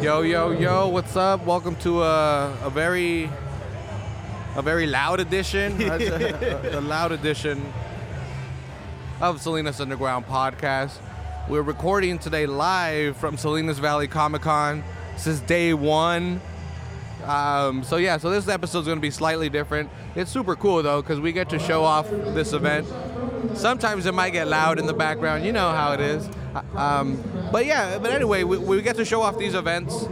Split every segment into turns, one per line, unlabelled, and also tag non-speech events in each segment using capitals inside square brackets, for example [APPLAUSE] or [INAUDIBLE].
Yo, yo, yo! What's up? Welcome to a, a very a very loud edition, a, a loud edition of Salinas Underground podcast. We're recording today live from Salinas Valley Comic Con. This is day one. Um, so yeah, so this episode's gonna be slightly different. It's super cool though, cause we get to show off this event. Sometimes it might get loud in the background, you know how it is. Um, but yeah, but anyway, we, we get to show off these events.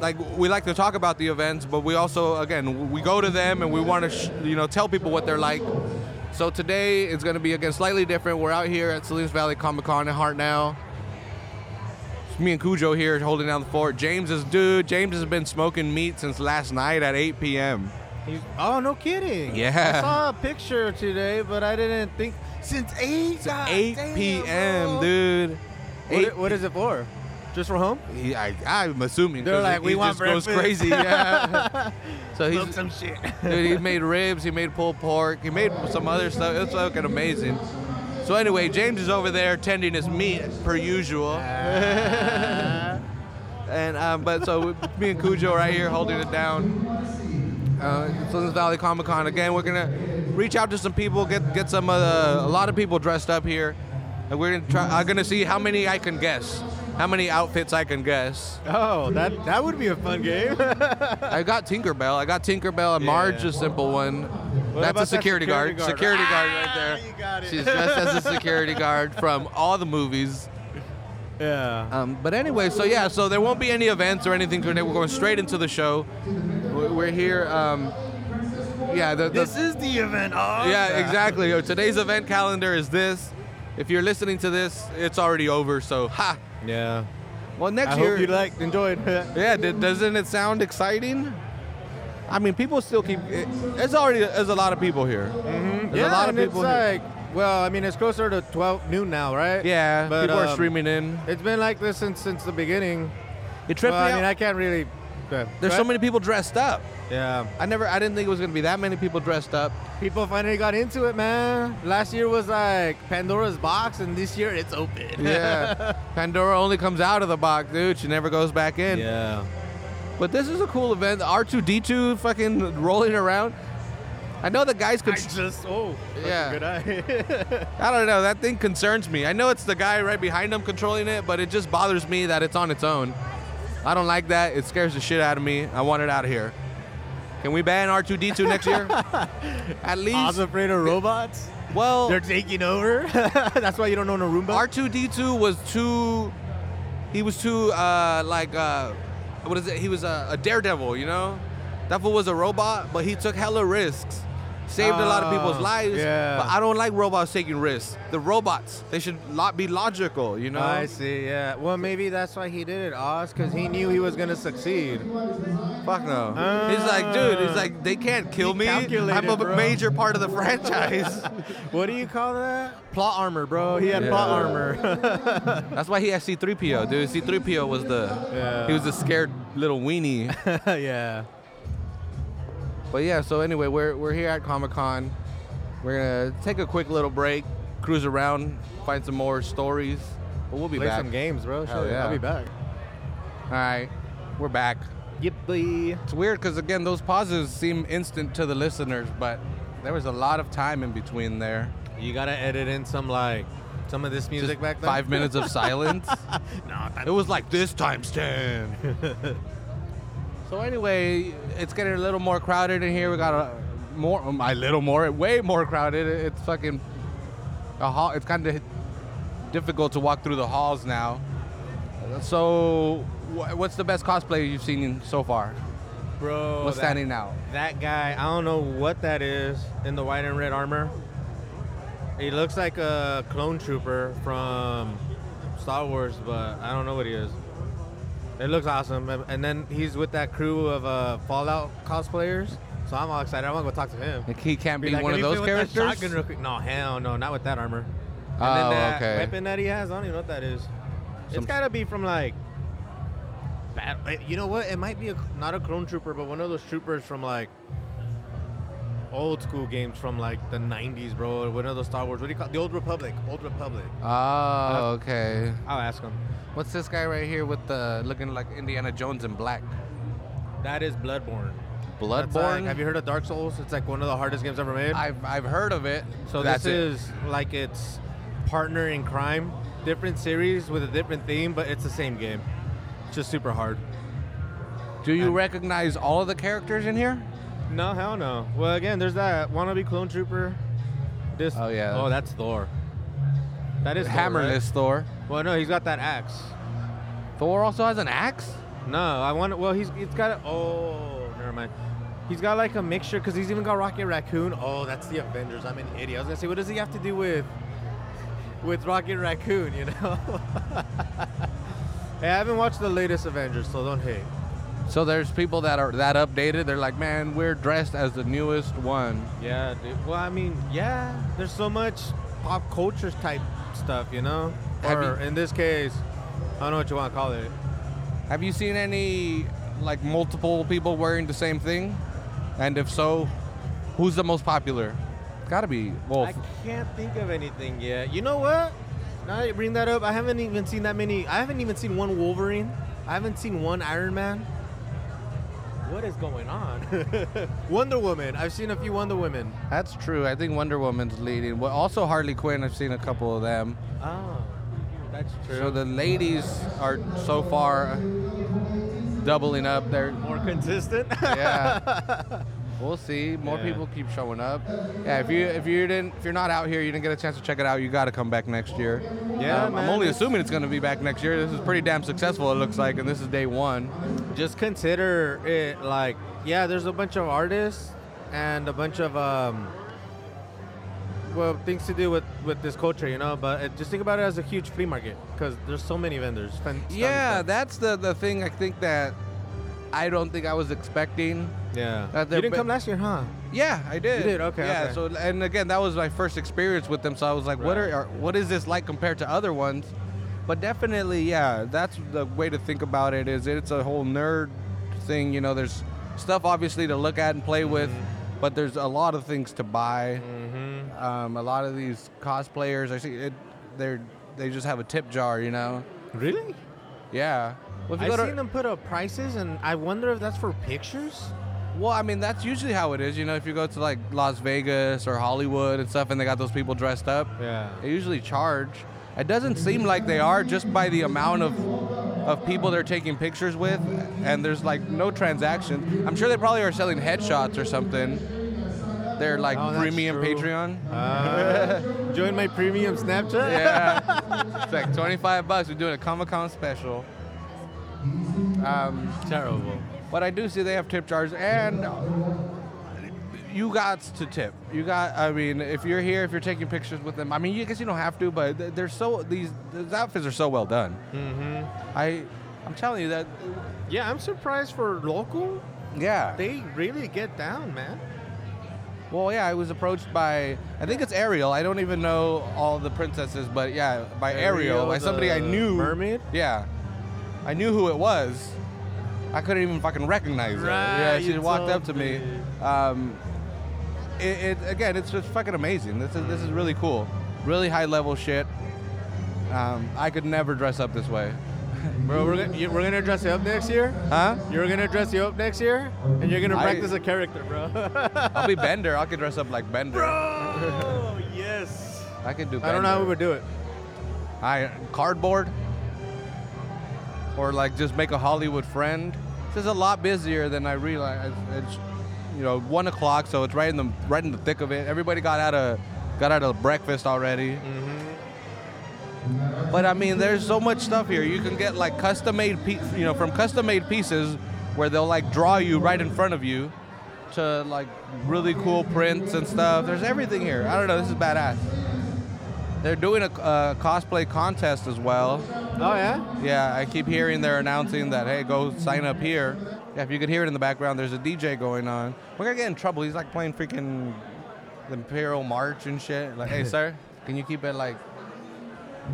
Like we like to talk about the events, but we also again we go to them and we want to sh- you know tell people what they're like. So today it's gonna be again slightly different. We're out here at Salinas Valley Comic Con in Hart now me and Cujo here holding down the fort. James is dude. James has been smoking meat since last night at 8 p.m.
You- oh, no kidding.
Yeah.
I saw a picture today, but I didn't think since 8 God
8
Ah, damn,
p.m.
bro.
dude.
What,
Eight-
what is it for? Just for home?
He, I, I'm assuming.
They're
'cause
like,
he
"We want
just goes
breakfast."
crazy. Yeah.
[LAUGHS]
so
Cook
he's
some shit.
dude, he made ribs. He made pulled pork. He made some other stuff. It's fucking amazing. So anyway, James is over there tending his meat per usual. And um, but so me and Cujo are right here holding it down. Uh, Salinas Valley Comic Con again. We're gonna reach out to some people, get get some uh, a lot of people dressed up here, and we're gonna try. I'm gonna see how many I can guess, how many outfits I can guess.
[LAUGHS] oh, that that would be a fun game. [LAUGHS] what
I got Tinkerbell. I got Tinkerbell and Marge,
Yeah.
a simple one.
about
That's a
that
security, guard. Security guard right
Ah,
there.
You got it.
She's dressed as a security guard from all the movies.
[LAUGHS] yeah.
Um, but anyway, so yeah, so there won't be any events or anything today. We're going straight into the show. We're we're here. Um, yeah, the, the,
This is the event. Oh,
yeah, exactly. Yo, Today's event calendar is this. If you're listening to this, it's already over. So ha.
Yeah.
Well, next
I
year.
hope you liked, enjoyed.
Yeah, d- doesn't it sound exciting? I mean, people still keep. It, it's already there's a lot of people here. There's
yeah,
a lot
and
of people.
it's
here.
like, well, I mean, it's closer to 12 noon now, right?
yeah,
but,
people are
um,
streaming in.
It's been like this since since the beginning.
It tripped
well,
me
I mean,
out.
I can't really. yeah.
There's so many people dressed up.
Yeah.
I never, I didn't think it was gonna be that many people dressed up.
People finally got into it, man. Last year was like Pandora's box, and this year it's open. [LAUGHS]
[LAUGHS] Yeah, Pandora only comes out of the box, dude. She never goes back in.
yeah.
But this is a cool event. R2D2 fucking [LAUGHS] rolling around. I know the guys could.
I just oh that's a
Yeah.
good eye.
I don't know. That thing concerns me. I know it's the guy right behind him controlling it, but it just bothers me that it's on its own. I don't like that. It scares the shit out of me. I want it out of here. Can we ban R2D2 next
[LAUGHS]
year? At least.
Oz afraid of robots.
Well,
They're taking over. [LAUGHS] that's why you don't own a Roomba.
R2D2 was too. He was too uh, like uh, what is it? He was a, a daredevil, you know. That fool was a robot, but he took hella risks, saved a lot of people's
Oh,
lives.
yeah.
But I don't like robots taking risks. The robots, they should lo- be logical, you know.
I see. Yeah. Well, maybe that's why he did it, Oz, because he knew he was gonna succeed.
Fuck no. he's like, dude. He's like, they can't kill
Ah. He
me. I'm a
calculated, bro.
major part of the franchise.
What do you call that? [LAUGHS] Plot armor, bro. Oh, He had plot
Yeah.
armor.
That's why he had C3PO, dude. C3PO was the
Yeah.
he was the scared little
[LAUGHS]
weenie.
[LAUGHS] yeah.
But yeah, so anyway, we're, we're here at Comic Con. We're gonna take a quick little break, cruise around, find some more stories. But we'll be
Play
back.
some games, bro.
Hell
Shit,
yeah.
I'll be back.
All right, we're back.
Yippee.
It's weird because again, those pauses seem instant to the listeners, but there was a lot of time in between there.
You gotta edit in some like some of this music back there.
Five minutes of [LAUGHS] silence. it was like this times ten. so anyway, it's getting a little more crowded in here. We got a more, um, a little more, way more crowded. It's fucking a hall. It's kind of difficult to walk through the halls now. So, wh- what's the best cosplay you've seen so far?
Bro,
what's
that-
standing out?
That guy, I don't know what that is in the white and red armor. He looks like a clone trooper from Star Wars, but I don't know what he is. It looks awesome. And and then he's with that crew of uh, Fallout cosplayers. So I'm all excited. I want to go talk to him.
Like he can't be,
like,
one of
"Have you
those
been with that
characters.
shotgun real quick?" No, hell no, not with that armor. And
Oh,
then that
okay.
weapon that he has, I don't even know what that is.
Some-
it's gotta be from like. Bat- uh, you know what? It might be a, not a clone trooper, but one of those troopers from like old school games from like the 90s, bro. One of those Star Wars. What do you call The Old Republic. Old Republic.
Oh, okay.
I'll ask him.
What's this guy right here with the looking like Indiana Jones in black?
That is Bloodborne. That's
Bloodborne.
Like, have you heard of Dark Souls? It's like one of the hardest games ever made.
I've I've heard of it.
so
that's
this
it.
is like its partner in crime, different series with a different theme, but it's the same game. It's just super hard.
Do you
and-
recognize all of the characters in here?
No, hell no. Well, again, there's that wannabe clone trooper. This.
Oh, yeah.
Oh, that's Thor. That is Thor, right?
Hammerless Thor.
Well, no, he's got that axe.
Thor also has an axe.
No, I want. Well, he's it's got. A, oh, never mind. He's got like a mixture because he's even got Rocket Raccoon. Oh, that's the Avengers. I'm an idiot. I was gonna say, what does he have to do with with Rocket Raccoon? You know. [LAUGHS] hey, I haven't watched the latest Avengers, so don't hate.
So there's people that are that updated. They're like, man, we're dressed as the newest one.
Yeah, dude. Well, I mean, yeah. There's so much pop culture type stuff, you know.
Have you-
or in this case, I don't know what you want to call it.
Have you seen any like multiple people wearing the same thing? And if so, who's the most popular? It's gotta be Wolf.
I can't think of anything yet. You know what? Now that you bring that up, I haven't even seen that many. I haven't even seen one Wolverine. I haven't seen one Iron Man. What is going on? [LAUGHS] Wonder Woman. I've seen a few Wonder Women.
That's true. I think Wonder Woman's leading. Well, also Harley Quinn. I've seen a couple of them.
Oh, that's true.
So the ladies are so far doubling up. They're
more consistent.
Yeah. We'll see. More
Yeah.
people keep showing up. Yeah, if you if you didn't if you're not out here, you didn't get a chance to check it out. You got to come back next year. Um,
Yeah,
I'm
man,
only
it's-
assuming it's going to be back next year. This is pretty damn successful. It looks like, and this is day one.
[LAUGHS] Just consider it like yeah. There's a bunch of artists and a bunch of um. Well, things to do with with this culture, you know. But it, just think about it as a huge flea market because there's so many vendors. Fan-
Yeah, that's the the thing. I think that I don't think I was expecting.
Yeah.
That they're
you didn't
ba-
come last year, huh?
Yeah, I did.
did? Okay,
Yeah.
okay.
So and again, that was my first experience with them. So I was like, what
Right.
are what is this like compared to other ones? But definitely, yeah, that's the way to think about it. Is it's a whole nerd thing. You know, there's stuff obviously to look at and play with, but there's a lot of things to buy.
Mm-hmm.
Um, a lot of these cosplayers, I see it. They're they just have a tip jar. You know.
Really?
Yeah. Well,
I've seen them put up prices, and I wonder if that's for pictures.
Well, I mean, that's usually how it is. You know, if you go to like Las Vegas or Hollywood and stuff, and they got those people dressed up,
Yeah.
they usually charge. It doesn't seem like they are just by the amount of of people they're taking pictures with, and there's like no transactions. I'm sure they probably are selling headshots or something. They're like
Oh, that's
premium
true.
Patreon.
Uh, join my premium Snapchat. [LAUGHS]
Yeah, it's like 25 bucks. We're doing a Comic Con special. Um,
[LAUGHS] Terrible.
But I do see they have tip jars, and you got to tip. You got. I mean, if you're here, if you're taking pictures with them, I mean, you guess you don't have to, but th- they're so these these outfits are so well done.
Mm-hmm.
I, I'm telling you that.
Yeah, I'm surprised for local.
Yeah.
They really get down, man.
Well, yeah. I was approached by. I think it's Ariel. I don't even know all the princesses, but yeah, by Ariel, by somebody I
the
knew.
Mermaid.
Yeah. I knew who it was. I couldn't even fucking recognize her. Yeah,
Right,
she
you
walked up to
told
me.
me.
Um, it, it again, it's just fucking amazing. This is this is really cool. Really high level shit. Um, I could never dress up this way.
Bro, we're gonna, you- we're gonna dress you up next year.
Huh?
You're gonna dress you up next year, and you're gonna
I-
practice a character, bro. [LAUGHS]
I'll be Bender. I could dress up like Bender.
bro, [LAUGHS] yes.
I could do. Bender.
I don't know how we would do it.
I cardboard, or like just make a Hollywood friend. This is a lot busier than I realized. It's you know one o'clock, so it's right in the right in the thick of it. Everybody got out of got out of breakfast already. But I mean, there's so much stuff here. You can get like custom made, pe- you know, from custom made pieces where they'll like draw you right in front of you to like really cool prints and stuff. There's everything here. I don't know. This is badass. They're doing a uh, cosplay contest as well.
Oh yeah.
Yeah, I keep hearing they're announcing that hey, go sign up here. Yeah, if you could hear it in the background, there's a DJ going on. We're gonna get in trouble. He's like playing freaking the Imperial March and shit. Like,
[LAUGHS]
hey, sir, can you keep it like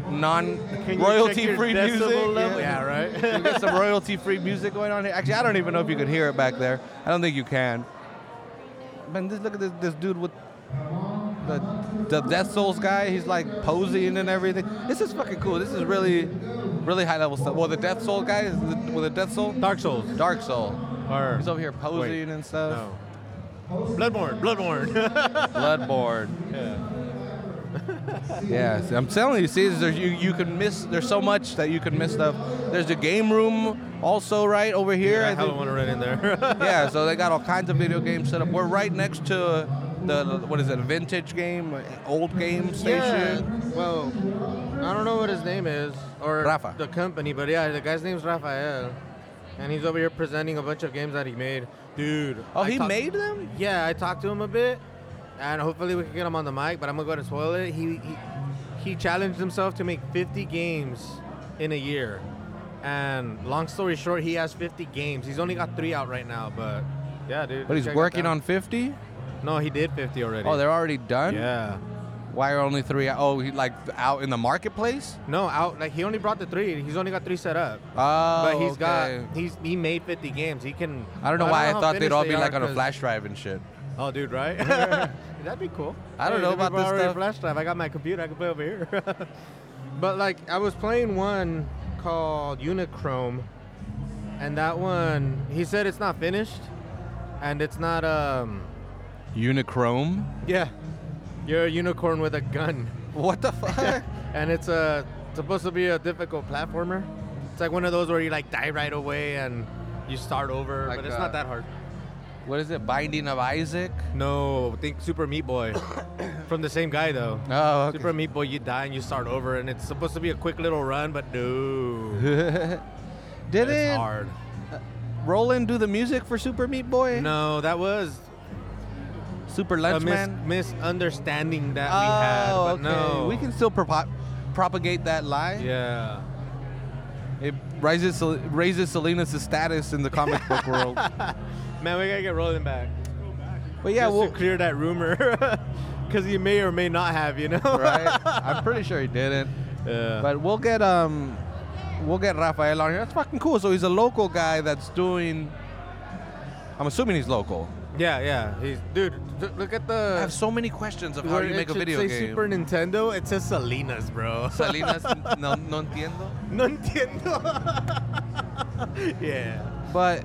non
Can you check
royalty
your
free
decibel
music?
level? Yeah,
Can
right. [LAUGHS]
we get some royalty free music going on here. Actually, I don't even know if you could hear it back there. I don't think you can. Man, just look at this, this dude with the, the Death Souls guy. He's like posing and everything. This is fucking cool. This is really, really high level stuff. Well, the Death Soul guy is the, with the Death Soul,
Dark Souls.
Dark Soul.
Or
He's over here posing and stuff.
no. Oh. Bloodborne. [LAUGHS] Bloodborne.
Bloodborne. Yeah, see, I'm telling you, see, there's, you you can miss. There's so much that you can miss stuff. There's the game room also right over here.
I
I think.
don't want to run in there. [LAUGHS]
yeah, so they got all kinds of video games set up. We're right next to the what is it, vintage game, old game station.
Well, I don't know what his name is or
Rafa.
the company, but yeah, the guy's name's Rafael, and he's over here presenting a bunch of games that he made. Dude.
Oh,
I
he
talked-
made them.
Yeah, I talked to him a bit, and hopefully we can get him on the mic. But I'm gonna go ahead and spoil it. He he, he challenged himself to make 50 games in a year, and long story short, he has 50 games. He's only got three out right now, but yeah, dude.
But he's
check it
working
out.
on 50.
No, he did 50 already.
Oh, they're already done.
yeah.
Why are only three? out? Oh, he like out in the marketplace.
No, out like he only brought the three. He's only got three set up.
Oh,
but he's
okay.
got he's he made 50 games. He can.
I don't know why I
how
thought they'd
finished
all
they
be
are
like on a
'cause-
flash drive and shit.
Oh,
[LAUGHS]
dude, right? [LAUGHS] That'd be cool.
I don't know
if
about
people
this
already
stuff.
Flash drive. I got my computer. I can play over here. [LAUGHS] but like, I was playing one called Unichrome, and that one he said it's not finished, and it's not um
Unichrome.
yeah, you're a unicorn with a gun,
What the [LAUGHS] fuck?
and it's a supposed to be a difficult platformer. It's like one of those where you like die right away and you start over,
Like,
but it's
uh,
not that hard.
what is it? Binding of Isaac.
No, think Super Meat Boy [COUGHS] from the same guy though.
Oh, okay.
Super Meat Boy, you die and you start over, and it's supposed to be a quick little run, but [LAUGHS] no,
Did
it's
it?
hard.
Roland do the music for Super Meat Boy?
No, Uh, that was
Super
a
Lunch
mis-
Man.
misunderstanding that we had.
oh,
But
okay.
no,
We can still propo- propagate that lie.
Yeah,
It raises Sel- raises Selena's status in the comic book [LAUGHS] world.
man, we gotta get rolling back.
But yeah,
Just
we'll.
to clear that rumor, [LAUGHS] because you may or may not have, you know.
right? I'm pretty sure he didn't.
[LAUGHS] Yeah.
But we'll get um, we'll get Rafael on here. That's fucking cool. So he's a local guy that's doing. I'm assuming he's local.
yeah, yeah. He's dude. d- Look at
I
the.
have so many questions of how
where
you
it
make a
should
video
say
game. [LAUGHS]
Super Nintendo. It says Salinas, bro. [LAUGHS]
Salinas, no, no entiendo.
No entiendo. [LAUGHS] yeah.
But,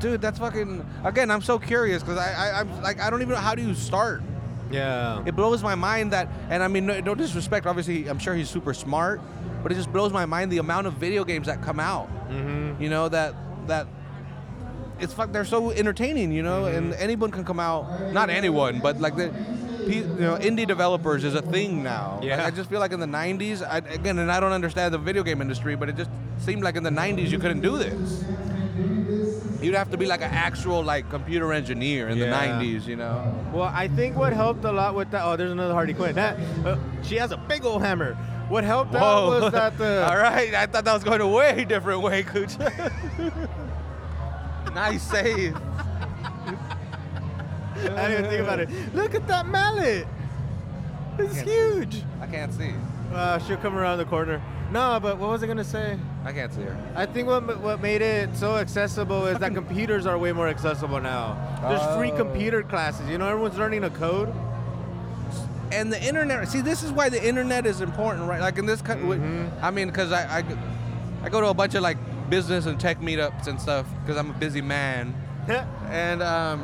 dude, that's fucking. Again, I'm so curious because I, I, I'm like, I don't even know how do you start.
Yeah.
It blows my mind that, and I mean, no, no disrespect. Obviously, I'm sure he's super smart, but it just blows my mind the amount of video games that come out.
Mm-hmm.
You know that that it's fuck. They're so entertaining. You know, and
Mm-hmm.
anyone can come out. Not anyone, but like the. pe- You know, indie developers is a thing now. Like,
Yeah.
I just feel like in the '90s, I, again, and I don't understand the video game industry, but it just seemed like in the '90s you couldn't do this. You'd have to be like an actual like computer engineer in the
Yeah.
'90s, you know.
Well, I think what helped a lot with that. Oh, there's another Hardy Quinn. That, uh, she has a big old hammer. What helped out was that
[LAUGHS]
the. [LAUGHS]
All right, I thought that was going a way different way, [LAUGHS] Cooch. nice save.
I didn't even think about it. Look at that mallet. It's
Can't see.
huge.
I can't see.
Uh, she'll come around the corner. No, but what was I gonna say?
I can't see her.
I think what ma- what made it so accessible is that computers are way more accessible now. There's free
Oh.
computer classes. You know, everyone's learning to code. [LAUGHS]
And the internet. See, this is why the internet is important, right? Like in this country.
Mhm.
I mean, because I, I I go to a bunch of like business and tech meetups and stuff because I'm a busy man.
Oh,
And um,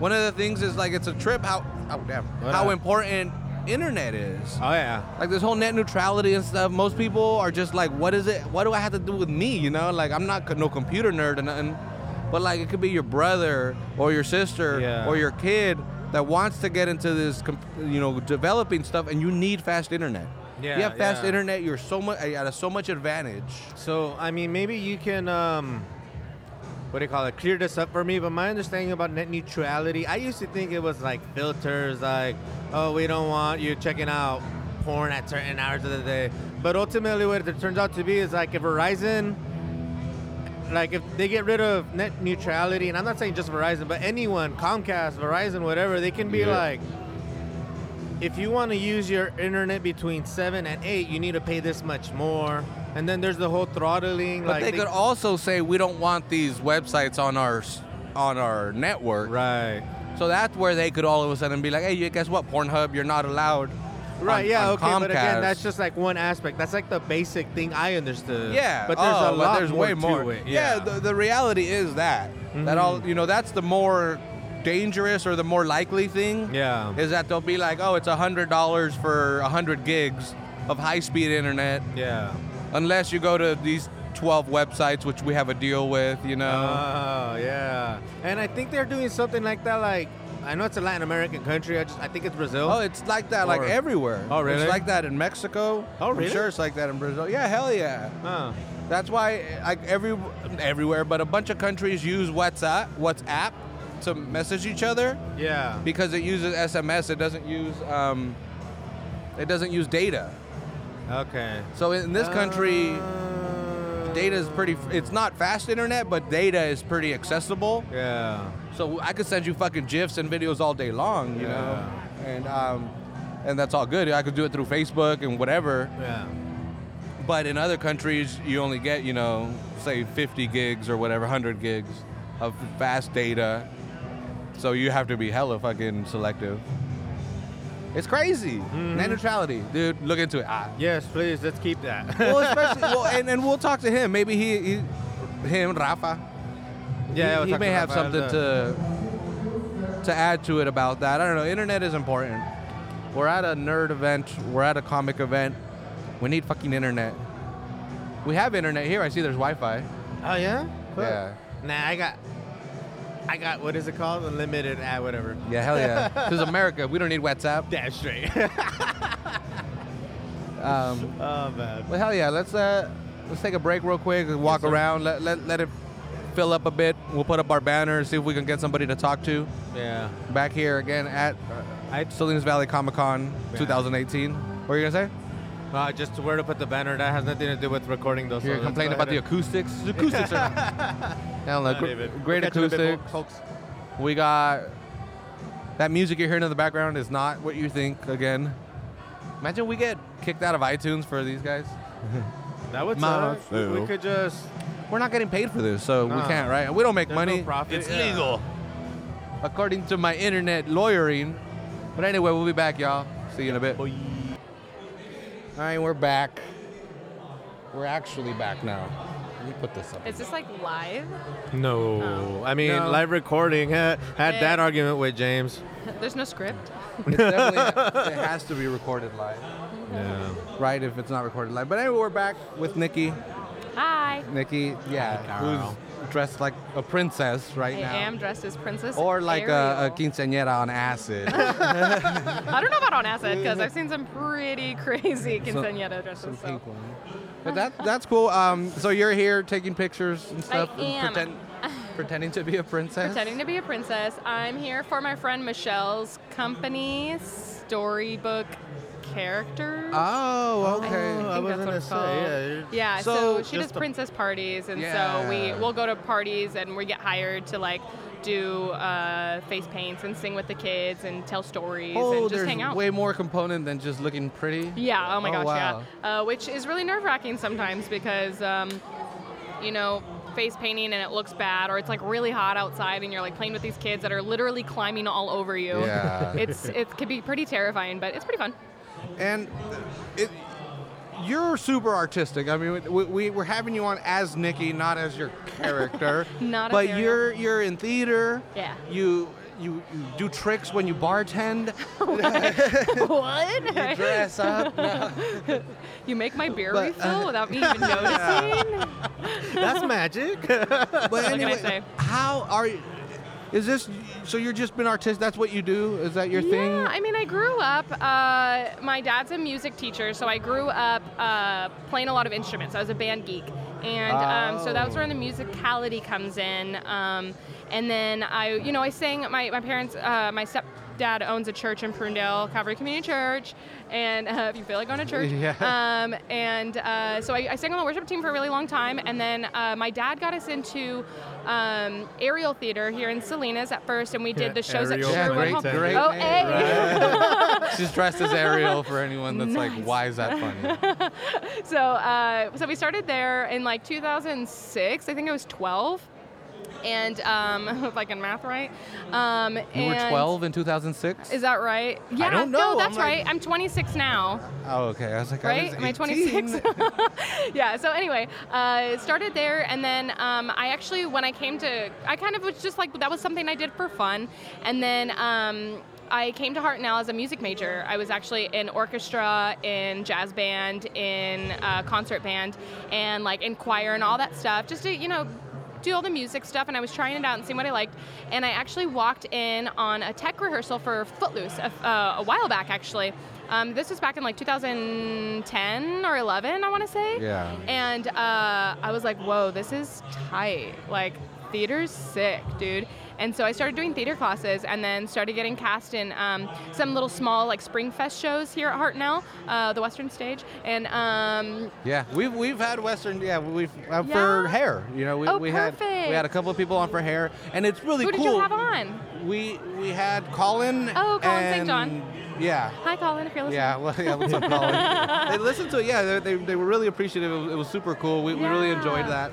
one of the things is like it's a trip how oh damn
What
how
up?
important internet is.
Oh yeah.
Like this whole net neutrality and stuff. Most people are just like, what is it? What do I have to do with me? You know, like I'm not c- no computer nerd or nothing, but like it could be your brother or your sister
Yeah.
or your kid that wants to get into this, com- you know, developing stuff, and you need fast internet.
Yeah,
you have fast
yeah.
internet. You're so much at a so much advantage.
So I mean, maybe you can um, what do you call it? Clear this up for me. But my understanding about net neutrality, I used to think it was like filters, like oh, we don't want you checking out porn at certain hours of the day. But ultimately, what it turns out to be is like if Verizon, like if they get rid of net neutrality, and I'm not saying just Verizon, but anyone, Comcast, Verizon, whatever, they can be
Yeah.
like. if you want to use your internet between seven and eight, you need to pay this much more. And then there's the whole throttling.
But
like
they could also say we don't want these websites on our s- on our network.
right.
So that's where they could all of a sudden be like, hey, you guess what, Pornhub, you're not allowed. on-
Right, yeah,
on
okay, but again,
Comcast."
that's just like one aspect. That's like the basic thing I understood.
Yeah,
but there's
oh,
a
but
lot
there's
more
way more.
to it.
Yeah, the, the reality is that that all you know. That's the more dangerous or the more likely thing.
Yeah.
is that they'll be like, oh, it's a hundred dollars for a hundred gigs of high-speed internet,
yeah.
unless you go to these twelve websites which we have a deal with. You know,
Oh yeah, and I think they're doing something like that. Like I know it's a Latin American country. I just I think it's Brazil.
oh, it's like that, like
or-
everywhere.
Oh, really?
It's like that in Mexico.
Oh, really?
I'm sure, it's like that in Brazil. Yeah, hell yeah.
Huh.
That's why, like every everywhere, but a bunch of countries use WhatsApp, WhatsApp, to message each other.
Yeah.
because it uses SMS. It doesn't use um, it doesn't use data.
Okay.
So in this country,
Ah. Uh,
data is pretty. It's not fast internet, but data is pretty accessible.
Yeah.
So I could send you fucking gifs and videos all day long, you know, and um, and that's all good. I could do it through Facebook and whatever.
Yeah.
But in other countries, you only get you know, say 50 gigs or whatever, 100 gigs of fast data. So you have to be hella fucking selective. It's crazy. Net neutrality, dude. Look into it. Ah.
Yes, please. Let's keep that. [LAUGHS]
well, especially, [LAUGHS] well, and, and we'll talk to him. Maybe he, he him, Rafa.
yeah.
he,
we'll
he
talk
may
to
have
Rafael
something
then.
to
uh,
to add to it about that. I don't know. Internet is important. We're at a nerd event. We're at a comic event. We need fucking internet. We have internet here. I see there's Wi-Fi.
Oh yeah. Cool.
Yeah.
Nah, I got. I got what is it called? Unlimited ad, whatever.
Yeah, hell yeah. [LAUGHS] this is America. We don't need WhatsApp.
Damn straight. [LAUGHS]
Um,
oh man.
well, hell yeah. Let's uh, let's take a break real quick. and Walk
Yes, sir.
around. Let, let let it fill up a bit. We'll put up our banner. See if we can get somebody to talk to.
Yeah.
Back here again at uh,
I
Salinas Valley Comic Con
Yeah.
2018. What were you gonna say?
uh, just where to put the banner. That has nothing to do with recording those.
You're complaining about the
[LAUGHS]
acoustics. The acoustics are. I don't know. gr- great acoustics. We got that music you're hearing in the background is not what you think. Again, imagine we get kicked out of iTunes for these guys.
That would
Mama
suck. We- We
Fu.
could just.
We're not getting paid for this, so we
Nah.
can't, right? And we don't make
There's
money.
no profit, It's yeah. legal.
according to my internet lawyering. But anyway, we'll be back, y'all. See you in a bit. All right, we're back. We're actually back now. Let me put this up.
Is this like live? [LAUGHS] Oh.
No, I mean
No.
live recording. Had, had
Yeah.
that argument with James.
There's no script.
It's definitely, it has to be recorded live,
Yeah.
right? If it's not recorded live. But anyway, we're back with Nikki.
Hi.
Nikki, yeah,
Carl.
who's dressed like a princess right
I
now.
am dressed as Princess
or like uh, a, a
Ariel.
quinceañera on
[LAUGHS]
acid.
I don't know about on acid because I've
[LAUGHS]
seen some pretty crazy
Some-
quinceañera dresses.
some
so.
pink one. But that that's cool. Um, so you're here taking pictures and stuff,
am.
and
[LAUGHS]
pretend, pretending to be a princess.
Pretending to be a princess. I'm here for my friend Michelle's company, Storybook Characters.
Oh, okay.
I
I
think
was
that's what
gonna
it's
say,
called.
yeah, you're-
Yeah,
So
so, she does
Just a-
princess parties, and so
Yeah.
we we'll go to parties and we get hired to like do uh, face paints and sing with the kids and tell stories
oh,
and
there's
just hang out.
way more component than just looking pretty.
yeah. Oh my
Oh,
gosh.
wow.
Yeah. Uh, which is really nerve wracking sometimes because um, you know face painting and it looks bad or it's like really hot outside and you're like playing with these kids that are literally climbing all over you.
Yeah. [LAUGHS]
it's it could be pretty terrifying, but it's pretty fun. [LAUGHS]
And it, you're super artistic. I mean, we, we we're having you on as Nikki, not as your character.
[LAUGHS] Not as
But
Ariel.
you're you're in theater.
Yeah.
You you, you do tricks when you
[LAUGHS]
bartend.
what?
You dress up.
[LAUGHS] You make my beer
But- uh,
refill without
[LAUGHS]
me even noticing.
That's magic.
But
What can I
anyway,
say?
how are you? Is this so? You're just been artist. That's what you do. Is that your thing?
Yeah, I mean, I grew up. Uh, my dad's a music teacher, so I grew up uh, playing a lot of instruments. I was a band geek, and um, so that was
Oh.
where the musicality comes in. Um, and then I, you know, I sang. My my parents, uh, my stepdad owns a church in Prunedale, Calvary Community Church, and uh, if you feel like going to church,
Yeah.
um, and uh, so I, I sang on the worship team for a really long time, and then uh, my dad got us into um, aerial theater here in Salinas at first, and we did the shows
Aerial
at Sherwood
great,
Hall.
great
oh,
name,
hey.
She's dressed as Ariel for anyone that's like,
[LAUGHS] Nice.
why is that funny?
[LAUGHS] So, uh, so we started there in like 2006. I think I was 12. and um, [LAUGHS] if I can math right. Um,
You were
and-
12 in 2006.
Is that right? Yeah.
don't know.
No, that's
I'm like-
right. I'm 26 now.
oh, okay. I was like, I
right?
was
Am I
18.
26? [LAUGHS] yeah. So anyway, uh, it started there, and then um, I actually, when I came to, I kind of was just like that was something I did for fun, and then. Um, I came to Hartnell as a music major. I was actually in orchestra, in jazz band, in uh, concert band, and like in choir and all that stuff, just to you know do all the music stuff. And I was trying it out and seeing what I liked. And I actually walked in on a tech rehearsal for Footloose a, uh, a while back, actually. Um, this was back in like 2010 or 11, I want to say.
Yeah.
And uh, I was like, whoa, this is tight. Like, theater's sick, dude. And so I started doing theater classes and then started getting cast in um, some little small, like, Spring Fest shows here at Hartnell, uh, the Western stage. And um,
Yeah, we've we've had Western. Yeah, we've uh, for
Yeah?
hair. You know, we,
Oh,
we had we had a
perfect.
couple of people on for hair, and it's really
who
cool.
did you have on?
We we had Colin.
Oh, Colin St.
and-
John.
Yeah.
Hi, Colin, if you're listening.
Yeah, [LAUGHS] well, yeah, what's up,
[LAUGHS]
Colin? they listened to it. Yeah, they, they, they were really appreciative. It was, it was super cool. We, we really enjoyed
Yeah.
that.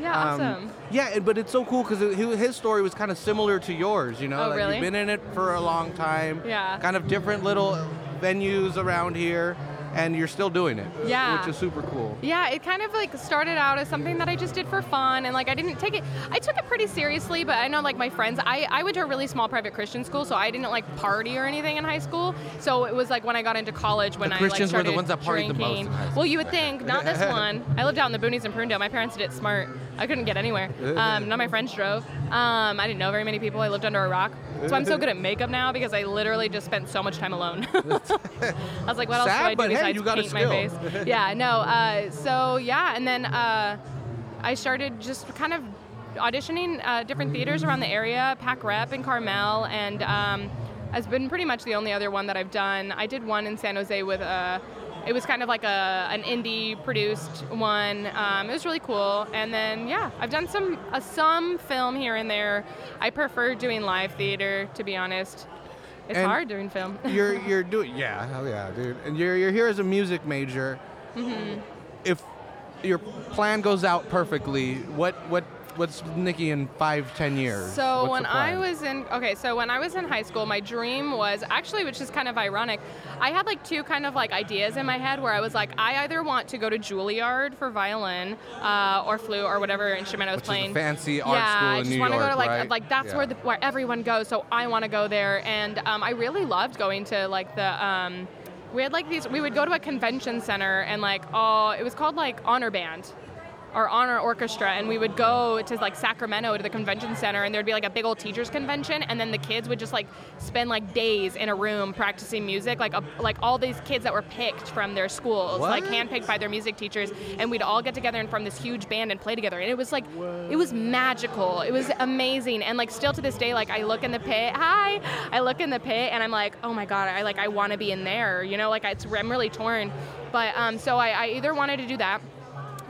Yeah,
Um,
awesome.
Yeah, it- but it's so cool because his story was kind of similar to yours. You know,
Oh,
like
really?
you've been in it for a long time.
Yeah.
Kind of different little venues around here, and you're still doing it.
Yeah.
Which is super cool.
Yeah, it kind of like started out as something that I just did for fun, and like I didn't take it. I took it pretty seriously, but I know like my friends. I I went to a really small private Christian school, so I didn't like party or anything in high school. So it was like when I got into college when I like
Christians were the
started
ones that partied the most in
drinking.
high school.
Well, you would think
[LAUGHS]
not this one. I lived out in the boonies in Prunedale. My parents did it smart. I couldn't get anywhere. Um, none of my friends drove. Um, I didn't know very many people. I lived under a rock. So I'm
[LAUGHS]
so good at makeup now because I literally just spent so much time alone. [LAUGHS] I was like, what
Sad,
else do I
but
do
hey,
besides
you got a
paint my face?
skill. [LAUGHS]
yeah, no. Uh, so yeah, and then uh, I started just kind of auditioning uh, different theaters around the area, Pack Rep in Carmel, and um, has been pretty much the only other one that I've done. I did one in San Jose with a. It was kind of like a an indie produced one. Um, it was really cool, and then yeah, I've done some uh, some film here and there. I prefer doing live theater, to be honest. It's
And-
hard doing film. [LAUGHS]
you're you're doing yeah hell yeah dude and you're you're here as a music major
Mm-hmm.
if your plan goes out perfectly what what what's nikki in five ten years
So
What's
when
the
I
plan?
was in okay, so when I was in high school, my dream was actually, which is kind of ironic, I had like two kind of like ideas in my head where I was like, I either want to go to Juilliard for violin uh, or flute or whatever instrument I was
Which is a
playing.
fancy art
yeah,
school
I
in
just
New
wanna go
York,
to like
right?
like that's
Yeah.
where the, where everyone goes, so I want to go there, and um, I really loved going to like the. Um, we had like these. We would go to a convention center and like, oh, it was called like Honor Band or honor orchestra and we would go to like sacramento to the convention center and there'd be like a big old teachers convention and then the kids would just like spend like days in a room practicing music like a, like all these kids that were picked from their schools like
What?
handpicked by their music teachers and we'd all get together and form this huge band and play together and it was like it was magical it was amazing and like still to this day like i look in the pit hi i look in the pit and i'm like oh my god i like i want to be in there you know like it's, i'm really torn but um so i, I either wanted to do that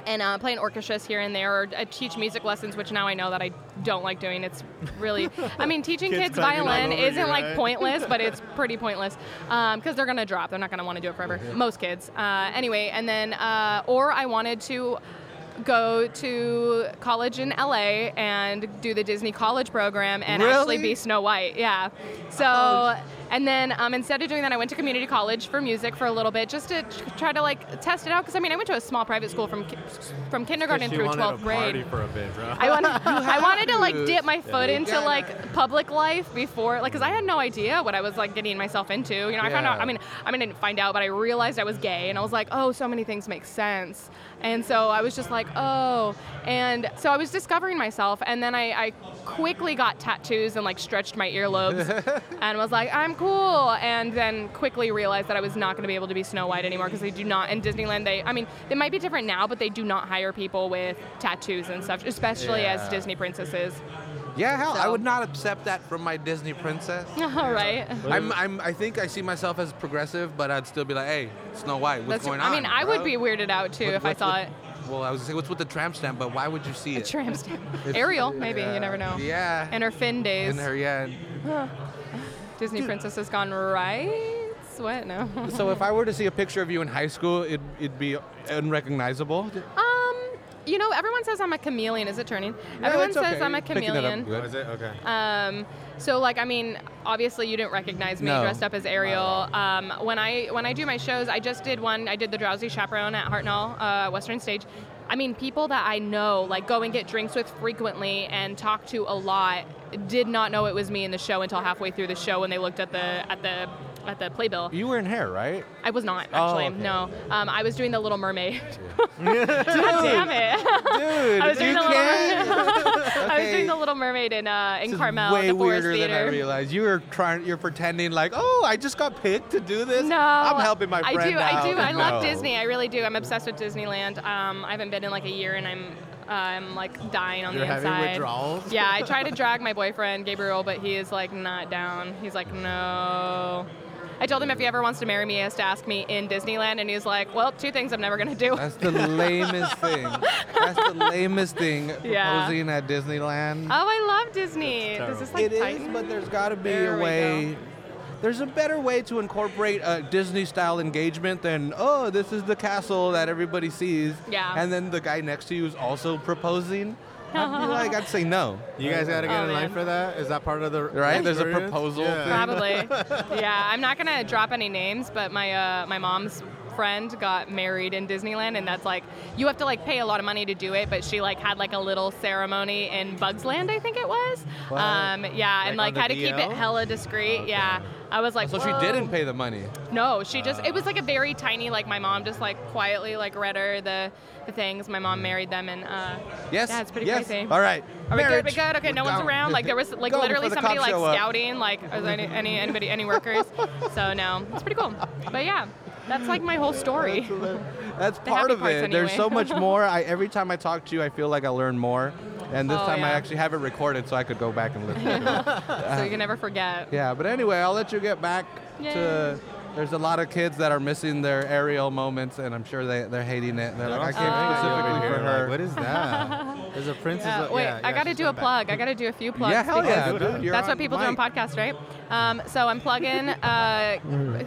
and uh, playing orchestras here and there, or uh, teach music lessons, which now I know that I don't like doing. It's really, I mean, teaching
Kids
kids,
climbing all
violin
over you,
isn't like
right?
pointless,
[LAUGHS]
but it's pretty pointless because they're gonna drop. They're not gonna want to do it forever. Most kids, uh, anyway. And then, uh, or I wanted to go to college in LA and do the Disney College program and actually
Really?
be Snow White. Yeah. So. And then um, instead of doing that, I went to community college for music for a little bit, just to tr- try to like test it out. Because I mean, I went to a small private school from ki- from kindergarten
She
through
wanted
12th
to
grade.
Party for a bit, bro.
[LAUGHS]
I wanted, I wanted to like
to.
dip my foot
you
into
gotta.
like public life before, like, cause I had no idea what I was like getting myself into. You know, I found out.
Yeah.
I mean, I mean, I didn't find out, but I realized I was gay, and I was like, oh, so many things make sense. And so I was just like, oh, and so I was discovering myself, and then I, I quickly got tattoos and like stretched my earlobes, and was like, I'm cool, and then quickly realized that I was not going to be able to be Snow White anymore because they do not in Disneyland. They, I mean, they might be different now, but they do not hire people with tattoos and stuff, especially
Yeah.
as
[LAUGHS]
Disney princesses.
yeah hell i
so-
would not accept that from my disney princess
All right.
I'm, I'm i think i see myself as progressive but i'd still be like hey snow white what's
That's-
going on
I mean, I
bro?
would be weirded out too
What-
if I
what's
saw
with- well i was gonna say what's with the tramp stamp but why would you see
it.
it
Tramp
[LAUGHS]
stamp. Ariel, maybe
Yeah.
you never know.
yeah
And her fin days.
and her yeah
Disney princess has gone right. What? No. [LAUGHS]
so if i were to see a picture of you in high school it, it'd be unrecognizable
um. you know, everyone says I'm a chameleon. Is it turning?
No,
everyone
it's
says
okay.
I'm a
You're picking it up
chameleon.
good.
Oh, is it? Okay.
Um, so like I mean, obviously you didn't recognize me
No.
dressed up as Ariel. Um, when I when I do my shows, I just did one. I did the Drowsy Chaperone at Hartnell uh, Western Stage. I mean, people that I know, like go and get drinks with frequently and talk to a lot, did not know it was me in the show until halfway through the show when they looked at the at the at the playbill.
You were in hair, right?
I was not
Oh,
actually.
okay.
No, um, I was doing the Little
[LAUGHS]
Mermaid. [LAUGHS] God damn it. [LAUGHS]
Dude,
I was,
you
doing the, little [LAUGHS]
can.
I was
Okay.
doing the Little Mermaid in uh, in
This is
Carmel at
way
the Forest
weirder
Theater.
than I realized. You were trying. You're pretending like, oh, I just got picked to do this.
No,
I'm helping my friend
I do.
out.
I do. I love
No.
Disney. I really do. I'm obsessed with Disneyland. Um, I haven't been in like a year, and I'm uh, I'm like dying on
You're
the
having
inside.
withdrawals?
Yeah,
[LAUGHS]
I try to drag my boyfriend Gabriel, but he is like not down. He's like, no. I told him if he ever wants to marry me, he has to ask me in Disneyland, and he's like, well, two things I'm never gonna do.
That's the lamest thing. That's the lamest thing.
[LAUGHS] Yeah.
Proposing at Disneyland.
Oh, I love Disney. This
terrible.
is like
it is,
Titan.
but there's got to be
There
a
we
way.
go.
There's a better way to incorporate a Disney-style engagement than, oh, this is the castle that everybody sees,
Yeah.
and then the guy next to you is also proposing. I'd be like, I'd say no,
You guys gotta
Oh,
get in
man.
line for that. Is that part of the
Right? There's a
experience?
proposal
Yeah.
thing. [LAUGHS]
Probably. yeah, I'm not gonna drop any names, but my uh, my mom's friend got married in Disneyland, and that's like you have to like pay a lot of money to do it. But she like had like a little ceremony in Bugs Land, I think it was.
What?
Um, yeah, and
Like
like
on
had to
the
keep
DL?
it hella discreet. Yeah, I was like,
Oh, so
"Whoa."
she didn't Uh. pay the money.
No, she just it was like a very tiny like my mom just like quietly like read her the the things. My mom married them, and uh,
Yes.
yeah, it's pretty
yes.
crazy.
All right.
Are we good?
Marriage.
We good? Okay,
We're
no one's
down.
around. Like there was like
Go
literally
before the
somebody
cops
like
show up.
scouting. Like is there any, any anybody
[LAUGHS]
any workers? So no, it's pretty cool. But yeah, that's like my whole story.
[LAUGHS] That's
The
part
happy
of it.
parts
There's
anyway.
so
[LAUGHS]
much more. I every time I talk to you, I feel like I learn more. And this
Oh,
time I
yeah.
actually have it recorded so I could go back and listen. to it.
so you can never forget.
Yeah, but anyway, I'll let you get back to. There's a lot of kids that are missing their aerial moments, and I'm sure they, they're hating it.
Uh,
They're
They're
like, I
all
Oh.
staring
came
at you over
specifically for
here, like,
her.
[LAUGHS]
what is that? There's a princess.
Yeah,
up-
Uh, wait,
yeah,
I
yeah,
got to
she's
do a
come back.
plug. I got to do a few plugs.
yeah, hell
because
yeah,
do it
dude.
up.
You're
That's
on
what people do on
mic.
podcasts, right? Um, so I'm plugging uh,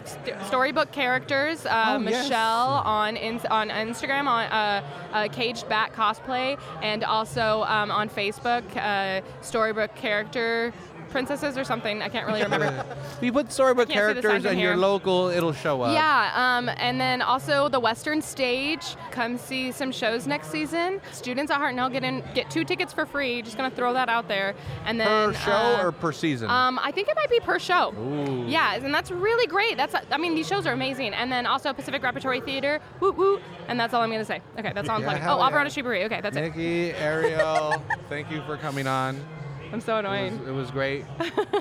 st- storybook characters. Uh,
Oh, yes.
Michelle on in- on Instagram on uh, uh, Caged Bat cosplay, and also um, on Facebook uh, storybook character princesses or something. I can't really
[LAUGHS]
remember.
You put storybook
Can't see the
characters
sign from
and your
here.
local, it'll show up.
Yeah, um, and then also the Western Stage. Come see some shows next season. Students at Hartnell get in get two tickets for free. Just gonna throw that out there. And
Per
then
show
uh,
or per season?
Um, I think it might be per show.
Ooh.
Yeah, and that's really great. That's I mean these shows are amazing. And then also Pacific Repertory Theater. Woot woot. And that's all I'm gonna say. Okay, that's all I'm
Yeah,
plugging.
hell
Oh,
yeah.
Alvarado Shibuya. Okay, that's it.
Nikki, Ariel, [LAUGHS] thank you for coming on.
I'm so
It
annoying.
was, it was great.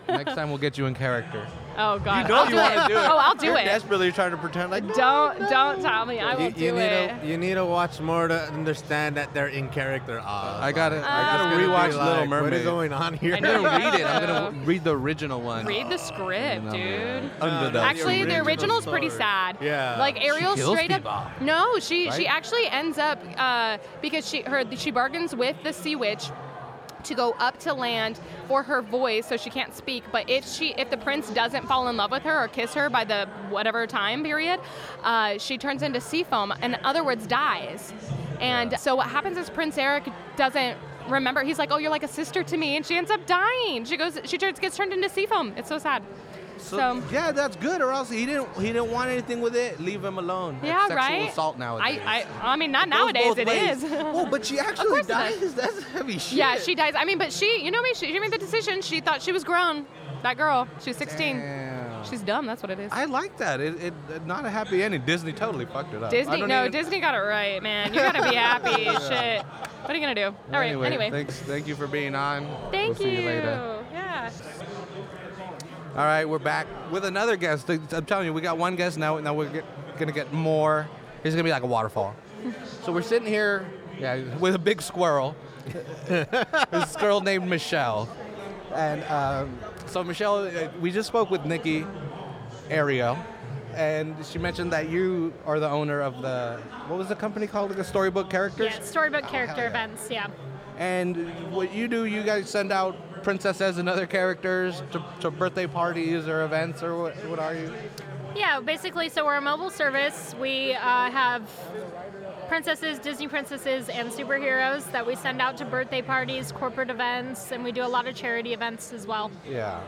Next time we'll get you in character.
Oh God.
You know
I'll
you
do
want
it.
to do it.
Oh, I'll do
You're
it.
Desperately trying to pretend like
Don't don't tell me. I will
You,
do
you need
it.
to you need to watch more to understand that they're in character. Ah,
I gotta,
Uh,
I gotta
it's gonna be
rewatch
like,
Little
What
Mermaid.
is going on here?
I
I'm gonna
know.
read it. I'm gonna read the original one.
Read the
And
script,
I'm
dude.
like, Under the
Actually, the
original
original's pretty
story.
sad.
Yeah.
Like Ariel
kills
straight up.
people.
No, she
Right?
she actually ends up uh, because she her she bargains with the sea witch to go up to land for her voice so she can't speak but if she if the prince doesn't fall in love with her or kiss her by the whatever time period uh, she turns into sea foam and in other words dies and so what happens is prince eric doesn't remember he's like oh you're like a sister to me and she ends up dying she goes she turns gets turned into sea foam it's so sad
So,
So-
yeah, that's good. Or else he didn't he didn't want anything with it. Leave him alone. That's
Yeah,
sexual
right.
assault nowadays.
I, I, I mean, not
It goes
nowadays.
both
It
ways. [LAUGHS]
is.
oh, but she actually
course it
dies. [LAUGHS]
does.
That's heavy shit.
yeah, she dies. I mean, but she, you know me. She, she made the decision. She thought she was grown. That girl. She's 16.
Damn.
She's dumb. That's what it is.
I like that. It, it it- not a happy ending. Disney totally fucked it up. I
Disney.
don't
No,
even-
Disney got it right, man. You
[LAUGHS]
gotta be happy. Shit. What are you gonna do? All right.
Anyway,
Anyway.
thanks. Thank you for being on.
Thank
we'll See you later.
Yeah.
All right, we're back with another guest. I'm telling you, we got one guest now. Now we're get, gonna get more. It's gonna be like a waterfall. so we're sitting here, yeah, with a big squirrel. [LAUGHS] this girl named Michelle, and um, so Michelle, uh, we just spoke with Nikki Ariel, and she mentioned that you are the owner of the what was the company called? Like a storybook characters.
Yeah, storybook character
yeah.
events. Yeah.
And what you do, you guys send out princesses and other characters to, to birthday parties or events or what, what are you?
Yeah. Basically, so we're a mobile service. We uh, have
princesses, Disney princesses, and superheroes that we send out to birthday parties, corporate events, and we do a lot of charity events as well.
Yeah.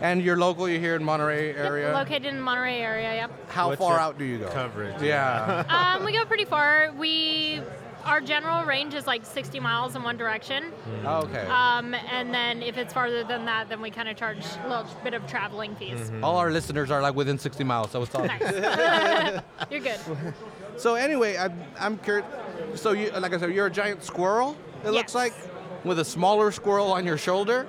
And you're local. You're here in Monterey area.
Yep, located in Monterey area. Yep.
How
What's
far
your
out do you go?
coverage? [LAUGHS]
Yeah.
um, we go pretty far. We our general range is like 60 miles in one direction.
Oh, okay.
Um, and then if it's farther than that, then we kind of charge a little bit of traveling fees.
All our listeners are like within 60 miles, so it's all.
Nice. You're good.
So anyway, I'm, I'm curious. So you, like I said, you're a giant squirrel. It looks
Yes.
like, with a smaller squirrel on your shoulder.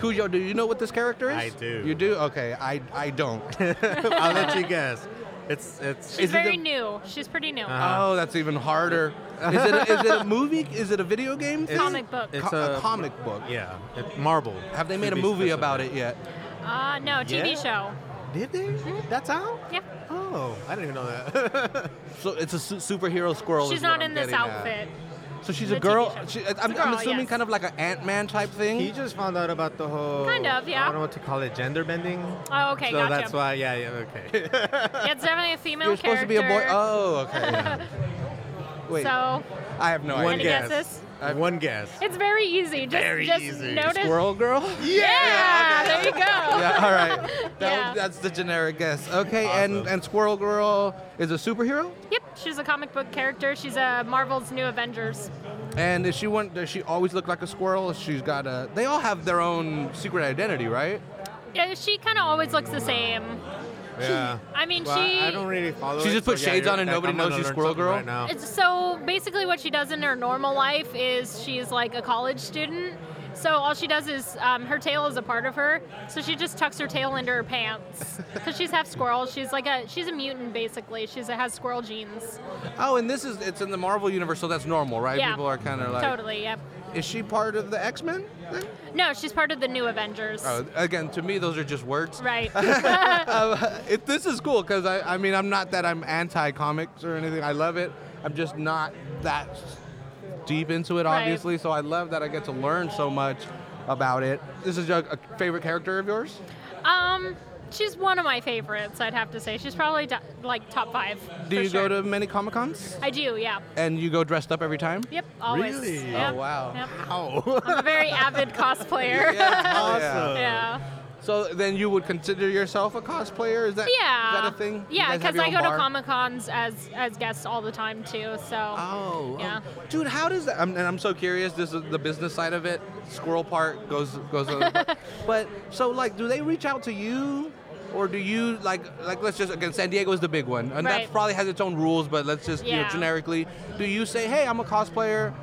Cujo, do you know what this character is?
I do.
You do? Okay, I I don't.
[LAUGHS] I'll let you guess. It's it's.
She's
Is it
very
the-
new. She's pretty new.
Uh-huh.
oh, that's even harder. [LAUGHS] Is it a, is it a movie? Is it a video game? thing?
Comic book.
It's
Co- uh, a,
a-
comic book.
yeah, it, Marble.
Have they made
to
a
be
movie
specific.
about it yet?
Uh, no,
Yeah.
TV show.
Did they?
Hmm?
That's out.
Yeah.
Oh, I didn't even know that. [LAUGHS]
So it's a su- superhero squirrel. is
She's
what
not
I'm
in this
getting at.
outfit.
So she's
The
a girl.
TV show.
She, I'm,
girl,
I'm assuming
yes.
kind of like an Ant Man type thing.
he just found out about the whole.
Kind of, yeah.
I don't know what to call it. Gender bending.
Oh, okay,
so
gotcha.
that's why. Yeah,
[LAUGHS]
yeah. Okay.
Yeah, it's definitely a female
You're supposed
character.
to be a boy. Oh,
[LAUGHS]
okay. Wait,
So,
I have no
One
any
idea.
guess.
guesses?
I- One guess.
It's very easy. Just,
Very
just
easy.
notice.
Squirrel
[LAUGHS]
girl.
Yeah, there you go.
yeah. All right. That
Yeah.
That's the generic guess. Okay. And
Awesome.
and squirrel girl is a superhero.
Yep, she's a comic book character. She's a Marvel's new Avengers.
And is she one? Does she always look like a squirrel? She's got a. They all have their own secret identity, right?
Yeah, she kind of always looks the same.
Yeah.
I mean,
Well,
she.
I don't really follow.
She
it,
just put
so yeah,
shades
you're
on and
like,
nobody
I'm gonna
knows she's
learn
Squirrel
something
Girl?
Right now.
It's, so basically, what she does in her normal life is she's like a college student. So all she does is um, her tail is a part of her. So she just tucks her tail into
[LAUGHS]
her pants because she's half squirrel. She's like a she's a mutant basically. She's a, has squirrel genes.
Oh, and this is it's in the Marvel universe, so that's normal, right?
Yeah.
People are kind of like.
totally. Yep.
Is she part of the X Men?
No, she's part of the new Avengers.
Oh, again, to me, those are just words. [LAUGHS]
Right.
Uh, it, this is cool because I, I mean, I'm not that I'm anti comics or anything. I love it. I'm just not that deep into it,
Right.
obviously. So I love that I get to learn so much about it. This is your a favorite character of yours?
um, she's one of my favorites. I'd have to say she's probably do- like top five.
Do
for
you
sure.
go to many Comic Cons?
I do. Yeah.
And you go dressed up every time?
Yep. Always.
Really?
Yep.
Oh, wow.
Yep.
[LAUGHS] How?
I'm a very
[LAUGHS]
avid [LAUGHS]
Hell
cosplayer.
yeah.
Awesome.
[LAUGHS] yeah.
So then you would consider yourself a cosplayer? Is that,
Yeah.
is that a thing? You
Yeah,
guys have
because
your
I
own
go
bar?
to Comic Cons as as guests all the time too. So
Oh,
Yeah.
oh. dude, how does that? I'm, and I'm so curious. This is the business side of it. Squirrel part goes goes. over.
[LAUGHS]
but so, like, do they reach out to you, or do you like like let's just again San Diego's the big one, and that
Right.
probably has its own rules. But let's just you know,
Yeah.
generically, do you say, hey, I'm a cosplayer,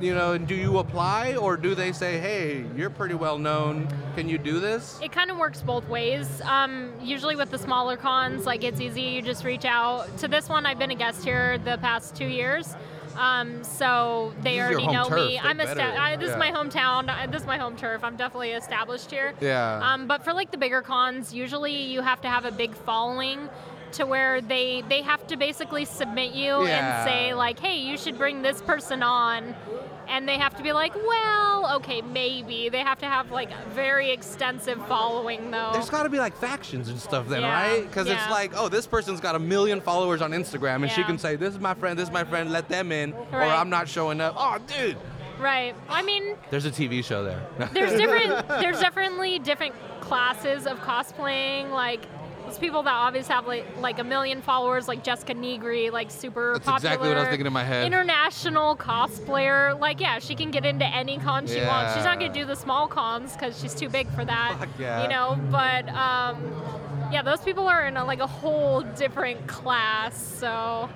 you know, and do you apply, or do they say, hey, you're pretty well known, can you do this?
it kind of works both ways. Um, usually with the smaller cons, like it's easy. You just reach out to this one. I've been a guest here the past two years. Um, so they
This is your
already
home
know me.
turf. They
I'm a
better-
I, this
yeah.
is my hometown. I, this is my home turf. I'm definitely established here.
Yeah.
Um, but for like the bigger cons, usually you have to have a big following to where they they have to basically submit you
Yeah.
and say like, hey, you should bring this person on. And they have to be like, well, okay, maybe. They have to have like a very extensive following though.
There's got to be like factions and stuff then,
Oh. Yeah,
right? Because it's
yeah.
like, oh, this person's got a million followers on Instagram, and she
Yeah.
can say, "This is my friend. This is my friend. Let them in," or
Right.
"I'm not showing up." Oh, dude,
right. I mean,
there's a TV show there. [LAUGHS]
there's different there's definitely different classes of cosplaying, like there's people that obviously have like, like a million followers, like Jessica Negri, like super
That's
popular.
exactly what I was thinking in my head.
International cosplayer, like yeah, she can get into any con she wants. She's not
Yeah.
gonna do the small cons because she's too big for that.
Fuck yeah.
You know, but um, yeah, those people are in a, like a whole different class. So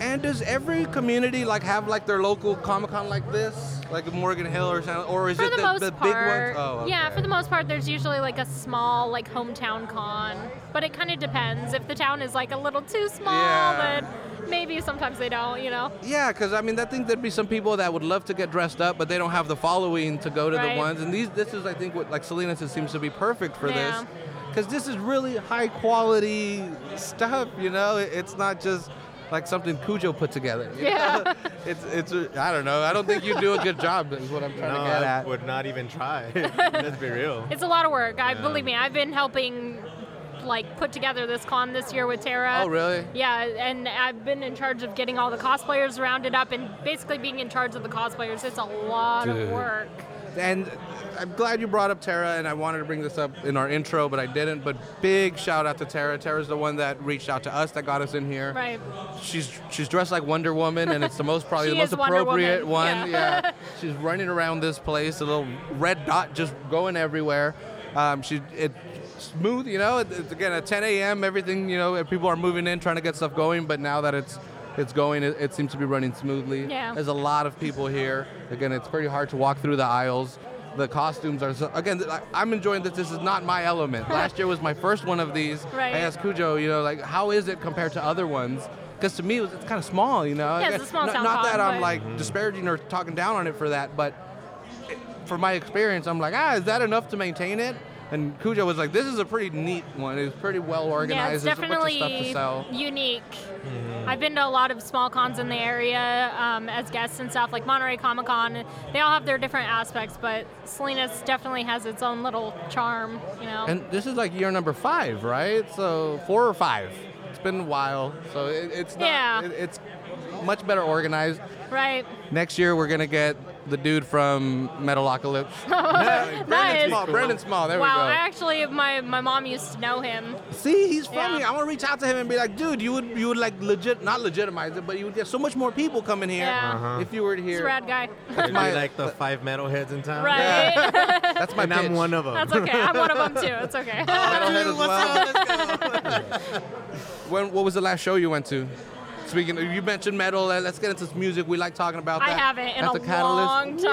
and does every community like have like their local Comic Con like this, like Morgan Hill or something, or is
for
it
the,
the,
most
the big ones?
part,
Oh,
yeah.
okay.
For the most part, there's usually like a small like hometown con, but it kind of depends. If the town is like a little too small,
Yeah.
then maybe sometimes they don't. You know,
Yeah, because I mean, I think there'd be some people that would love to get dressed up, but they don't have the following to go to the
Right.
ones. And these, this is, I think, what like Selena said, seems to be perfect for
Yeah.
this, because this is really high quality stuff. You know, It- it's not just like something Cujo put together. you
Yeah.
know? it's it's uh, I don't know. I don't think you do a good job. Is what I'm trying
No,
to get
I
at.
[LAUGHS] would not even try. Let's be real.
[LAUGHS] it's a lot of work. I
Yeah.
believe me, I've been helping like put together this con this year with Tara.
Oh, really?
Yeah, and I've been in charge of getting all the cosplayers rounded up and basically being in charge of the cosplayers. It's a lot
Dude.
of work.
And I'm glad you brought up Tara, and I wanted to bring this up in our intro, but I didn't. But big shout out to Tara. Tara's the one that reached out to us, that got us in here.
Right.
She's she's dressed like Wonder Woman, and it's the
[LAUGHS]
most probably the
She
most
is Wonder
appropriate
Woman,
one.
yeah. [LAUGHS]
yeah. She's running around this place, a little red dot just going everywhere. Um, she it smooth, you know. It, it's, again, at 10 a.m., everything you know, if people are moving in trying to get stuff going. But now that it's it's going, it, it seems to be running smoothly.
Yeah.
There's a lot of people here. Again, it's pretty hard to walk through the aisles. The costumes are so, again. I- I'm enjoying this. This is not my
[LAUGHS]
element. Last year was my first one of these.
Right.
I asked Cujo, you know, like how is it compared to other ones? Because to me, it was, it's kind of small, you know.
Yeah, it's a small
not,
town
not that
hall,
I'm
but-
like disparaging or talking down on it for that, but it- for my experience, I'm like, ah, is that enough to maintain it? And Cujo was like, this is a pretty neat one. It's pretty well
Yeah,
organized.
it's
There's
definitely
a bunch of stuff to sell.
unique. I've been to a lot of small cons in the area um, as guests and stuff, like Monterey Comic Con. They all have their different aspects, but Salinas definitely has its own little charm, you know.
And this is like year number five, right? So four or five. It's been a while, so it, it's not,
Yeah.
it- it's much better organized.
right.
Next year, we're gonna get the dude from Metalocalypse.
[LAUGHS]
Brandon
is-
Small. Brandon Small. There
wow,
we
I
go.
actually, my, my mom used to know him.
See, he's funny.
Yeah.
I want to reach out to him and be like, dude, you would you would like legit not legitimize it, but you would get so much more people coming here
Yeah. Uh-huh.
if you were
He's
here.
a
[LAUGHS]
rad guy.
It'd
my-
be like the five metalheads in town.
right?
That's my
And I'm
pitch.
one of them.
That's okay. I'm one of them too.
[LAUGHS]
It's okay.
Metalhead as well. [LAUGHS] when what was the last show you went to? Speaking, of, you mentioned metal. uh, Let's get into some music. We like talking about
I
that.
haven't in
That's
a, long time.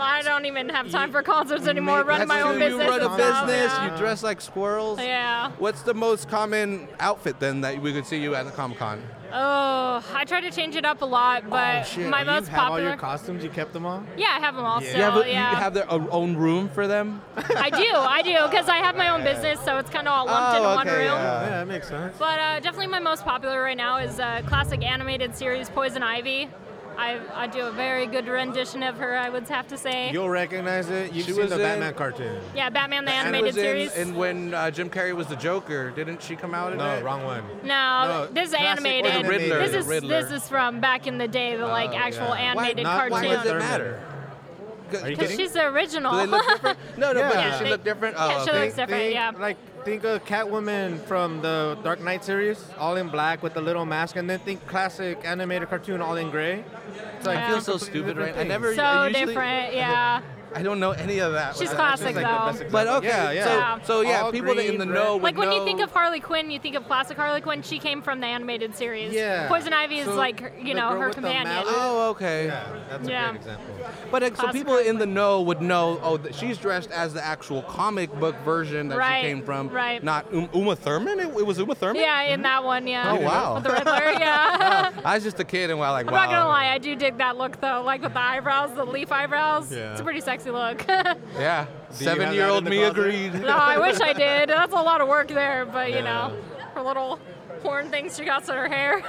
I don't even have time for concerts anymore.
make-
Run
That's
my
true.
own business.
You run a
and stuff,
business.
yeah.
You dress like squirrels.
Yeah.
What's the most common outfit then that we could see you at a Comic Con?
Oh, I try to change it up a lot, but
shit.
Oh,
my
You
most
have all
popular.
your costumes. You kept them all.
yeah, I have them all still.
you have, a-
Oh, yeah,
you have their o- own room for them.
I do, I do, because I have my own business, so it's kind of all lumped
Oh,
into one
okay,
room.
yeah.
yeah, that makes sense.
But uh, definitely, my most popular right now is uh, classic animated series Poison Ivy. I, I do a very good rendition of her, I would have to say.
You'll recognize it. You've
She
seen
was
the
in-
Batman cartoon.
yeah, Batman the
She
animated
was in-
series.
And when uh, Jim Carrey was the Joker, didn't she come out in
No,
it?
wrong one.
no,
No,
this is
classic or the
animated.
Riddler,
this
the
is
Riddler.
this is from back in the day, the like
Oh,
actual
yeah. Why-
Why,
animated
not- why
cartoon.
does it
cartoon.
matter?
Are you
Because
kidding?
she's the original.
Do they
[LAUGHS]
look different? No, no, but
Yeah.
does she
They-
look different? Oh,
yeah, she
okay.
looks different,
Think,
yeah.
Like think of Catwoman from the Dark Knight series, all in black with the little mask, and then think classic animated cartoon, all in gray. It's like
I
I
Yeah.
feel so stupid right I never I
so
usually,
different, yeah.
I don't know any of that.
She's
I-
classic, though.
But okay,
yeah, yeah.
so so yeah,
All
people that in
green,
the
red.
know would
Like when you think
know-
of Harley Quinn, you think of classic Harley Quinn. She came from the animated series.
Yeah.
Poison Ivy is
So
like her- you
the
know
girl
her
with the
companion.
mallet-
Oh, okay.
Yeah, that's a
Yeah.
great example.
But like, so
Classic
people in the know would know. Oh, th- she's dressed as the actual comic book version that
Right,
she came from.
right.
Not um, Uma Thurman. It, it was Uma Thurman.
Yeah, in that one, yeah.
Oh, wow.
With the Riddler,
[LAUGHS]
yeah.
I was just a kid and I like,
I'm
wow.
not gonna lie, I do dig that look though, like with the eyebrows, the leaf eyebrows.
Yeah.
It's a pretty sexy look. [LAUGHS] no,
Yeah.
you have that
Seven year old
in the
me
closet?
agreed.
I wish I did. That's a lot of work there, but you
Yeah.
know, her little horn things she got to her hair. [LAUGHS]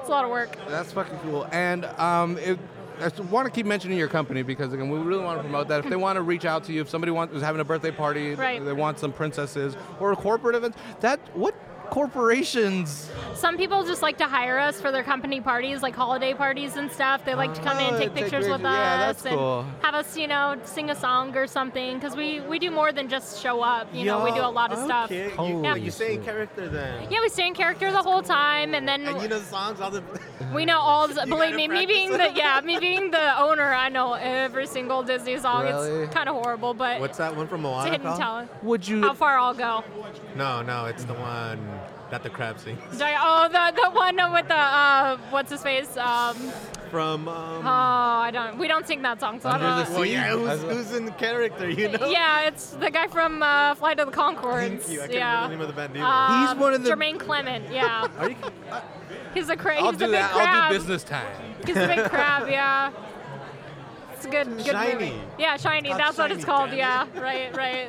it's a lot of work.
[LAUGHS] That's fucking cool. And um, it, I want to keep mentioning your company because again, we really want to promote that. If they want to reach out to you, if somebody wants is having a birthday party,
Right.
they want some princesses or a corporate event. That what corporations?
Some people just like to hire us for their company parties, like holiday parties and stuff. They like to come in and
Ah,
take
take
pictures with
pictures. Yeah,
us
that's
and
cool.
have us, you know, sing a song or something. Because we, we do more than just show up. You know, we do a lot of stuff.
Okay, You,
Holy
yeah, you say
shit.
character then.
Yeah, we stay in character the whole time, and then
And you know the songs, all the.
we know all. The,
You
believe
gotta
me, me
practice.
being the yeah, me being the owner, I know every single Disney song.
Really?
It's kind of horrible,
[LAUGHS]
but
What's that one from
it's a
Moana
hidden
called?
talent.
Would you?
How far I'll go?
No, no, it's the one that the crab sings
Did I- Oh, the the one with the uh, what's his face? Um,
from.
oh,
Um,
I don't. We don't sing that song, so I
Under the
don't know.
well, yeah, who's,
As a-
who's in the character? [LAUGHS] You know.
Yeah, it's the guy from uh, Flight of the Concords.
Thank you. I can't
yeah.
remember the name of the band either.
Um,
He's one of the-
Jermaine Clement. Yeah,
[LAUGHS] Are you?
[LAUGHS] he's a cra-
I'll
he's a
do
big
that.
crab.
I'll do business time.
[LAUGHS] He's a big crab, yeah. It's a good, good
Shiny.
movie. Yeah, shiny.
called
That's what it's
Shiny,
called.
damn
Yeah, right, right.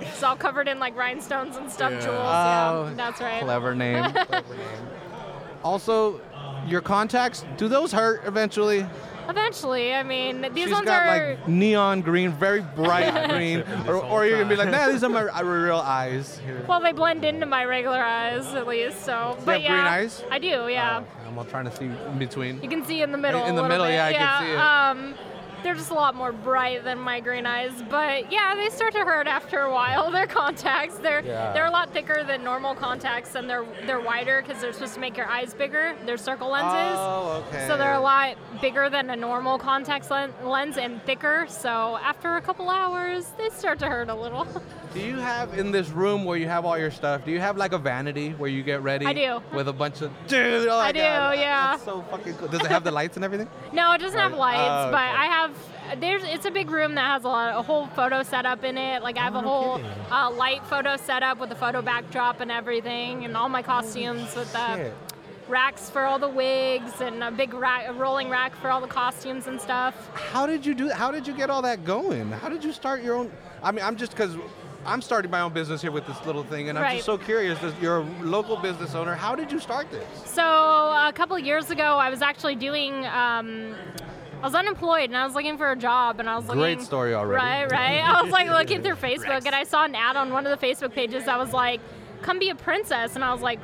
It's all covered in like rhinestones and stuff,
Yeah.
jewels. Yeah, that's right.
Oh, uh, Clever name. also, your contacts do those hurt eventually?
Eventually, I mean, these
She's
ones
got
are.
like neon green, very bright
I've been
green,
tripping this
or,
whole
or you're gonna be like,
time.
nah, these are my r- real eyes. Here.
well, they blend into my regular eyes at least. So,
have
but
green
yeah,
eyes? Oh.
I do. Yeah,
I'm all trying to see in between.
you can see in the middle.
In the
a little
middle,
bit.
yeah, I can see it.
Um, they're just a lot more bright than my green eyes, but yeah, they start to hurt after a while. [LAUGHS] Their contacts, they're
Yeah.
they're a lot thicker than normal contacts, and they're they're wider because they're supposed to make your eyes bigger. They're circle lenses.
Oh, okay.
So they're a lot bigger than a normal contact len- lens and thicker. So after a couple hours, they start to hurt a little. [LAUGHS]
Do you have in this room where you have all your stuff? Do you have like a vanity where you get ready?
I do.
With a bunch of [LAUGHS] dude. Oh my
I do,
God,
yeah.
That's so fucking cool. Does it have the lights and
[LAUGHS]
everything?
No, it doesn't have
Right.
lights,
Oh,
but
okay.
I have. There's it's a big room that has a lot a whole photo setup in it. Like I
Oh,
have a whole uh, light photo setup with a photo backdrop and everything, and all my costumes with the
Shit.
racks for all the wigs and a big rack, a rolling rack for all the costumes and stuff.
How did you do? How did you get all that going? How did you start your own? I mean, I'm just because I'm starting my own business here with this little thing, and I'm just
Right.
so curious. That you're a local business owner. How did you start this?
So a couple of years ago, I was actually doing. Um, I was unemployed and I was looking for a job and I was looking.
Great story already.
Right, right. I was like looking
[LAUGHS]
through Facebook and I saw an ad on one of the Facebook pages that was like, "Come be a princess," and I was like,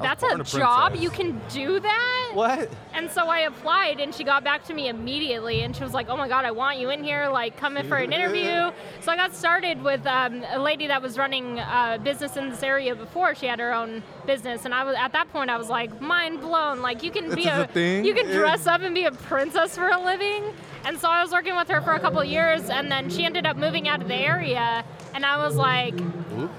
"That's
born
a,
a
job.
princess."
You can do that."
What?
And so I applied, and she got back to me immediately, and she was like, "Oh my God, I want you in here! Like, come in for an
[LAUGHS]
interview." so I got started with um, a lady that was running a business in this area before. She had her own business, and I was at that point, I was like, mind blown! Like, you can
This
be
is
a,
a thing?
you can
Yeah.
dress up and be a princess for a living. And so I was working with her for a couple years, and then she ended up moving out of the area, and I was like,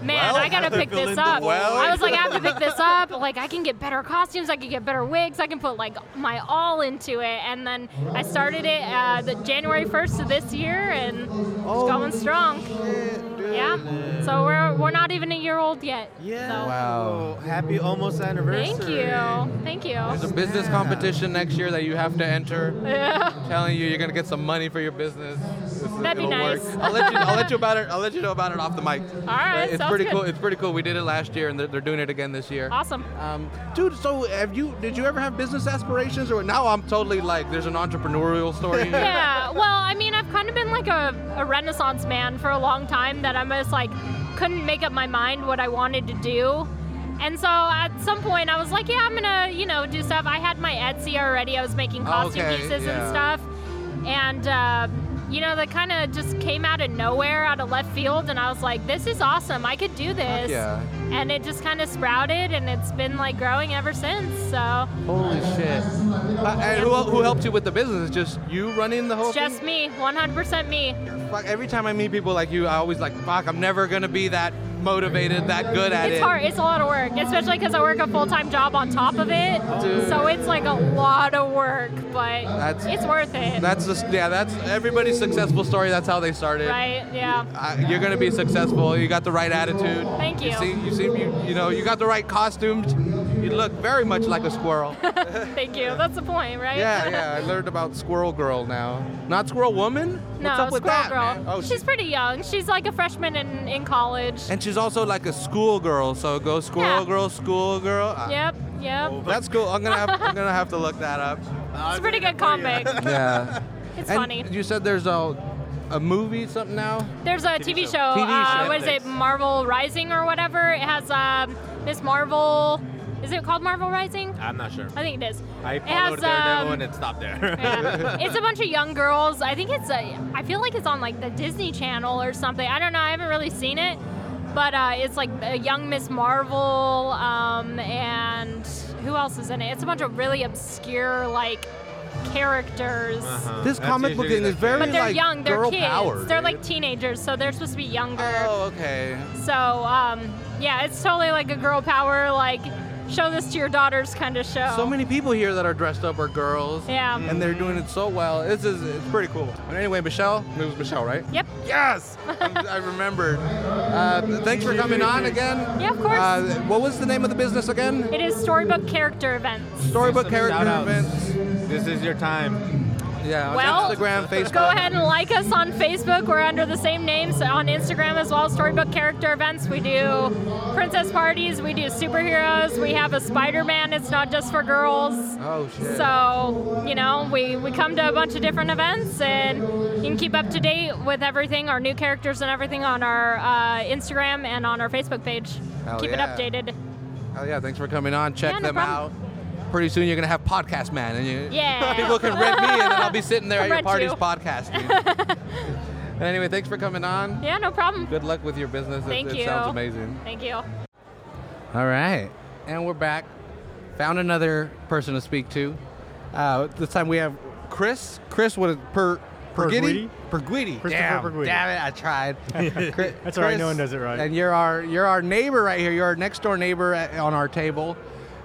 Man,
[LAUGHS]
I gotta pick
fill
this
in the
up.
void.
I was like, I have to pick this
[LAUGHS]
up. Like, I can get better costumes. I can get better wigs. I can put like my all into it. And then I started it uh, the January 1st of this year, and
Oh,
it's going strong. Yeah. So we're we're not even a year old yet.
Yeah.
So.
Wow.
Happy almost anniversary.
Thank you. Thank you.
There's a business
Yeah.
competition next year that you have to enter.
Yeah.
telling you you're gonna get some money for your business. This is-
That'd be
it'll
nice.
Work. I'll let you. I'll
[LAUGHS]
let you about it. I'll let you know about it off the mic. All
right,
It's
sounds
pretty
good.
cool. It's pretty cool. We did it last year, and they're, they're doing it again this year.
Awesome.
Um, dude, so have you? Did you ever have business aspirations? Or now I'm totally like, there's an entrepreneurial story. here.
[LAUGHS] yeah. Well, I mean, I've kind of been like a, a renaissance man for a long time that I'm just like couldn't make up my mind what I wanted to do. And so at some point I was like, yeah, I'm gonna, you know, do stuff. I had my Etsy already. I was making costume
Oh, Okay,
pieces
yeah.
and stuff. And uh, you know, that kind of just came out of nowhere, out of left field, and I was like, this is awesome. I could do this.
yeah.
And it just kind of sprouted, and it's been like growing ever since. So
Holy shit. Uh, and who, who helped you with the business? Just you running the whole
it's just
thing.
me, 100% me.
Fuck, every time I meet people like you, I always like, fuck, I'm never gonna be that motivated, that good at
it's
it.
hard. It's a lot of work, especially because I work a full time job on top of it.
Dude.
So it's like a lot of work, but
That's-
it's worth it.
That's just yeah. That's everybody's successful story. That's how they started.
right? Yeah.
Uh, you're gonna be successful. You got the right attitude.
Thank
You
you.
seem, you seem, you, you know, you got the right costumes. You look very much like a
[LAUGHS]
squirrel. yeah,
Thank you. That's the point, right? [LAUGHS]
yeah. I learned about Squirrel Girl now. Not Squirrel Woman.
no,
What's up with
Squirrel
that,
Girl.
man? Oh,
she's
she-
pretty young. She's like a freshman in, in college.
and she's also like a schoolgirl. So go Squirrel
Yeah.
Girl, School Girl. Uh,
yep, yep.
That's cool. I'm gonna have, I'm gonna have to look that up.
it's a pretty good comic.
[LAUGHS] Oh, Yeah.
It's
and
funny.
You said there's a, a movie something now.
There's a TV, show.
TV
uh,
show.
What is it?
Netflix.
Marvel Rising or whatever. It has um, Miss Marvel. Is it called Marvel Rising?
[LAUGHS] I'm not sure.
I think it is.
I
it has,
followed Daredevil
um,
and it stopped there.
[LAUGHS]
[LAUGHS]
Yeah. it's a bunch of young girls. I think it's a. I feel like it's on like the Disney Channel or something. I don't know. I haven't really seen it, but uh, it's like a young Miss Marvel um, and who else is in it? It's a bunch of really obscure like characters.
Uh-huh.
This
That's
comic book
usually
thing
the
is very-
But they're
like
young. They're
girl
kids.
power,
they're
dude.
like teenagers, so they're supposed to be younger.
Oh, okay.
So um, yeah, it's totally like a girl power. Like show this to your daughters kind of show.
So many people here that are dressed up are girls.
Oh. Yeah.
And they're doing it so well. This is it's pretty cool. But anyway, Michelle, it was Michelle, right?
Yep.
Yes. I'm- I remembered. Uh, thanks for coming on again.
Yeah, of course.
Uh, what was the name of the business again?
It is storybook character events.
Storybook
Some
character
shout-outs.
events.
This is your time.
Yeah, on
Well,
Instagram, Facebook.
Go ahead and like us on Facebook. We're under the same name so on Instagram as well. Storybook character events. We do princess parties. We do superheroes. We have a Spider Man. It's not just for girls.
Oh shit.
So, you know, we, we come to a bunch of different events and you can keep up to date with everything, our new characters and everything on our uh, Instagram and on our Facebook page.
Hell
keep
yeah.
it updated.
Oh yeah, thanks for coming on. Check
Yeah, no
them out.
problem.
Pretty soon you're gonna have podcast man, and you
Yeah.
[LAUGHS] people can rent me, and then I'll be sitting there at
Come
your
rent
parties
you.
podcasting.
[LAUGHS]
and anyway, thanks for coming on.
Yeah, no problem.
Good luck with your business. It-
Thank
it
you.
sounds amazing.
Thank you.
All right, and we're back. Found another person to speak to. Uh, this time we have Chris. Chris, what is per Pergidi?
Perguidi?
Perguidi.
Christopher
Damn,
Perguidi.
damn it, I
[LAUGHS]
tried. Chris-
That's all right, no one does it right.
And you're our you're our neighbor right here. You're our next door neighbor at, on our table,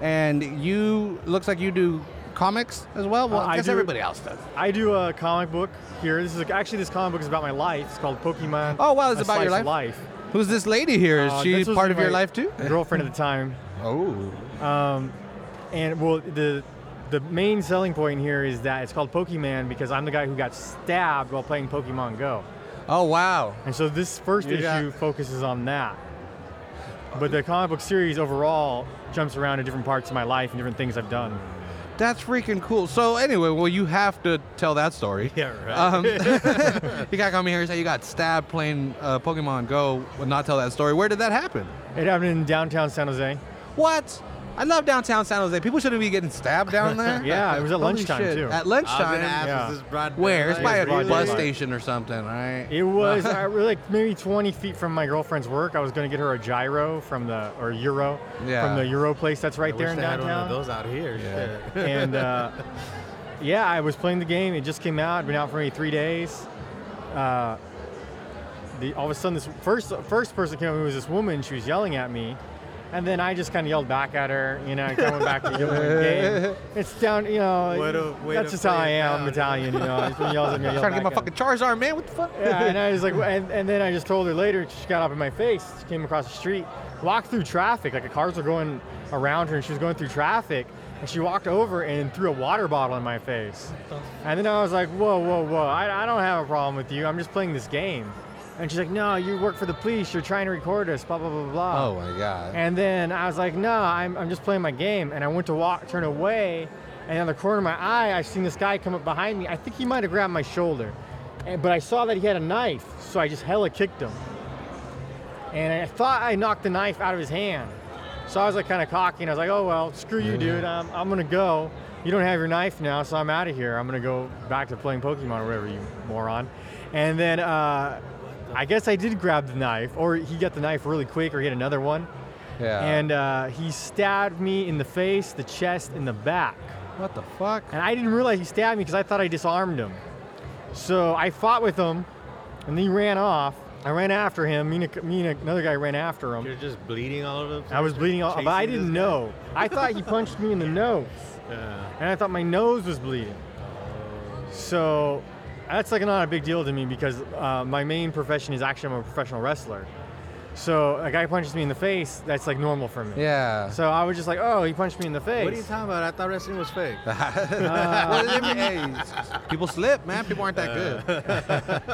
and you looks like you do comics as well. Well,
Uh,
I
I
guess
do-
everybody else does.
I do a comic book here. This is actually this comic book is about my life. It's called Pokemon.
Oh, wow, it's
A
about your
Slice of
life? Who's this lady here? Is
Uh,
she
this was
part of your
my
life too? [LAUGHS]
Girlfriend at the time.
Oh,
Um, and well, the the main selling point here is that it's called Pokemon because I'm the guy who got stabbed while playing Pokemon Go.
oh wow.
And so this first
You got-
issue focuses on that. But the comic book series overall jumps around to different parts of my life and different things I've done.
That's freaking cool. So anyway, well, you have to tell that [LAUGHS] story.
Yeah, right.
Um, you got to come here and say you got stabbed playing uh, Pokemon Go, but not tell that story. Where did that happen?
It happened in downtown San Jose.
What? I love downtown San Jose. People shouldn't be getting stabbed [LAUGHS] down there.
Yeah, it was at
Holy
lunchtime,
shit.
too.
At
I was
lunchtime.
gonna ask,
Yeah.
is this broad
Where? It's by
daylight?
a
Really?
bus station or something, right? [LAUGHS]
It was I really, like maybe 20 feet from my girlfriend's work. I was going to get her a gyro from the or euro
Yeah.
from the euro place that's right
I
there
wish
in
they had one of
downtown.
those out here.
Yeah.
shit. [LAUGHS]
and uh, yeah, I was playing the game. It just came out. Been out for maybe three days. Uh, the, all of a sudden, this first first person came up. It was this woman. She was yelling at me, and then I just kind of yelled back at her. You know, I kind of went back to
[LAUGHS]
yelling at the game. It's down. You know,
What a way
that's
to
just how I
play it
am. I'm
down.
Italian. You know, if someone yells at me, I yell
trying to get
back
my
at 'em.
fucking Charizard, man. What the fuck?
Yeah, and I was like, and, and then I just told her later, she got up in my face, she came across the street, walked through traffic, like the cars were going around her and she was going through traffic, and she walked over and threw a water bottle in my face. And then I was like, whoa, whoa, whoa, I, I don't have a problem with you, I'm just playing this game. And she's like, no, you work for the police, you're trying to record us, blah, blah, blah, blah.
Oh my god.
And then I was like, no, I'm, I'm just playing my game. And I went to walk, turn away, and on the corner of my eye, I seen this guy come up behind me. I think he might have grabbed my shoulder, and, but I saw that he had a knife, so I just hella kicked him. And I thought I knocked the knife out of his hand. So I was like kind of cocky, and I was like, oh, well, screw you, dude. I'm, I'm going to go. You don't have your knife now, so I'm out of here. I'm going to go back to playing Pokemon or whatever, you moron. And then uh, I guess I did grab the knife, or he got the knife really quick, or he had another one
yeah.
and uh, he stabbed me in the face, the chest, and the back.
what the fuck?
And I didn't realize he stabbed me because I thought I disarmed him. So I fought with him, and he ran off. I ran after him. Me and, a- me and another guy ran after him.
You're just bleeding all over the
I was bleeding all, but I
chasing
didn't
this guy?
know. I thought he punched me in the nose,
Yeah.
and I thought my nose was bleeding. So that's like not a big deal to me because uh, my main profession is actually I'm a professional wrestler. So a guy punches me in the face, that's like normal for me.
Yeah.
So I was just like, oh, he punched me in the face.
What are you talking about? I thought wrestling was fake.
[LAUGHS] Well, I mean, hey, s- s- people slip, man. People aren't that good.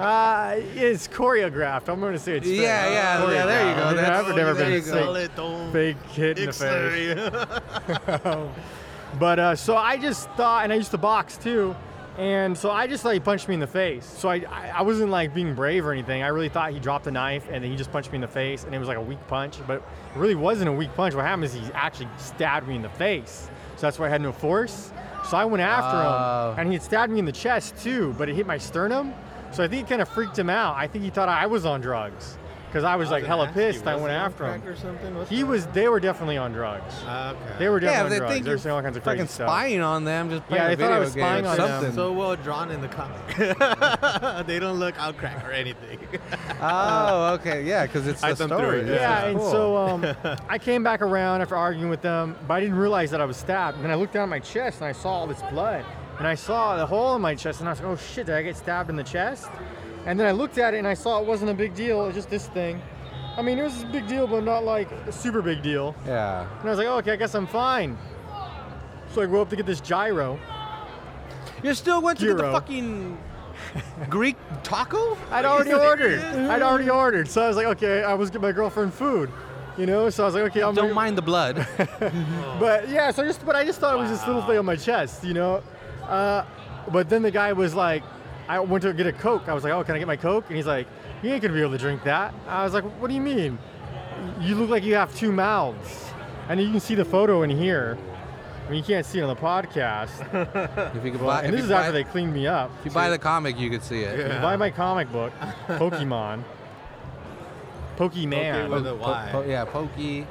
Uh, it's choreographed. I'm going to say it's fake.
Yeah, yeah, yeah, there you go.
Choreographed.
That's-
I've never
there
been
you
a
go.
sick, fake hit in the face. But uh, so I just thought, and I used to box too, and so I just thought he punched me in the face. So I, I, I wasn't like being brave or anything. I really thought he dropped the knife and then he just punched me in the face, and it was like a weak punch, but it really wasn't a weak punch. What happened is he actually stabbed me in the face. So that's why I had no force. So I went after
Oh.
him, and he had stabbed me in the chest too, but it hit my sternum. So I think it kind of freaked him out. I think he thought I was on drugs because I was like hella pissed. I went after him. He was. They were definitely on drugs.
Okay.
They were
Yeah,
definitely
they
on drugs.
think
They were
you're
saying all kinds of crazy
fucking
stuff.
spying on them, just playing
Yeah,
a
they thought I
video
was spying
game or
on them.
something.
so well drawn in the comic. [LAUGHS] they don't look out crack or anything. [LAUGHS]
[LAUGHS]
oh, okay, yeah, because it's
I
the
thumbed through
story.
it,
This
Yeah,
is
and
cool. [LAUGHS]
so um, I came back around after arguing with them, but I didn't realize that I was stabbed. And then I looked down at my chest and I saw all this blood. And I saw the hole in my chest and I was like, oh shit, did I get stabbed in the chest? And then I looked at it and I saw it wasn't a big deal, it was just this thing. I mean, it was a big deal, but not like a super big deal.
yeah,
And I was like, oh, okay, I guess I'm fine. So I go up to get this gyro.
You still went to get the
Gyro.
fucking Greek taco?
I'd [LAUGHS] already ordered. I'd already ordered. So I was like, okay, I was getting my girlfriend food, you know. So I was like, okay,
[LAUGHS]
I'm
Don't mind the blood.
But yeah, so I just but I just thought it was this little thing on my chest, you know. Uh, but then the guy was like, I went to get a coke. I was like, oh, can I get my coke? And he's like, you ain't gonna be able to drink that. I was like, what do you mean? You look like you have two mouths, and you can see the photo in here. I mean, you can't see it on the podcast.
if you could [LAUGHS] buy,
and
if
this
you
is
buy,
after they cleaned me up.
If you buy the comic, you could see it.
If you buy my comic book, Pokemon, Pokemon.
Poke with a Y.
Po- yeah, pokey.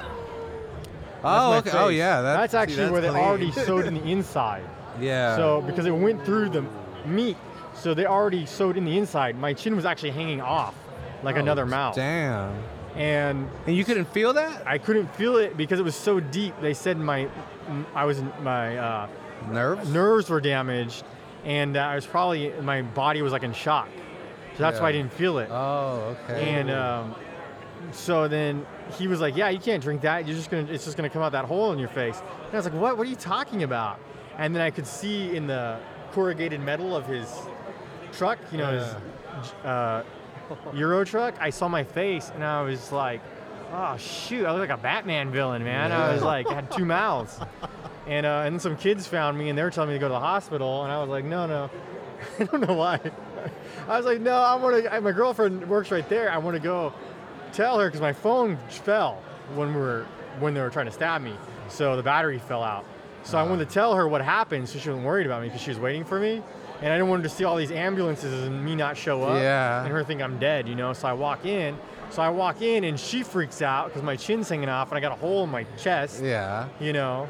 Oh,
That's
okay.
my
Oh,
face.
yeah. That,
that's
see,
actually
that's
where they
clean.
already sewed in
[LAUGHS]
the inside.
Yeah.
So because it went through the meat, so they already sewed in the inside. My chin was actually hanging off, like another mouth,
Oh, Damn.
and
And you couldn't feel that?
I couldn't feel it because it was so deep. They said my, m- I was in- my uh,
Nerves?
nerves were damaged, and uh, I was probably my body was like in shock, so that's why I
Yeah.
didn't feel it.
Oh, okay.
And um, so then he was like, "Yeah, you can't drink that. You're just gonna, it's just gonna come out that hole in your face." And I was like, "What? What are you talking about?" And then I could see in the corrugated metal of his truck, you know, his uh, Euro truck. I saw my face, and I was like, "Oh shoot! I look like a Batman villain, man." I was like, I had two mouths. And, uh, and then some kids found me and they were telling me to go to the hospital and I was like no no [LAUGHS] I don't know why I was like no I want to my girlfriend works right there I want to go tell her because my phone fell when we were when they were trying to stab me so the battery fell out so
Uh-huh.
I wanted to tell her what happened so she wasn't worried about me because she was waiting for me and I didn't want her to see all these ambulances and me not show up
Yeah.
and her think I'm dead you know so I walk in so I walk in and she freaks out because my chin's hanging off and I got a hole in my chest
yeah.
you know,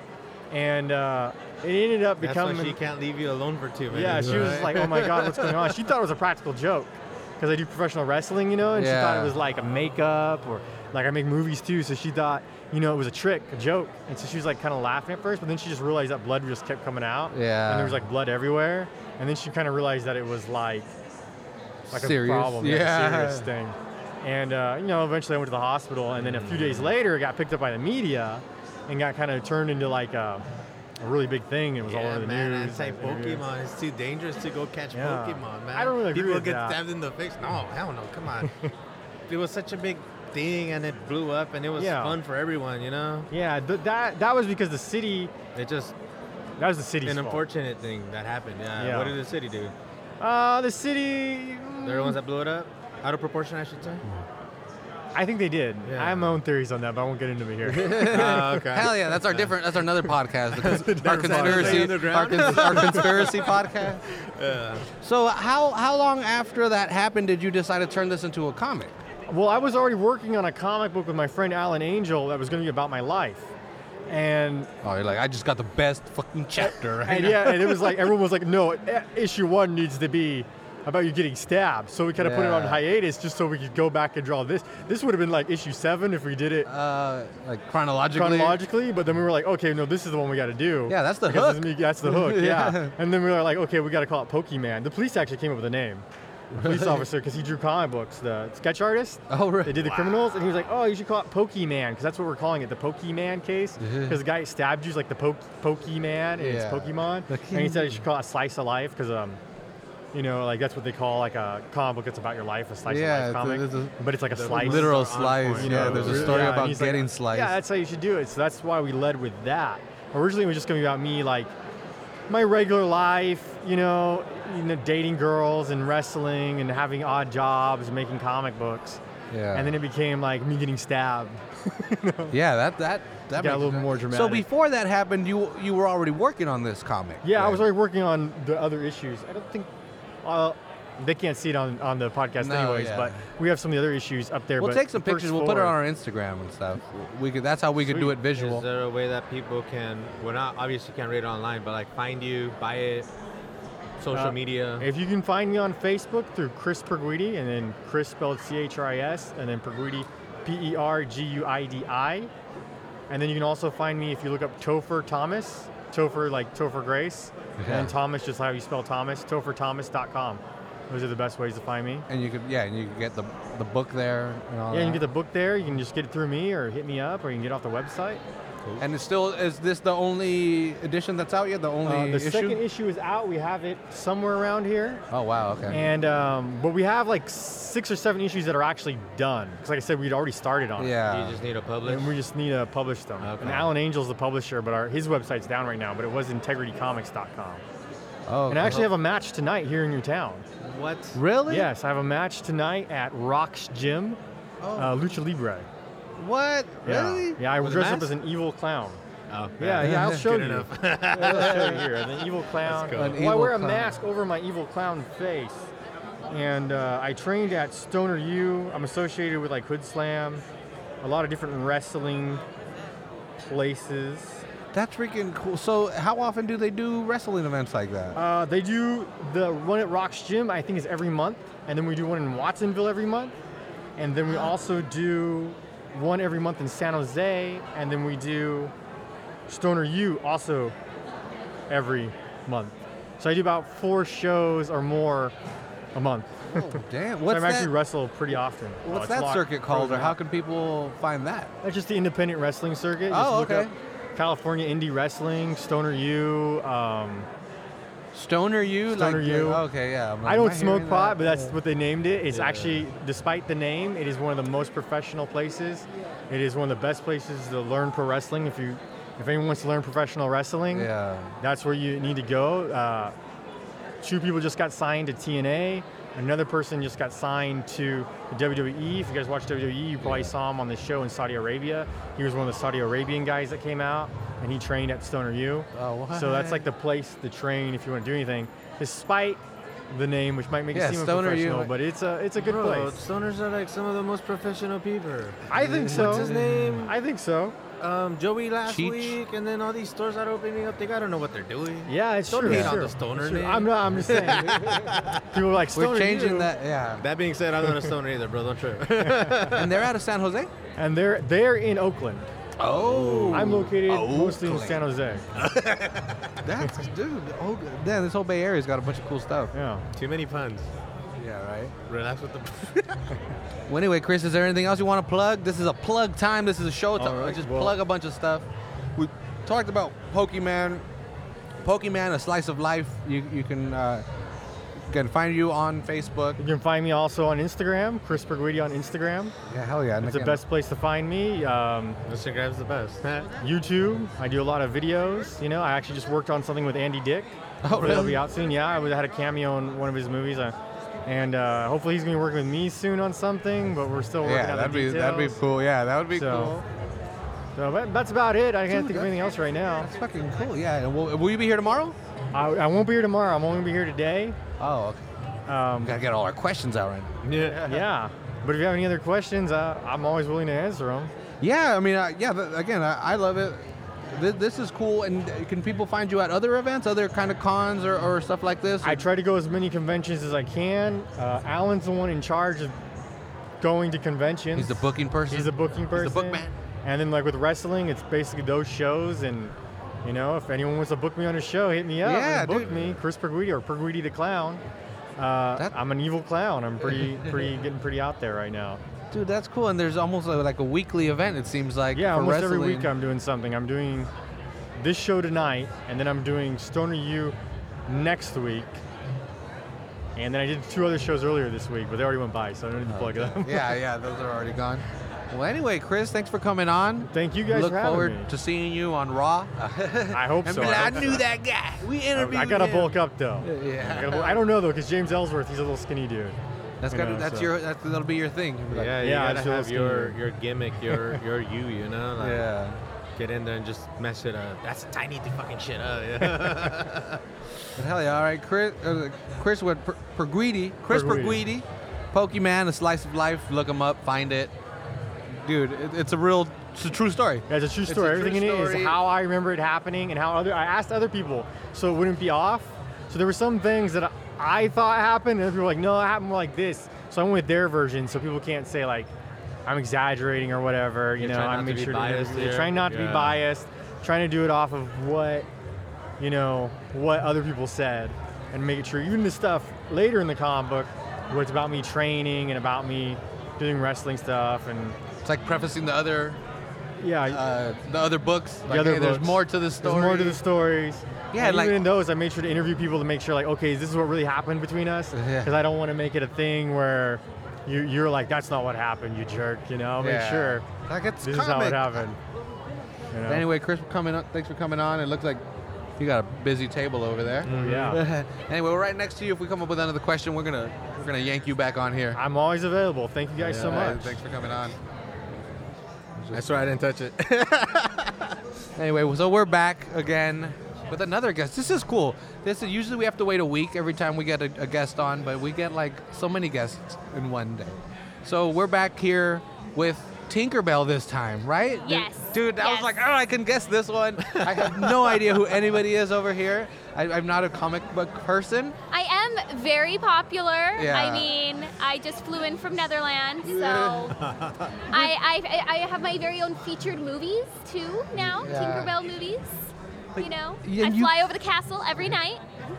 and uh, it ended up
That's why
becoming.
she can't leave you alone for two minutes.
yeah, she was
right?
like, "Oh my God, what's going on?" She thought it was a practical joke because I do professional wrestling, you know, and she thought
Yeah.
it was like a makeup or like I make movies too. So she thought, you know, it was a trick, a joke, and so she was like kind of laughing at first, but then she just realized that blood just kept coming out.
Yeah.
and there was like blood everywhere, and then she kind of realized that it was like like
Serious.
a problem, like,
Yeah.
a serious thing. And uh, you know, eventually I went to the hospital, and then a few days
Mm.
later, it got picked up by the media, and got kind of turned into like a, a really big thing. It was all
Yeah,
over the
man,
news.
I'd say
and everywhere.
Pokemon. It's too dangerous to go catch
Yeah.
Pokemon, man.
I don't really agree
People
with
get
that.
stabbed in the face. No, hell no. Come
[LAUGHS]
on. it was such a big thing, and it blew up, and it was
Yeah.
fun for everyone. You know,
Yeah, th- that that was because the city.
it just
That was the city's
an
fault.
unfortunate thing that happened. Yeah.
Yeah.
What did the city do?
Uh, the city.
They're the ones that blew it up. Out of proportion, I
[LAUGHS]
should say.
I think they did.
Yeah.
I have my own theories on that, but I won't get into it
[LAUGHS]
here.
Ah, okay.
Hell yeah, that's our different. That's our another podcast. [LAUGHS] the cons- our
Everything
conspiracy, our,
underground.
cons- our [LAUGHS] conspiracy podcast. So how how long after that happened did you decide to turn this into a comic?
well, I was already working on a comic book with my friend Alan Angel that was going to be about my life, and
Oh, you're like I just got the best fucking chapter right
and
now.
yeah, and it was like everyone was like, no, i- issue one needs to be about you getting stabbed. So we kind of put it on
Yeah.
hiatus just so we could go back and draw this. This would have been like issue seven if we did it
Uh, like chronologically.
chronologically, but then we were like, okay, no, this is the one we got to do.
Yeah, that's the
Because
hook.
it's me- That's the
[LAUGHS]
hook. yeah.
Yeah.
And then we were like, okay, we got to call it Pokemon. The police actually came up with a name. The police officer, because he drew comic books, the sketch artist.
Oh, right.
They did the criminals, and he was like, oh, you should call it Pokemon, because that's what we're calling it, the Pokemon case. Because the guy stabbed you is like the po- Pokemon, and it's
Yeah.
Pokemon. And he said you should call it Slice of Life, because, um, you know, like that's what they call like a comic book that's about your life, a slice
Yeah,
of
it's a-
life comic.
it's a-
but it's like a slice.
Literal
Those are on
slice.
point.
You know,
Yeah,
there's a
really-
story
yeah, and
about
he's like,
getting sliced.
Yeah, that's how you should do it. So that's why we led with that. Originally, it was just going to be about me, like my regular life, you know, you know, dating girls and wrestling and having odd jobs and making comic books.
Yeah.
And then it became like me getting stabbed.
yeah, that that that
Got
makes
a little
sense.
more
So
dramatic.
before that happened, you you were already working on this comic.
Yeah, I
right?
was already working on the other issues. I don't think uh, they can't see it on, on the podcast,
No,
anyways.
yeah.
But we have some of the other issues up there.
We'll
but
take some
the first
pictures. We'll put it
four-
on our Instagram and stuff. We could. That's how we could do it visual.
Is there a way that people can, well, not obviously can't read it online, but like find you, buy it, social
Uh,
media?
If you can find me on Facebook through Chris Perguidi, and then Chris spelled C H R I S, and then Perguidi, P E R G U I D I. And then you can also find me if you look up Topher Thomas, Topher like Topher Grace,
Yeah.
and Thomas just how you spell Thomas, topherthomas.com. Those are the best ways to find me.
and you could yeah, and you could get the the book there and all
Yeah, you can
that.
get the book there. You can just get it through me or hit me up or you can get it off the website.
and it's still is this the only edition that's out yet? The only
Uh, the
issue?
second issue is out. We have it somewhere around here.
oh wow, okay.
And um, but we have like six or seven issues that are actually done. Because like I said, we'd already started on it.
yeah.
you just need a publish.
And we just need to publish them. And
Okay.
Alan Angel's the publisher, but our, his website's down right now. But it was integritycomics.com.
oh,
And I actually have a match tonight here in your town.
What?
really?
Yes, I have a match tonight at Rock's Gym, uh, Lucha Libre.
What?
Yeah.
Oh. Really?
Yeah, I
With a
dressed up
mask?
as an evil clown.
Oh,
Yeah, yeah, I'll show
Good
you.
enough.
[LAUGHS] I'll show you here. As an evil clown.
Let's go.
An
Well, I
evil
wear a
clown.
mask over my evil clown face. And uh, I trained at Stoner U. I'm associated with like Hood Slam, a lot of different wrestling places.
That's freaking cool. So how often do they do wrestling events like that?
Uh, they do the one at Rock's Gym, I think, is every month, and then we do one in Watsonville every month, and then we also do one every month in San Jose, and then we do Stoner U also every month. So I do about four shows or more a month.
oh, damn.
So
What's
I actually
that?
wrestle pretty often. Oh,
What's
it's
that
locked-
circuit called, or
frozen
how
up.
can people find that?
That's just the independent wrestling circuit. Just
Oh,
look
okay.
up California indie wrestling, Stoner U. Um,
Stoner you?
Stoner
like,
U.
okay, yeah. I'm like,
I
am
don't smoke
hearing
pot, but
that?
that's what they named it. It's actually, despite the name, it is one of the most professional places. It is one of the best places to learn pro wrestling. If you, if anyone wants to learn professional wrestling,
Yeah.
that's where you need to go. Uh, two people just got signed to TNA. Another person just got signed to WWE. E. If you guys watch WWE, you probably saw him on the show in Saudi Arabia. He was one of the Saudi Arabian guys that came out, and he trained at Stoner U.
Oh,
So that's
what?
like the place to train if you want to do anything, despite the name, which might make
Yeah,
it seem
Stoner U.
unprofessional, but it's a it's a good
Bro,
place.
stoners are like some of the most professional people.
I think so.
What's his name?
I think so.
Um, Joey last
Cheech.
week, and then all these stores are opening up. They gotta know what they're doing.
Yeah, it's
Don't
true.
hate
sure.
on the Stoner
Sure.
name.
I'm not. I'm
[LAUGHS]
just saying. People are like
We're
Stoner
changing
U."
that, yeah.
That being said, I'm not a stoner either, bro. Don't trip. [LAUGHS]
and they're out of San Jose?
and they're they're in Oakland.
Oh.
I'm located mostly in
Oakland.
San Jose.
That's, dude, oh, damn, this whole Bay Area's got a bunch of cool stuff.
Yeah.
Too many puns.
Yeah, right?
Relax with the. [LAUGHS]
Well, anyway, Chris, is there anything else you want to plug? This is a plug time. This is a show time.
All right,
Just
well-
plug a bunch of stuff. We talked about Pokemon. Pokemon, a slice of life. You you can uh, can find you on Facebook.
You can find me also on Instagram, Chris Perguidi on Instagram.
Yeah, hell yeah.
It's the best place to find me. Um,
Instagram's the best. [LAUGHS]
YouTube, I do a lot of videos. You know, I actually just worked on something with Andy Dick.
Oh,
Hopefully That'll
really?
be out soon. Yeah, I was- had a cameo in one of his movies. Uh, and uh, hopefully he's gonna be working with me soon on something, but we're still working
Yeah,
out
that'd
the
be
details.
that'd be cool. Yeah, that would be
So-
cool.
So that- that's about it. I can't
Dude,
think of
that's-
anything else right now.
That's fucking cool. Yeah. And will, will you be here tomorrow?
I, I won't be here tomorrow. I'm only gonna be here today.
Oh, okay. [LAUGHS]
Um,
We gotta get all our questions out right now.
Yeah.
yeah. But if you have any other questions, uh, I'm always willing to answer them.
Yeah, I mean, I, yeah. th again, I, I love it. Th- This is cool, and can people find you at other events, other kind of cons or, or stuff like this?
I try to go as many conventions as I can. Uh, Alan's the one in charge of going to conventions.
He's the booking person.
He's a booking person.
bookman.
And then like with wrestling, it's basically those shows and. You know, if anyone wants to book me on a show, hit me up.
Yeah,
and book
dude.
me, Chris Perguidi or Perguidi the Clown. Uh,
That-
I'm an evil clown. I'm
[LAUGHS]
pretty, pretty getting pretty out there right now.
Dude, that's cool. And there's almost uh, like a weekly event. It seems like
Yeah,
for
almost
wrestling.
every week I'm doing something. I'm doing this show tonight, and then I'm doing Stoner U next week. And then I did two other shows earlier this week, but they already went by, so I don't need to plug them.
yeah, yeah, those are already gone. Well, anyway, Chris, thanks for coming on.
Thank you guys
Look
for having
forward
me.
to seeing you on Raw.
[LAUGHS]
[LAUGHS]
[LAUGHS] I hope
And
so.
be
I,
like, I
hope so.
knew that guy. We interviewed.
I gotta
him."
bulk up though.
Yeah.
I, gotta bulk- I don't know though, because James Ellsworth, he's a little skinny dude.
That's
you
gotta,
know,
that's
so.
your that's, that'll be your thing. You'll be like,
Yeah, you
Yeah, I
gotta
still
have
skin
your
you.
your gimmick, your [LAUGHS] your you, you know. Like,
yeah.
Get in there and just mess it up. That's tiny to fucking shit up. Yeah.
But hell yeah! All right, Chris, uh, Chris with per, Perguidi, Chris Perguidi,
Perguidi.
Pokemon, a slice of life. Look him up, find it, dude. It, it's a real, it's a true story.
Yeah, it's a true
It's a
story.
true
Everything in it
story.
is how I remember it happening and how other I asked other people so it wouldn't be off. So there were some things that I, I thought happened, and other people were like, no, it happened more like this. So I went with their version so people can't say like I'm exaggerating or whatever. You
You're
know,
trying
I
not to
make
be
sure
biased
to,
here.
trying not to be
Yeah.
biased, trying to do it off of what you know what other people said and make it true. Even the stuff later in the comic book where it's about me training and about me doing wrestling stuff and
It's like prefacing the other
yeah,
uh, the other books. Like,
other
hey, there's
books.
more to the story.
There's more to the stories.
Yeah,
and
like-
even in those, I made sure to interview people to make sure, like, okay, this is what really happened between us,
[LAUGHS] Yeah.
because I don't want to make it a thing where you, you're like, that's not what happened, you jerk. You know, make
Yeah.
sure
Like it's
this
comic.
is how
[LAUGHS]
it happened. You know?
But Anyway, Chris, for coming on, thanks for coming on. It looks like you got a busy table over there.
yeah,
[LAUGHS] anyway, we're right next to you. If we come up with another question, we're gonna we're gonna yank you back on here.
I'm always available. Thank you guys so
All right,
much.
thanks for coming on. That's right, I didn't touch it. [LAUGHS] anyway, so we're back again with another guest. This is cool. This is usually we have to wait a week every time we get a, a guest on, but we get like so many guests in one day. So we're back here with Tinkerbell this time, right?
Yes.
Dude, I was
Yes.
like, oh, I can guess this one. I
[LAUGHS]
have no idea who anybody is over here. I, I'm not a comic book person.
I am very popular.
Yeah.
I mean, I just flew in from Netherlands, so I, [LAUGHS] I I have my very own featured movies too now.
Yeah.
Tinkerbell movies.
But-
you know,
yeah,
I
you-
fly over the castle every night.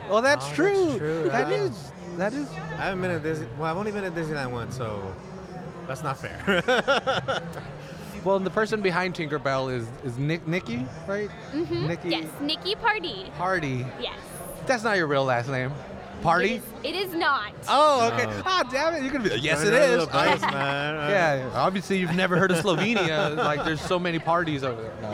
Well, Oh, that's
that's
true.
true.
That
Yeah.
is- That is
[LAUGHS] I haven't been at Disney. Well, I've only been at Disneyland once, so that's not fair.
Well, and the person behind Tinkerbell is is Nick Nikki, right?
Mhm.
Nikki
Yes, Nikki Party.
Party.
Yes.
That's not your real last name. Party?
It is, it is not.
Oh, okay.
No.
Ah, damn it. You're going to be
[LAUGHS]
like, yes,
Turn
it
around,
is.
little bites,
Oh.
man. Uh,
Yeah, obviously you've never heard of
[LAUGHS]
Slovenia. like, there's so many parties over there.
[LAUGHS]
No.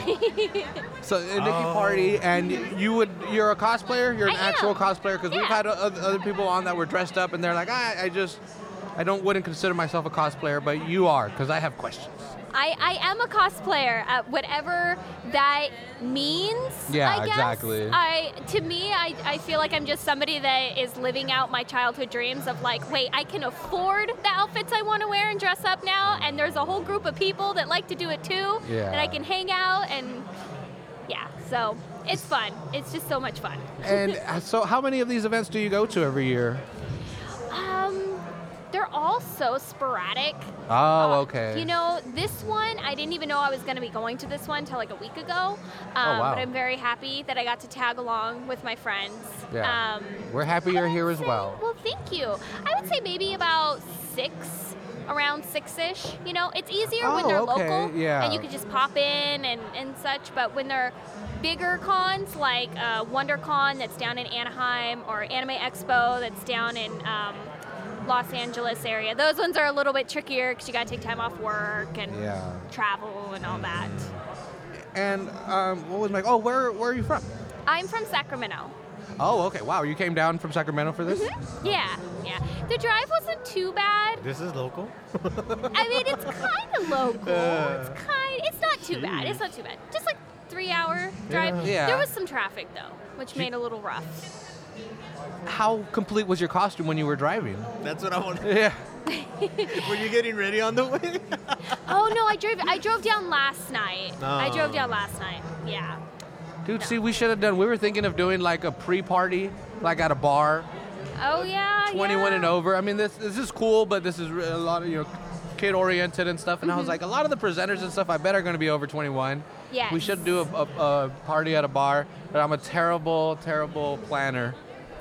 So, uh, Nikki
Oh.
Party, and you would, you're a cosplayer? You're an
I am.
actual cosplayer? Because we've
Yeah.
had o- oth- other people on that were dressed up, and they're like, ah, I just, I don't, wouldn't consider myself a cosplayer, but you are, because I have
[LAUGHS]
questions.
I, I am a cosplayer at whatever that means.
Yeah,
I guess.
exactly.
I to me, I, I feel like I'm just somebody that is living out my childhood dreams of like, wait, I can afford the outfits I want to wear and dress up now, and there's a whole group of people that like to do it too,
Yeah.
and I can hang out and yeah, so it's fun. It's just so much fun.
And uh, so, how many of these events do you go to every year?
Um, they're all so sporadic.
Oh,
Uh,
okay.
You know, this one, I didn't even know I was going to be going to this one until like a week ago. Um,
Oh, wow.
But I'm very happy that I got to tag along with my friends.
Yeah.
Um,
We're happy
I
you're
would
here as
say-
well.
Well, thank you. I would say maybe about six, around six ish. You know, it's easier when
Oh,
they're
okay,
local
yeah.
and you can just pop in and, and such. But when they're bigger cons like uh, WonderCon that's down in Anaheim or Anime Expo that's down in um, Los Angeles area, those ones are a little bit trickier because you got to take time off work and
Yeah. Mm-hmm.
travel and all that.
And um, what was my? Oh, where where are you from?
I'm from Sacramento.
Oh, okay. Wow, you came down from Sacramento for this?
Mm-hmm. Yeah, yeah. The drive wasn't too bad.
This is local.
I mean,
[LAUGHS]
it's kind of local. It's
Uh,
kind. It's not too bad. It's not too bad. Just like three hour drive.
Yeah. Yeah.
There was some traffic though, which made it a little rough.
How complete was your costume when you were driving?
That's what I want.
Yeah.
Were you getting ready on the [LAUGHS] way?
Oh no, I drove. I drove down last night. I drove
Oh.
down last night. Yeah.
Dude, see, we should have done. We were thinking of doing like a pre-party, like at a bar,
Oh yeah.
21
yeah.
and over. I mean, this this is cool, but this is re- a lot of you know, kid-oriented and stuff. And I
Mm-hmm.
was like, a lot of the presenters and stuff, I bet are going to be over 21.
Yes.
We should do a, a, a party at a bar, but I'm a terrible, terrible planner.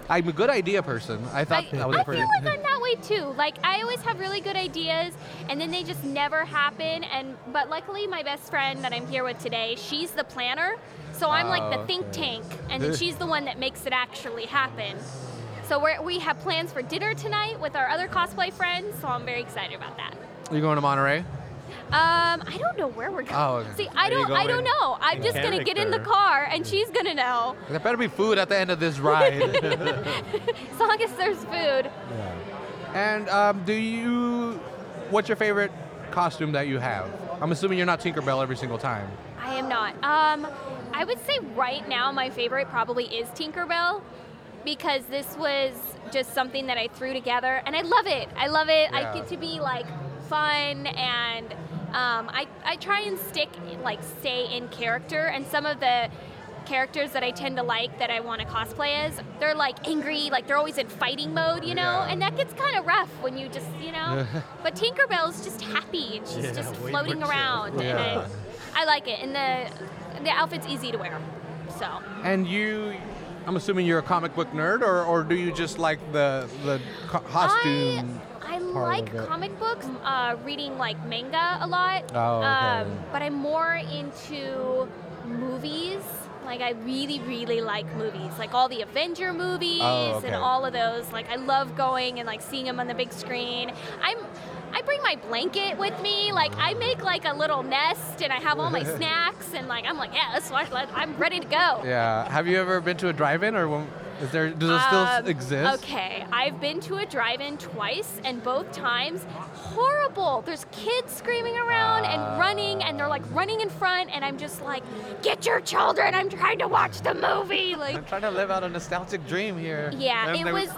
I'm a good idea person. I
I,
thought I, was
I
a pretty.
feel
[LAUGHS]
like I'm that way too. Like I always have really good ideas, and then they just never happen. And but luckily, my best friend that I'm here with today, she's the planner, so I'm like
Oh,
the think
okay.
tank, and then she's the one that makes it actually happen. So we're, we have plans for dinner tonight with our other cosplay friends, so I'm very excited about that.
You're going to Monterey?
Um, I don't know where we're going.
Oh, okay.
See, I
Where you
don't, I
going?
don't know. I'm
In
just gonna get in the
character.
car, and she's gonna know.
There better be food at the end of this
[LAUGHS]
ride.
As long as there's food.
and um, do you? What's your favorite costume that you have? I'm assuming you're not Tinkerbell every single time.
I am not. Um, I would say right now my favorite probably is Tinkerbell because this was just something that I threw together and I love it. I love it.
Yeah.
I get to be like fun and um, I, I try and stick, like, stay in character and some of the characters that I tend to like that I want to cosplay as, they're like angry, like they're always in fighting mode, you know?
Yeah.
And that gets kind of rough when you just,
[LAUGHS]
you know? but Tinkerbell's just happy and she's
Yeah,
just
way
floating
more chill.
around. And I-
Yeah.
I like it, and the the outfit's easy to wear. So
And you, I'm assuming you're a comic book nerd, or, or do you just like the the co- costume?
I I
part
like
of it.
comic books, uh, reading like manga a lot.
Oh, okay.
um, but I'm more into movies. Like I really, really like movies, like all the Avenger movies
Oh, okay.
and all of those. Like I love going and like seeing them on the big screen. I'm, I bring my blanket with me. Like I make like a little nest, and I have
[LAUGHS]
all my snacks, and like I'm like, yeah, let's watch. let- I'm ready to go.
Yeah. Have you ever been to a drive-in or when, is there? Does it still s-
Um,
exist?
Okay, I've been to a drive-in twice, and both times, horrible. There's kids screaming around
Ah.
and running, and they're like running in front, and I'm just like, "Get your children! I'm trying to watch the movie!" Like,
I'm trying to live out a nostalgic dream here.
yeah,
And
it
there
was.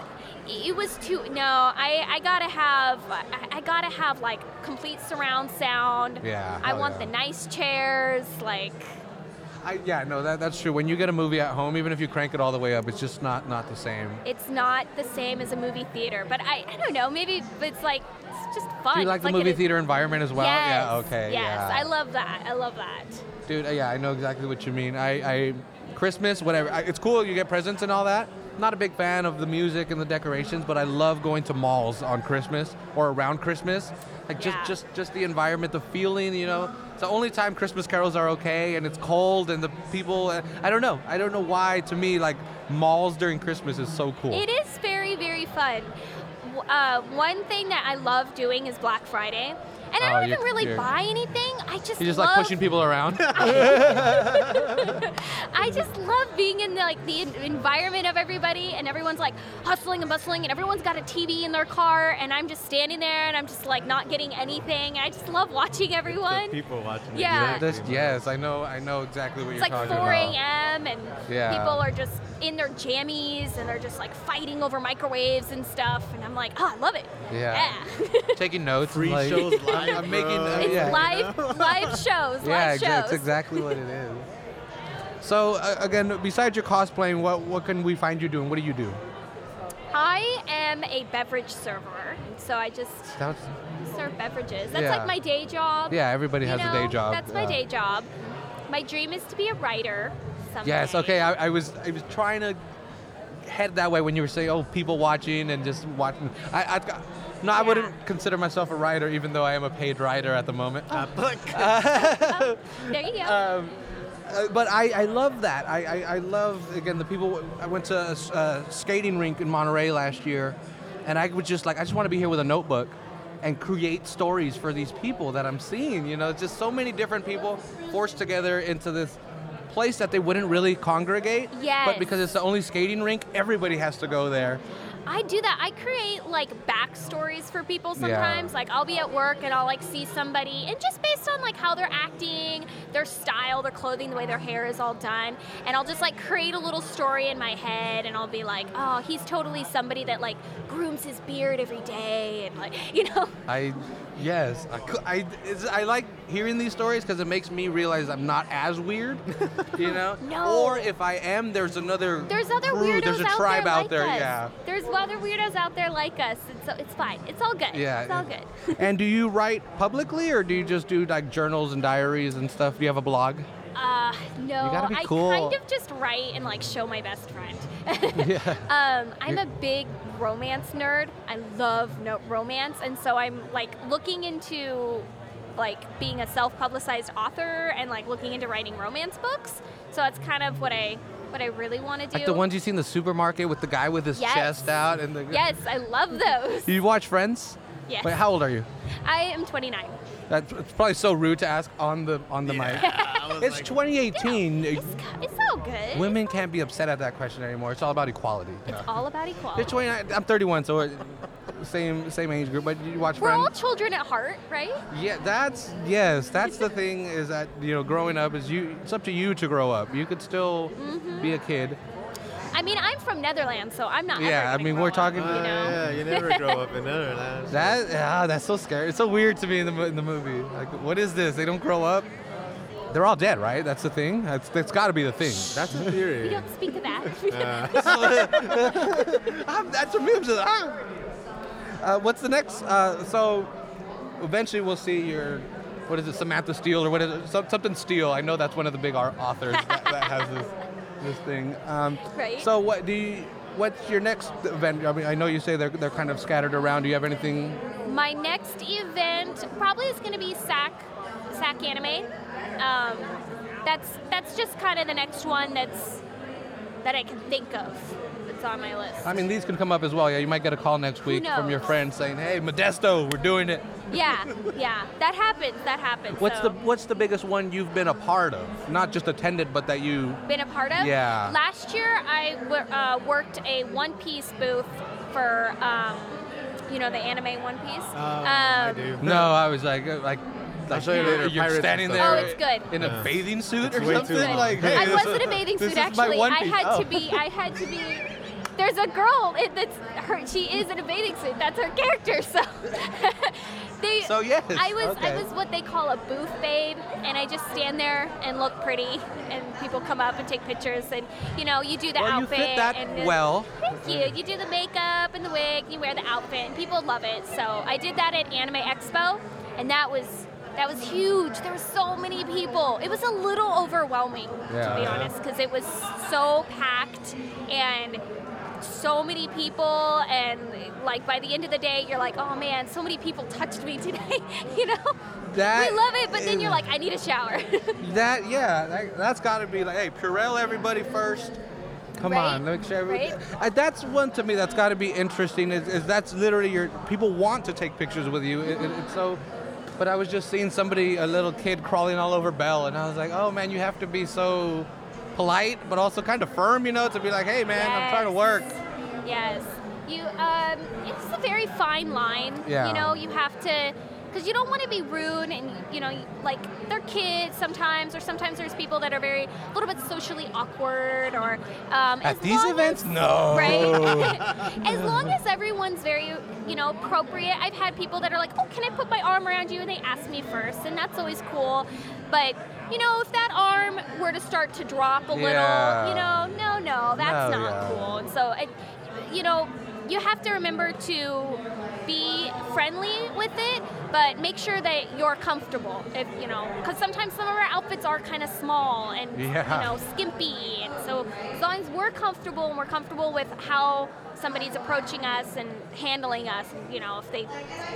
It was too. No, I I gotta have I, I gotta have like complete surround sound.
Yeah,
I
hell
want
yeah.
the nice chairs, like.
I, yeah. No, that, that's true. When you get a movie at home, even if you crank it all the way up, it's just not not the same.
It's not the same as a movie theater, but I, I don't know. Maybe it's like it's just fun.
Do you like
Oh, It's
the
an-
movie theater environment as well? yeah.
Yes,
Okay.
Yes,
yeah.
I love that. I love that.
Dude, uh, yeah, I know exactly what you mean. I, I Christmas, whatever. I, it's cool, you get presents and all that. Not a big fan of the music and the decorations, but I love going to malls on Christmas or around Christmas. Like just,
Yeah.
just, just the environment, the feeling. You know, it's the only time Christmas carols are okay, and it's cold, and the people. uh, I don't know. I don't know why. To me, like malls during Christmas is so cool.
It is very, very fun. W- Uh, one thing that I love doing is Black Friday. And I
Oh,
don't even
you're-
really
you're-
buy anything. I just,
You're just
love,
like pushing people
[LAUGHS]
around.
I just love being in the, like the en- environment of everybody, and everyone's like hustling and bustling, and everyone's got a TV in their car, and I'm just standing there, and I'm just like not getting anything. I just love watching everyone.
people watching. it.
Yeah.
That's- yes, I know. I know exactly what
It's
you're
like 4
talking about.
a.m. and
Yeah.
people are just in their jammies and they're just like fighting over microwaves and stuff. And I'm like, oh, I love it.
Yeah. [LAUGHS] Taking notes.
Free
like,
shows
[LAUGHS]
live,
[LAUGHS] I'm making.
bro.
uh,
it's
yeah.
live, [LAUGHS] live shows,
yeah,
live
exa-
shows.
that's exactly what it is. [LAUGHS] So uh, again, besides your cosplaying, what what can we find you doing? What do you do?
I am a beverage server, so I just
That's,
serve beverages. That's
Yeah.
like my day job.
yeah, everybody
You
has a day
know,
job.
That's my
yeah.
day job. My dream is to be a writer. Someday.
Yes. Okay. I, I was I was trying to head that way when you were saying, oh, people watching and just watching. I I got. No, I
Yeah.
wouldn't consider myself a writer, even though I am a paid writer at the moment.
A book.
There you go.
Um, uh, but I, I love that. I, I, I love, again, the people. I went to a, s- a skating rink in Monterey last year, and I was just like, I just want to be here with a notebook and create stories for these people that I'm seeing. You know, just so many different people forced together into this place that they wouldn't really congregate.
Yes.
But because it's the only skating rink, everybody has to go there.
I do that. I create like backstories for people sometimes. Like I'll be at work and I'll like see somebody and just based on like how they're acting, their style, their clothing, the way their hair is all done, and I'll just like create a little story in my head and I'll be like, "Oh, he's totally somebody that like grooms his beard every day and like, [LAUGHS] you know,
I, yes, I, cou- I, it's, I like hearing these stories because it makes me realize I'm not
[LAUGHS]
as weird, you know.
No.
Or if I am, there's another.
there's other
crew,
weirdos
There's a
out
tribe
there
out
like
there.
us. [LAUGHS]
Yeah.
There's other weirdos out there like us. It's it's fine. It's all good.
Yeah.
It's all good.
and do you write publicly, or do you just do like journals and diaries and stuff? Do you have a blog?
Uh, no,
gotta be
I
cool.
kind of just write and like show my best friend. [LAUGHS]
yeah.
Um, I'm a big romance nerd. I love no- romance, and so I'm like looking into like being a self-publicized author and like looking into writing romance books. So that's kind of what I what I really want to do.
Like the ones you see in the supermarket with the guy with his
Yes.
chest out and the.
yes, I love those. [LAUGHS]
You watch Friends?
Yes.
Wait, how old are you?
I am 29.
That's it's probably so rude to ask on the on
[LAUGHS]
the
I was
mic. It's
like,
2018.
It's it's all good.
Women can't be upset at that question anymore. It's all about equality.
It's all about equality.
You're 29. I'm 31, so we're same same age group. But you watch
We're all
Friends.
children at heart, right?
yeah, that's yes. That's the thing is that you know, growing up is you. It's up to you to grow up. You could still be
Mm-hmm.
a kid.
I mean, I'm from Netherlands, so I'm not. ever
Yeah, I
gonna
mean,
grow
we're
up,
talking-
You
Oh,
know?
yeah, you never grow up in
[LAUGHS]
Netherlands.
That ah, that's so scary. It's so weird to me in the mo- in the movie. Like, what is this? They don't grow up. They're all dead, right? That's the thing. That's that's got to be the thing.
That's a
We [LAUGHS]
theory. Uh,
don't speak of that.
I'm, that's what me. I'm just, ah. uh, what's the next? Uh, so, eventually we'll see your, what is it, Samantha Steele or what is it, some, something Steele. I know that's one of the big ar- authors that,
[LAUGHS]
that has this, this thing. Um,
Right.
So what do you? What's your next event? I mean, I know you say they're, they're kind of scattered around. Do you have anything
My next event probably is going to be SAC, SAC Anime. Um, that's that's just kind of the next one that's that I can think of that's on my list.
I mean, these could come up as well. Yeah, you might get a call next week from your
knows?
friend saying, "Hey, Modesto, we're doing it."
yeah, yeah, that happens. That happens.
What's
so.
the What's the biggest one you've been a part of? Not just attended, but that you.
been a part of.
Yeah.
Last year, I wor- uh, worked a One Piece booth for, um, you know, the anime One Piece. Um,
Oh, I do.
No, I was like, uh, like. like
show you
you're-
later,
You're
pirates and
standing
stuff.
there
Oh, it's good.
in a bathing suit or
way too
something.
long.
Like, hey,
I
this
wasn't
is-
in a bathing
this
suit
is my
actually.
One
I
Piece.
had
Oh.
to be. I had to be. There's a girl it, that's her. She is in a bathing suit. That's her character. [LAUGHS] So. they,
So, yes,
I was
okay.
I was what they call a booth babe, and I just stand there and look pretty, and people come up and take pictures, and you know you do the
Well, you
outfit.
fit that
and the-
well.
Thank you. You do the makeup and the wig, you wear the outfit, and people love it. So I did that at Anime Expo, and that was that was huge. There were so many people. It was a little overwhelming,
Yeah.
to be honest, because it was so packed and so many people and like by the end of the day you're like oh man so many people touched me today [LAUGHS] you know
That
we love it but then
is-
you're like i need a shower [LAUGHS]
That yeah, that, that's got to be like, hey, Purell everybody first. Come
Right,
on, make sure. every-
right.
I, that's one to me that's got to be interesting. Is, is that's literally your people want to take pictures with you. It, it, it's so. But I was just seeing somebody, a little kid, crawling all over Belle, and I was like, oh man, you have to be so polite, but also kind of firm, you know, to be like, hey man, I'm trying to
Yes.
work.
Yes. You. Um, it's a very fine line.
Yeah.
You know, you have to, because you don't want to be rude, and you know, like they're kids sometimes, or sometimes there's people that are very a little bit socially awkward, or um, as
At these
long
events,
as-
no.
Right. [LAUGHS] as long as everyone's very, you know, appropriate. I've had people that are like, "Oh, can I put my arm around you?" and they ask me first, and that's always cool. But you know, if that arm were to start to drop a
Yeah.
little, you know, no, no, that's
No,
not
yeah.
cool. And so, it, you know, you have to remember to be friendly with it, but make sure that you're comfortable. If you know, because sometimes some of our outfits are kind of small and
Yeah.
you know skimpy, and so as long as we're comfortable and we're comfortable with how somebody's approaching us and handling us, you know, if they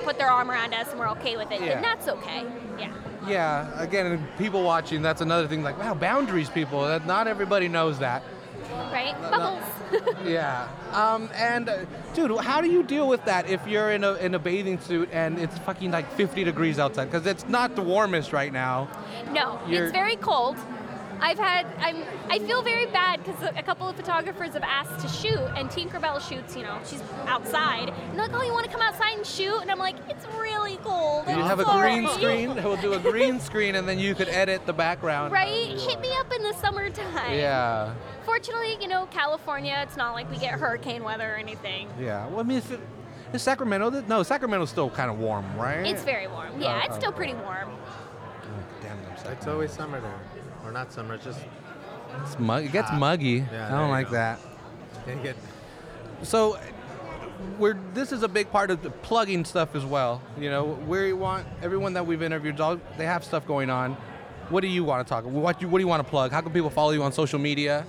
put their arm around us and we're okay with it,
Yeah.
then that's okay. Yeah.
[LAUGHS] Yeah, again, and people watching, that's another thing. Like, wow, boundaries, people. That not everybody knows that.
Right?
No, no.
Bubbles.
Yeah. Um, and uh, dude, how do you deal with that if you're in a in a bathing suit and it's fucking like 50 degrees outside? Because it's not the warmest right now.
No,
You're-
it's very cold. I've had I'm I feel very bad because a couple of photographers have asked to shoot, and Tinkerbell shoots. You know, she's outside, and they're like, "Oh, you want to come outside and shoot?" And I'm like, "It's really cold."
You
it's
have a
horrible." [LAUGHS]
green screen. We'll do a green screen, and then you could edit the background.
Right? Hit me up in the summertime.
Yeah.
Fortunately, you know, California, it's not like we get hurricane weather or anything.
Yeah. Well, I mean, if it, is Sacramento? th- No, Sacramento's still kind of warm, right?
It's very warm. Yeah,
Oh,
it's
oh.
still pretty warm.
Damn, I'm sorry.
It's always summer there, or not summer. It's just
It's mug- it gets
hot.
muggy.
Ah. Yeah,
I
there
don't
you
like
go.
that.
can't get
So we're this is a big part of the plugging stuff as well. You know, we want everyone that we've interviewed, all, they have stuff going on. What do you want to talk? What do you, what do you want to plug? How can people follow you on social media?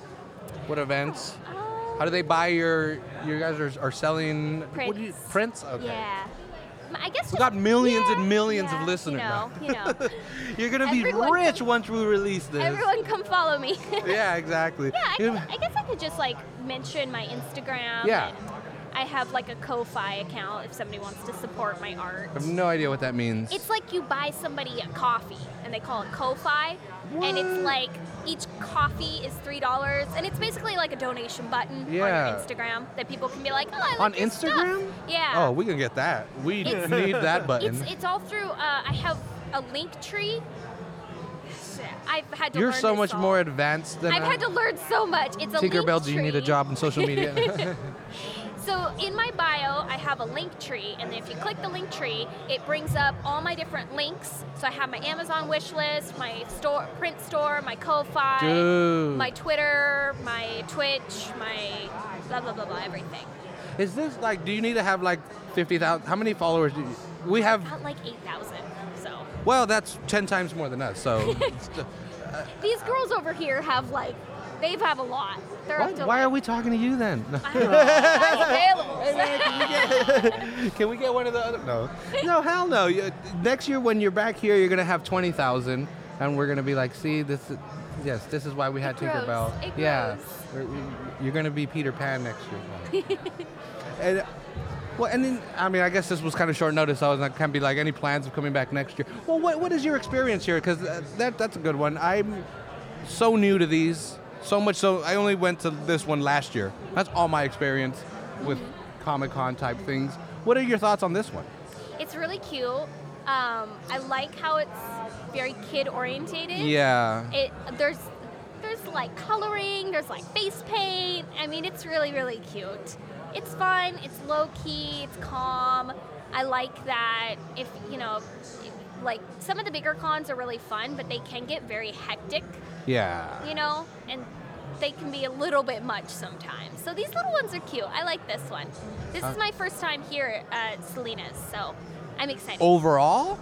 What events?
Um,
How do they buy your? You guys are, are selling What do you,
Prints.
prints? Okay.
Yeah. I guess
We
just-
got millions and
yeah,
millions of
yeah,
listeners
You
now.
know,
[LAUGHS]
you know.
You're gonna be
Everyone-
rich once we release this.
Everyone come follow me. [LAUGHS]
Yeah, exactly.
Yeah, I,
You-
could- I guess I could just like mention my Instagram.
Yeah.
and I have like a Ko-fi account if somebody wants to support my art.
I have no idea what that means.
It's like you buy somebody a coffee and they call it Ko-fi, and it's like each coffee is three dollars, and it's basically like a donation button
Yeah.
on your Instagram that people can be like, oh, I like
on
your stuff."
Instagram.
Yeah.
Oh, we can get that. We
It's-
need that button.
[LAUGHS] It's it's all through. Uh, I have a link tree. Shit, I've had to.
You're
learn
so
this
much
all.
more advanced than
I've
I-
had to learn so much. It's a link
Tinkerbell, do you need a
tree.
job in social media?
So in my bio, I have a link tree, and if you click the link tree, it brings up all my different links. So I have my Amazon wish list, my store, print store, my Ko-fi,
Dude.
my Twitter, my Twitch, my blah blah blah blah everything.
Is this like, do you need to have like 50,000? How many followers do you? We have,
Got like eight thousand. So
well, that's 10 times more than us, so.
these girls over here have like They've have a lot. They're
Why,
up to
why
like,
are we talking to you then? No.
I don't know. That's available.
[LAUGHS] Can we get one of the other? No. No, hell no. You, next year when you're back here, you're gonna have twenty thousand, and we're gonna be like, see, this, is- yes, this is why we had
It grows.
Tinkerbell.
It
yeah,
grows.
We're- we- you're gonna be Peter Pan next year.
[LAUGHS]
and well, and then I mean, I guess this was kind of short notice. I was not can't be like any plans of coming back next year. Well, what what is your experience here? Because that that's a good one. I'm so new to these, so much so I only went to this one last year. That's all my experience with Comic Con type things. What are your thoughts on this one?
It's really cute. Um, I like how it's very kid orientated.
Yeah.
It there's there's like coloring, there's like face paint. I mean, it's really really cute. It's fun. It's low key. It's calm. I like that. If you know, if- like some of the bigger cons are really fun, but they can get very hectic.
Yeah.
You know, and they can be a little bit much sometimes. So these little ones are cute. I like this one. This is my first time here at Selena's, so I'm excited.
Oh. Overall,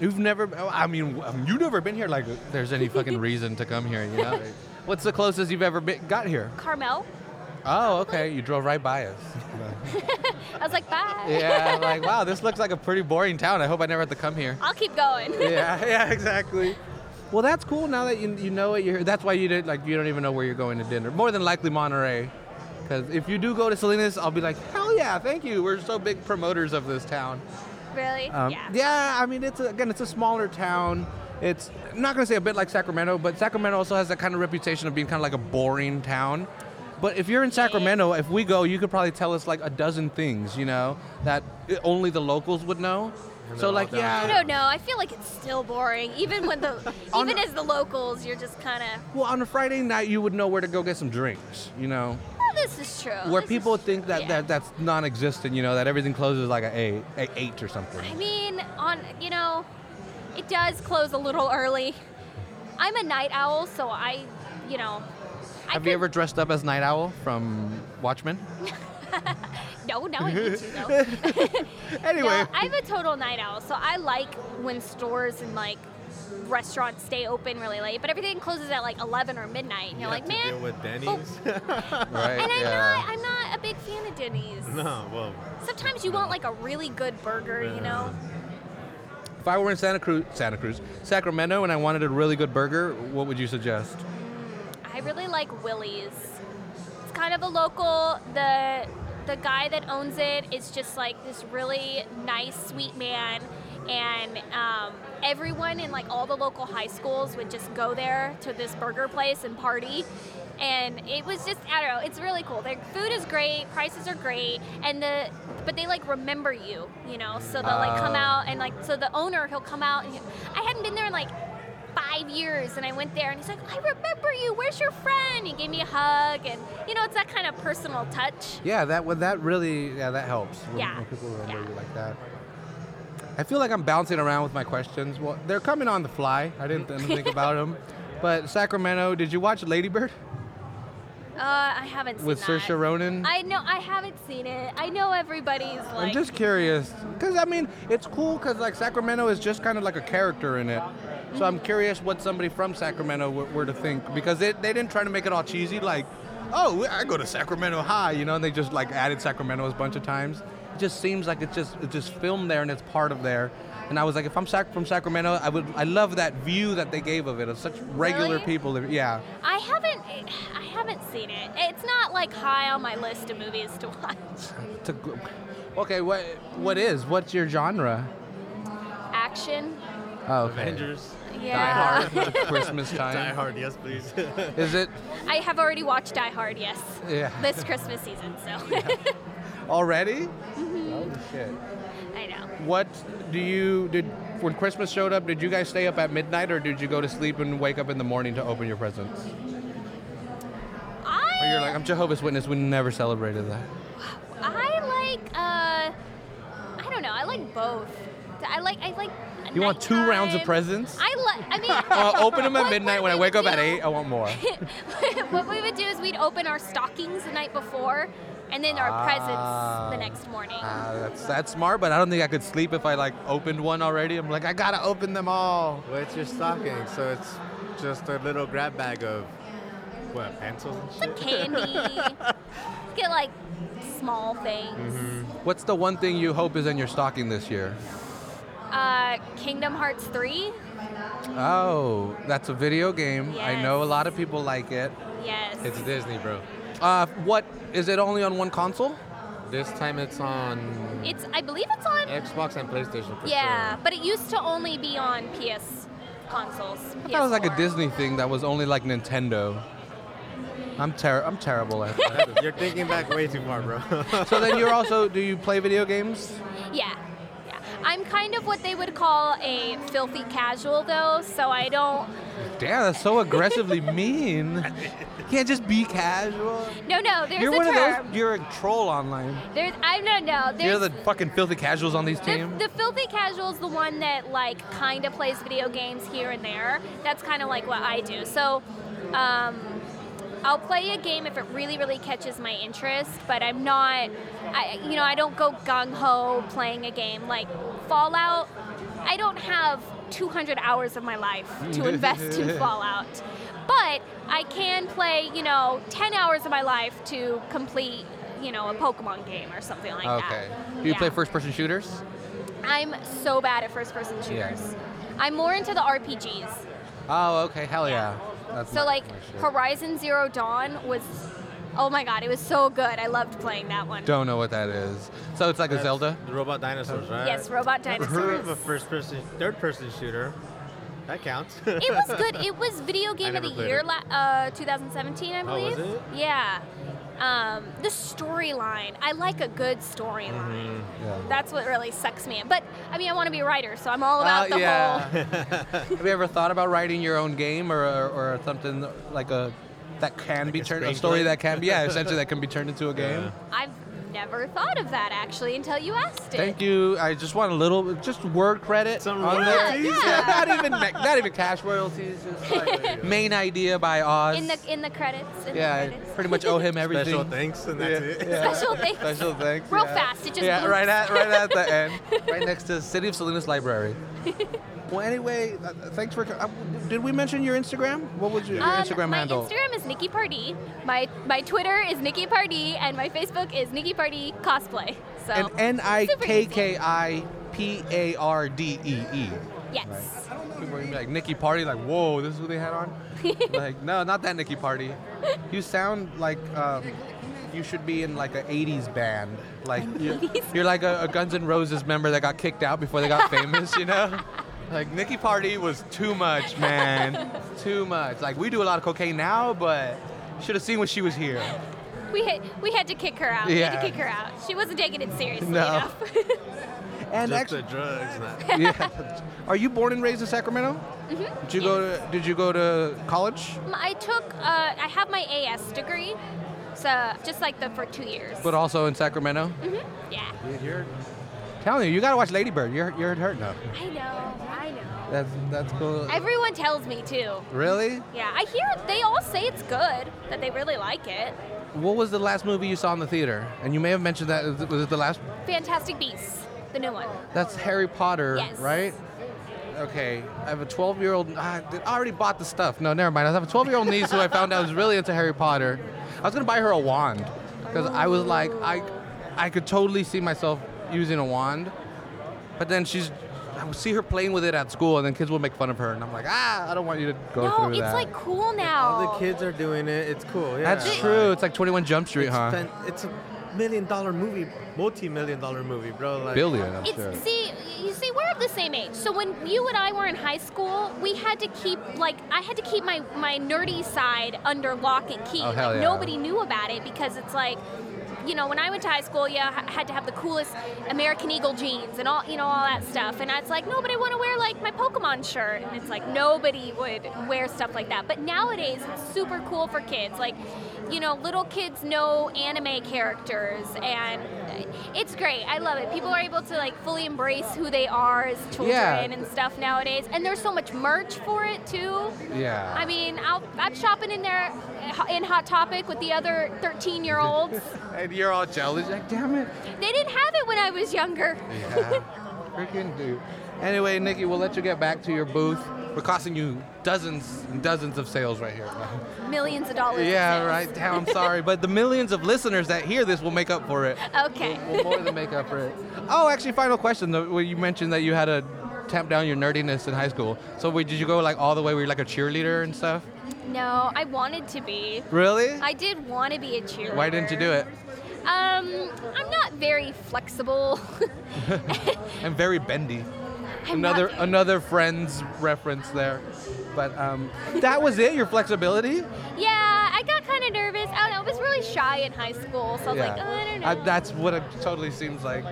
you've never. oh, I mean, um, you've never been here. Like, there's any [LAUGHS] fucking reason to come here. You know. What's the closest you've ever been, got here?
Carmel,
Oh, okay. You drove right [LAUGHS] by us.
I was like, bye.
Yeah, like wow, this looks like a pretty boring town. I hope I never have to come here.
I'll keep going.
[LAUGHS]
[LAUGHS]
yeah. Yeah. Exactly. Well, that's cool. Now that you, you know it, you're. That's why you did like you don't even know where you're going to dinner. More than likely Monterey, because if you do go to Salinas, I'll be like, hell yeah, thank you. We're so big promoters of this town.
Really?
Um,
yeah.
I mean, it's a, again, it's a smaller town. It's I'm not gonna say a bit like Sacramento, but Sacramento also has that kind of reputation of being kind of like a boring town. But if you're in Sacramento, if we go, you could probably tell us like a dozen things, you know, that i- only the locals would know.
And
So
they're
like,
all down
yeah.
I don't know. I feel like it's still boring, even when the
[LAUGHS] On
even
a-
as the locals, you're just kind of.
Well, on a Friday night, you would know where to go get some drinks, you know,
Oh, this is true.
where
This
people
is
think
true."
that,
Yeah.
that that's non-existent, you know, that everything closes like at eight, at eight or something.
I mean, on you know, it does close a little early. I'm a night owl, so I, you know, I
Have
could,
you ever dressed up as Night Owl from Watchmen?
[LAUGHS] No, now I need to
[LAUGHS]
though.
Anyway.
[LAUGHS] No, I'm a total night owl, so I like when stores and like restaurants stay open really late, but everything closes at like 11 or midnight. And
You
you're like,
have to deal
man. oh."
with Denny's.
right.
And I'm
yeah.
not, I'm not a big fan of Denny's.
[LAUGHS] no, well,
Sometimes you want like a really good burger, you know?
If I were in Santa Cruz, Santa Cruz, Sacramento, and I wanted a really good burger, what would you suggest?
I really like Willie's. It's kind of a local. The the guy that owns it is just like this really nice, sweet man, and um, everyone in like all the local high schools would just go there to this burger place and party. And it was just I don't know. It's really cool. Their food is great, prices are great, and the but they like remember you, you know. So they'll like come
Oh.
out and like so the owner he'll come out and he- I hadn't been there in like five years and I went there and he's like, I remember you, where's your friend? He gave me a hug and you know, it's that kind of personal touch.
Yeah, that would that really yeah that helps. When,
Yeah.
when people remember
Yeah.
you like that. I feel like I'm bouncing around with my questions. Well, they're coming on the fly. I didn't, didn't think
[LAUGHS]
about them. But Sacramento, did you watch Ladybird
Uh, I haven't seen
with
that.
Saoirse Ronan?
I know I haven't seen it. I know everybody's like
I'm just curious, cause I mean, it's cool, cause like Sacramento is just kind of like a character in it. So I'm curious what somebody from Sacramento were, were to think, because they, they didn't try to make it all cheesy, like, oh, I go to Sacramento High, you know, and they just like added Sacramento a bunch of times. It just seems like it's just it's just filmed there and it's part of there. And I was like, if I'm sac- from Sacramento, I would I love that view that they gave of it of such regular
Really?
people. Yeah,
I haven't I haven't seen it. It's not like high on my list of movies to watch.
To- okay, what what is what's your genre?
Action.
Oh, okay.
[LAUGHS]
Avengers.
Yeah.
Die
[LAUGHS]
Hard, Christmas time.
Die Hard, yes, please. [LAUGHS]
Is it?
I have already watched Die Hard, yes.
Yeah.
This Christmas season, so
Already? Holy shit.
[LAUGHS] I know.
What do you did when Christmas showed up? Did you guys stay up at midnight, or did you go to sleep and wake up in the morning to open your presents?
I
Or you're like, I'm Jehovah's Witness. We never celebrated that.
I like uh I don't know. I like both. I like I like
You want two
nighttime.
rounds of presents?
I like I mean
[LAUGHS] I'll [LAUGHS] open them at
what-
midnight.
what
When I
we
wake
would
up at
do-
eight, I want [LAUGHS] more.
[LAUGHS] what we would do is we'd open our stockings the night before and then our
Ah.
presents the next morning.
Ah, that's that's smart, but I don't think I could sleep if I like opened one already. I'm like, I gotta open them all.
well, it's your stocking, so it's just a little grab bag of what pencils and shit.
Some candy.
[LAUGHS]
Get like small things.
Mm-hmm. What's the one thing you hope is in your stocking this year?
Uh, Kingdom Hearts 3.
Oh, that's a video game. I know a
Yes.
lot of people like it.
Yes.
It's Disney, bro.
Uh, what is it only on one console?
This time it's on
It's I believe it's on.
Xbox and PlayStation. For
yeah,
sure.
but it used to only be on PS consoles.
That was like a
PS4.
Disney thing that was only like Nintendo. I'm ter- I'm terrible at that.
[LAUGHS] You're thinking back way too far, bro. [LAUGHS]
so then you're also do you play video games?
Yeah. yeah. I'm kind of what they would call a filthy casual though, so I don't
Damn, that's so aggressively mean. You can't just be casual.
No, no, there's
you're
a
one
term.
of those. You're a troll online.
There's I no no. There's
you're the fucking filthy casuals on these teams.
The, the filthy casual's the one that like kind of plays video games here and there. That's kind of like what I do. So, um, I'll play a game if it really, really catches my interest. But I'm not, I you know, I don't go gung ho playing a game like Fallout. I don't have 200 hours of my life
[LAUGHS]
to invest in Fallout. But I can play, you know, 10 hours of my life to complete, you know, a Pokemon game or something like that.
okay. Do you
Yeah.
play first-person shooters?
I'm so bad at first person shooters. I'm more into the RPGs.
Oh, okay. Hell yeah. That's
So
not
like
my shit.
Horizon Zero Dawn was oh my god, it was so good. I loved playing that one.
Don't know what that is. So it's like a Zelda.
The robot dinosaurs, right?
Yes, robot
Never heard
dinosaurs.
of a first person, third person shooter. That counts.
[LAUGHS]
[LAUGHS]
It was good. It was video game of
never
the
played
year
it.
la- uh, 2017, I
Oh, was
believe.
it?
Yeah. Um, the storyline. I like a good storyline.
Mm-hmm.
Yeah.
That's what really sucks me in. But I mean, I want to be a writer, so I'm all about
Uh,
the
yeah.
whole.
[LAUGHS] Have you ever thought about writing your own game or, or, or something like a that can be
a
turned a
screenplay?
story that can be
[LAUGHS]
yeah essentially that can be turned into a game.
I've never thought of that actually until you asked it.
Thank you. I just want a little just word credit
Some
on
royalties?
the-
Yeah, yeah.
[LAUGHS] not even not even cash royalties. Just
[LAUGHS]
like main idea by Oz.
In the in the credits. In
yeah, I
the credits.
pretty much owe him everything.
Special thanks, and that's it.
[LAUGHS] Special thanks.
Special thanks.
Real
yeah.
fast, it just
yeah,
bloops.
right at right at the end,
[LAUGHS]
right next to City of Salinas Library. well, anyway, uh, thanks for. co- Uh, did we mention your Instagram? What was your, your
Um,
Instagram
my
handle?
Instagram is Nikki Pardee. My my Twitter is Nikki Pardee, and my Facebook is Nikki Pardee Cosplay. So
And N I K K I P A R D E E.
yes,
People are gonna be like Nikki Party, like whoa, this is who they had on. like no, not that Nikki Party. You sound like um, you should be in like a '80s band. Like you're, you're like a, a Guns N' Roses member that got kicked out before they got famous. You know. Like Nikki Party was too much, man. too much. Like we do a lot of cocaine now, but should have seen when she was here.
we had we had to kick her out. We had
Yeah.
to kick her out. She wasn't taking it seriously
No.
enough. [LAUGHS]
And
[LAUGHS] Just
actually,
the drugs. Not.
[LAUGHS] yeah. Are you born and raised in Sacramento? Mm-hmm. Did you go to Did you go to college?
Um, I took uh, I have my AS degree, so just like the for two years.
But also in Sacramento.
yeah,
You're telling you, you gotta watch Lady Bird. You're you're hurt now.
I know, I know.
That's that's cool.
Everyone tells me too.
really?
Yeah, I hear they all say it's good, that they really like it.
What was the last movie you saw in the theater? And you may have mentioned that was it- was it the last?
Fantastic Beasts, the new one.
That's Harry Potter,
Yes.
right? Okay, I have a 12 year old. I did- I already bought the stuff. No, never mind. I have a 12 year old niece who I found out was really into Harry Potter. I was gonna buy her a wand because I was like, I, I could totally see myself using a wand. But then she's, I would see her playing with it at school, and then kids would make fun of her, and I'm like, ah, I don't want you to go
no,
through
it's
that.
like cool now.
All the kids are doing it. It's cool. Yeah.
That's true. It's like 21 Jump Street,
It's,
huh?
fan- it's a million dollar movie, multi million dollar movie, bro. Like,
Billion, I'm
It's
sure.
see, you see, we're of the same age. So when you and I were in high school, we had to keep like I had to keep my my nerdy side under lock and key.
Oh, hell
like
yeah.
nobody knew about it because it's like. You know, when I went to high school, yeah, I had to have the coolest American Eagle jeans and all, you know, all that stuff. And it's like, no, but I want to wear like my Pokemon shirt. And it's like nobody would wear stuff like that. But nowadays, it's super cool for kids. Like, you know, little kids know anime characters, and it's great. I love it. People are able to like fully embrace who they are as children
Yeah.
and stuff nowadays. And there's so much merch for it too.
Yeah.
I mean, I'll, I'm shopping in there in Hot Topic with the other 13 year olds.
and you're all jealous. Like, damn it.
they didn't have it when I was younger.
Yeah. Freaking dude. Anyway, Nikki, we'll let you get back to your booth. We're costing you dozens and dozens of sales right here.
Millions of dollars. in
yeah,
sales.
right. Damn, I'm sorry, but the millions of listeners that hear this will make up for it.
Okay.
We'll more than make up for it. Oh, actually, final question. though, Where you mentioned that you had to tamp down your nerdiness in high school. So wait, did you go like all the way? Were you like a cheerleader and stuff?
No, I wanted to be.
Really?
I did want to be a cheerleader.
Why didn't you do it?
Um, I'm not very flexible. [LAUGHS]
I'm very bendy.
I'm not
another
very-
another friend's reference there. But um, that was it. Your flexibility.
yeah, I got kind of nervous. I don't know. I was really shy in high school, so I was like, oh, I don't know.
I- that's what it totally seems like.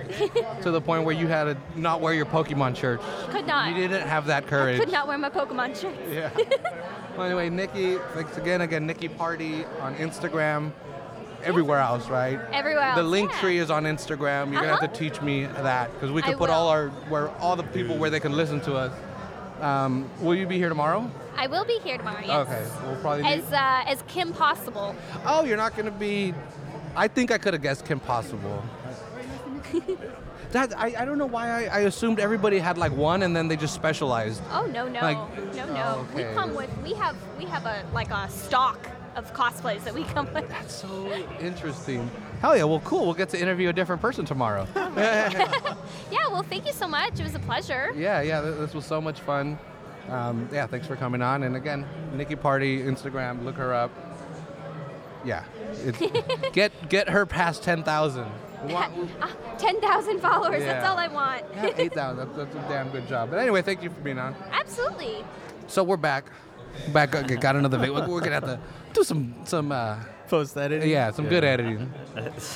to the point where you had to not wear your Pokemon shirt.
could not.
You didn't have that courage.
Could not wear my Pokemon shirt.
[LAUGHS] Yeah. well, anyway, Nikki, thanks again, again, Nikki Party on Instagram, everywhere else, right?
Everywhere else.
The link
yeah.
tree is on Instagram. You're gonna have
Uh-huh.
to teach me that because we
I
could put all
will.
our where all the people where they can listen to us. Um, will you be here tomorrow?
I will be here tomorrow. Yes.
Okay, we'll probably.
As
meet-
uh, as Kim Possible.
oh, you're not gonna be. I think I could have guessed Kim Possible. that I, I don't know why I, I assumed everybody had like one and then they just specialized.
Oh no no
Like-
no no.
Oh, okay.
We come with we have we have a like a stock of cosplays that we come with.
That's so interesting. Hell yeah! Well, cool. We'll get to interview a different person tomorrow.
Yeah. Well, thank you so much. It was a pleasure.
yeah, yeah. th- This was so much fun. Um, yeah, thanks for coming on. And again, Nikki Party Instagram. Look her up. Yeah, it's, get get her past ten thousand.
[LAUGHS] Ah, Ten thousand followers. That's
Yeah.
all I want.
Eight thousand. That's, that's a damn good job. But anyway, thank you for being on.
Absolutely.
So we're back. Back. Okay, got another video. We're gonna have to do some some. Uh,
Post that in.
Yeah, some good editing.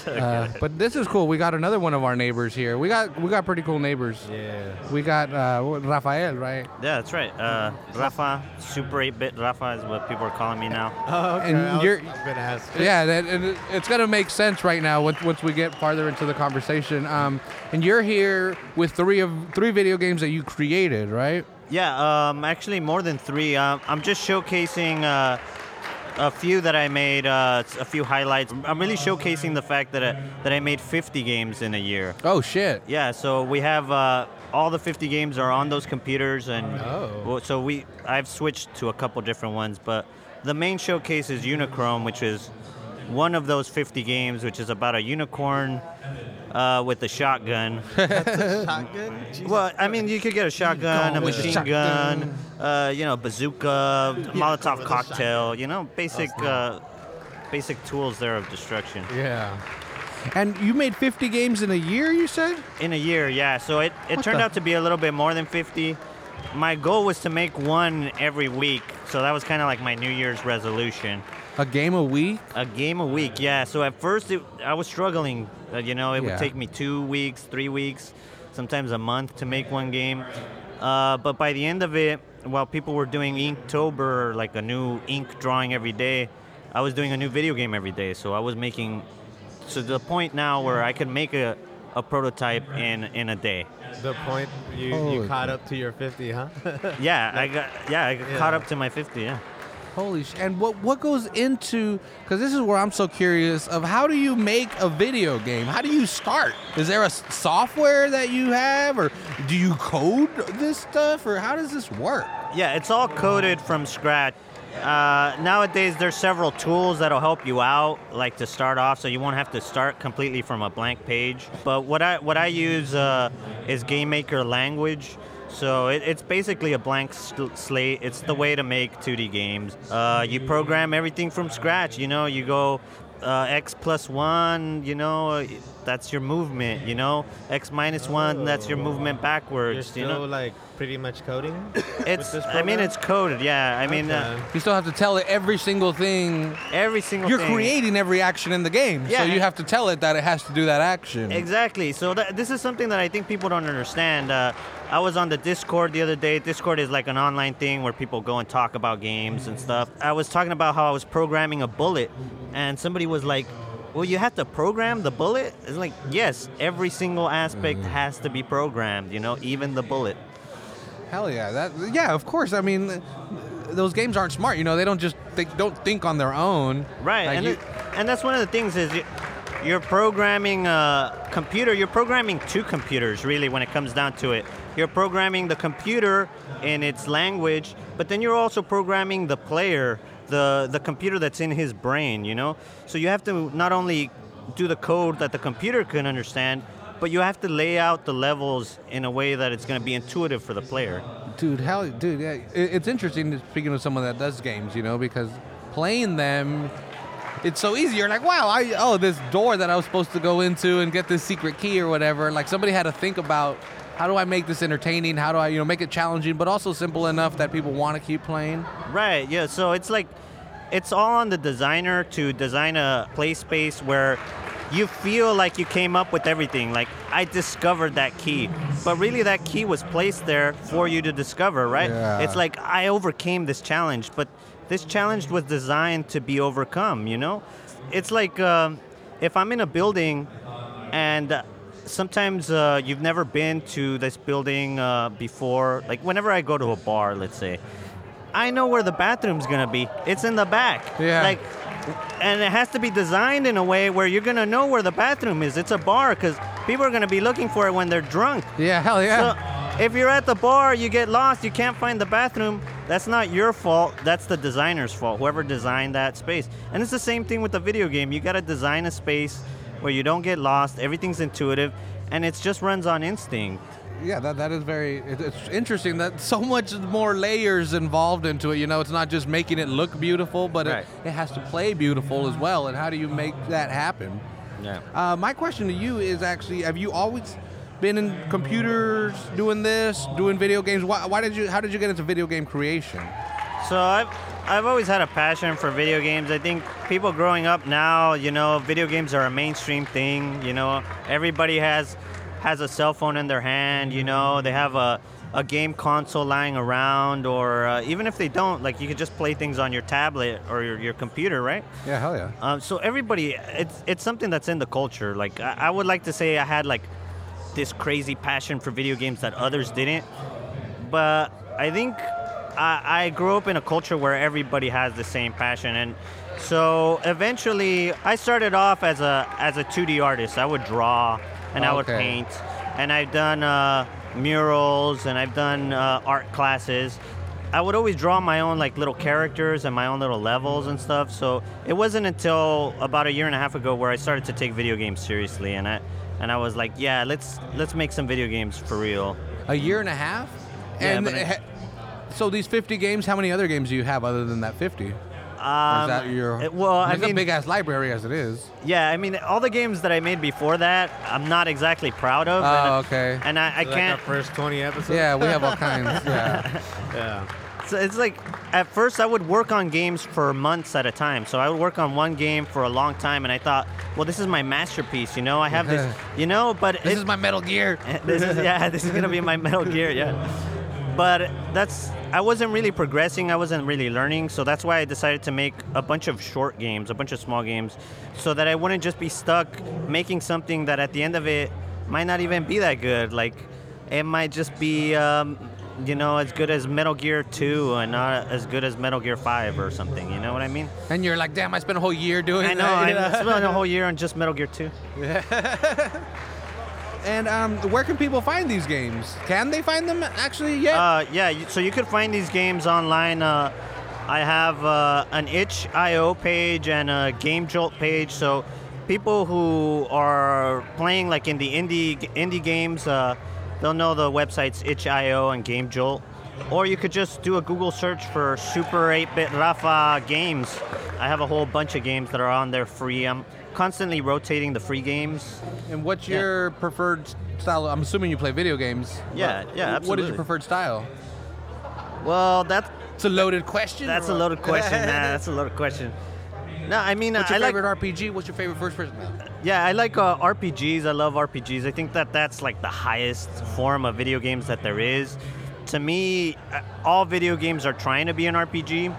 Uh, but this is cool. We got another one of our neighbors here. We got we got pretty cool neighbors.
Yeah.
We got uh, what- Rafael, right?
Yeah, that's right. Uh, Rafa, Super 8 bit Rafa is what people are calling me now.
Oh, okay.
And
I was-
you're-
I've been asked.
Yeah, that, and it- it's gonna make sense right now once, once we get farther into the conversation. Um, and you're here with three of three video games that you created, right?
Yeah, um, actually, more than three. Um, I'm just showcasing uh, a few that I made, uh, s- a few highlights. I'm really showcasing the fact that, I that I made 50 games in a year.
Oh shit!
Yeah, so we have uh, all the 50 games are on those computers, and well, so we I've switched to a couple different ones, but the main showcase is Unichrome, which is one of those 50 games, which is about a unicorn uh, with a shotgun.
Shotgun? Jesus.
well, I mean, you could get a shotgun, a
with a
machine
shotgun.
gun, uh, you know, bazooka, Molotov cocktail, you know, basic uh, basic tools there of destruction.
Yeah. And you made 50 games in a year, you said?
In a year, yeah. So it, it turned
the-
out to be a little bit more than 50. My goal was to make one every week. So that was kind of like my New Year's resolution.
A game a week?
A game a week, yeah. So at first, it, I was struggling. Uh, you know, it
Yeah.
would take me two weeks, three weeks, sometimes a month to make one game. Uh, but by the end of it, while people were doing Inktober, like a new ink drawing every day, I was doing a new video game every day. So I was making to the point now where I could make a, a prototype in, in a day.
The point you,
Holy
you caught up to your
[LAUGHS]
50, huh?
Yeah, I got yeah, I got caught up to my 50. Yeah.
Holy sh! And what what goes into? Because this is where I'm so curious of how do you make a video game? How do you start? Is there a s- software that you have, or do you code this stuff, or how does this work?
Yeah, it's all coded from scratch. Uh, nowadays, there's several tools that'll help you out, like to start off, so you won't have to start completely from a blank page. But what I what I use uh, is Game Maker Language, so it, it's basically a blank sl- slate. It's the way to make 2D games. Uh, you program everything from scratch. You know, you go uh, X plus one. You know, uh, that's your movement. You know, X minus one. That's your movement
You're
backwards.
still
you know,
like pretty much coding.
it's.
this
I mean,
program?
it's coded. Yeah. I mean, uh,
Okay.
You still have to tell it every single thing.
every single.
You're
thing.
creating every action in the game,
Yeah,
so you
and-
have to tell it that it has to do that action.
Exactly. So that, this is something that I think people don't understand. Uh, I was on the Discord the other day. Discord is like an online thing where people go and talk about games and stuff. I was talking about how I was programming a bullet, and somebody was like, "Well, you have to program the bullet." It's like, yes, every single aspect
Mm.
has to be programmed. You know, even the bullet.
Hell yeah! That yeah, of course. I mean, th- those games aren't smart. You know, they don't just they don't think on their own.
Right,
Like
and
you-
it- and that's one of the things is you, you're programming a computer. You're programming two computers, really, when it comes down to it. You're programming the computer in its language, but then you're also programming the player, the the computer that's in his brain. You know, so you have to not only do the code that the computer can understand, but you have to lay out the levels in a way that it's going to be intuitive for the player.
dude hell dude yeah, it, it's interesting to- speaking to someone that does games you know because playing them it's so easy you're like wow i oh this door that i was supposed to go into and get this secret key or whatever like somebody had to think about how do i make this entertaining how do i you know make it challenging but also simple enough that people want to keep playing
Right. Yeah. So it's like, it's all on the designer to design a play space where you feel like you came up with everything. Like I discovered that key, but really that key was placed there for you to discover. Right.
Yeah.
It's like I overcame this challenge, but this challenge was designed to be overcome. You know, it's like um, if I'm in a building and uh, sometimes uh, you've never been to this building uh, before like whenever i go to a bar let's say I know where the bathroom's gonna be. It's in the back.
Yeah.
Like, and it has to be designed in a way where you're gonna know where the bathroom is. It's a bar because people are gonna be looking for it when they're drunk.
yeah hell yeah
So if you're at the bar, you get lost, you can't find the bathroom. That's not your fault. That's the designer's fault. Whoever designed that space. And it's the same thing with the video game. You gotta design a space where you don't get lost. Everything's intuitive, and it just runs on instinct.
yeah that, that is very it, it's interesting that so much more layers involved into it you know it's not just making it look beautiful but
Right.
it, it has to play beautiful as well and how do you make that happen
Yeah.
Uh, my question to you is actually: Have you always been in computers, doing this, doing video games? Why, why did you? How did you get into video game creation?
So I've I've always had a passion for video games. I think people growing up now, you know, video games are a mainstream thing. You know, everybody has has a cell phone in their hand. You know, they have a a game console lying around, or uh, even if they don't, like you could just play things on your tablet or your, your computer, right?
Yeah, hell yeah.
Um, so everybody, it's it's something that's in the culture. Like I, I would like to say I had like this crazy passion for video games that others didn't, but I think I, I grew up in a culture where everybody has the same passion, and so eventually I started off as a as a 2D artist. I would draw and I would
Okay.
paint, and I've done uh, murals and I've done uh, art classes. I would always draw my own like little characters and my own little levels and stuff. So it wasn't until about a year and a half ago where I started to take video games seriously, and I and I was like, yeah, let's let's make some video games for real.
A year and a half.
Yeah,
and
but I-
ha- so these 50 games. How many other games do you have other than that 50?
Um,
is that your?
it- well, I
that's a
mean,
big ass library as it
[LAUGHS]
is.
yeah, I mean, all the games that I made before that, I'm not exactly proud of.
Oh,
and,
okay.
And I, I
like our
can't.
first 20 episodes.
Yeah, we have
[LAUGHS]
all kinds. Yeah.
Yeah.
So it's like at first I would work on games for months at a time. So I would work on one game for a long time, and I thought, well, this is my masterpiece. You know, I
[LAUGHS]
have this. You know, but
this
it-
is my Metal Gear.
[LAUGHS] this is yeah, this is gonna be my Metal Gear, yeah. But that's I wasn't really progressing, I wasn't really learning, so that's why I decided to make a bunch of short games, a bunch of small games, so that I wouldn't just be stuck making something that at the end of it might not even be that good. Like it might just be um, you know as good as Metal Gear 2 and not as good as Metal Gear 5 or something. You know what I mean?
And you're like, damn, I spent a whole year doing.
I
[LAUGHS]
know
that.
I spent a whole year on just Metal Gear 2.
And um, where can people find these games? Can they find them actually yet?
Uh, yeah, you- so you could find these games online. Uh, I have uh, an itch.io page and a Game Jolt page. So people who are playing like in the indie indie games, uh, they'll know the websites itch.io and Game Jolt. Or you could just do a Google search for Super 8-Bit Rafa games. I have a whole bunch of games that are on there free. I'm constantly rotating the free games.
And what's your preferred style? I'm assuming you play video games. What-
Yeah, yeah,
What is
absolutely.
your preferred style?
Well, that's
It's a loaded question.
that's a
or- [LAUGHS]
loaded question. nah, that's a loaded question. No, I mean
What's your
I like
favorite RPG? What's your favorite first person? No.
Yeah, I like uh, RPGs. I love RPGs. I think that that's like the highest form of video games that there is. To me, uh, all video games are trying to be an RPG,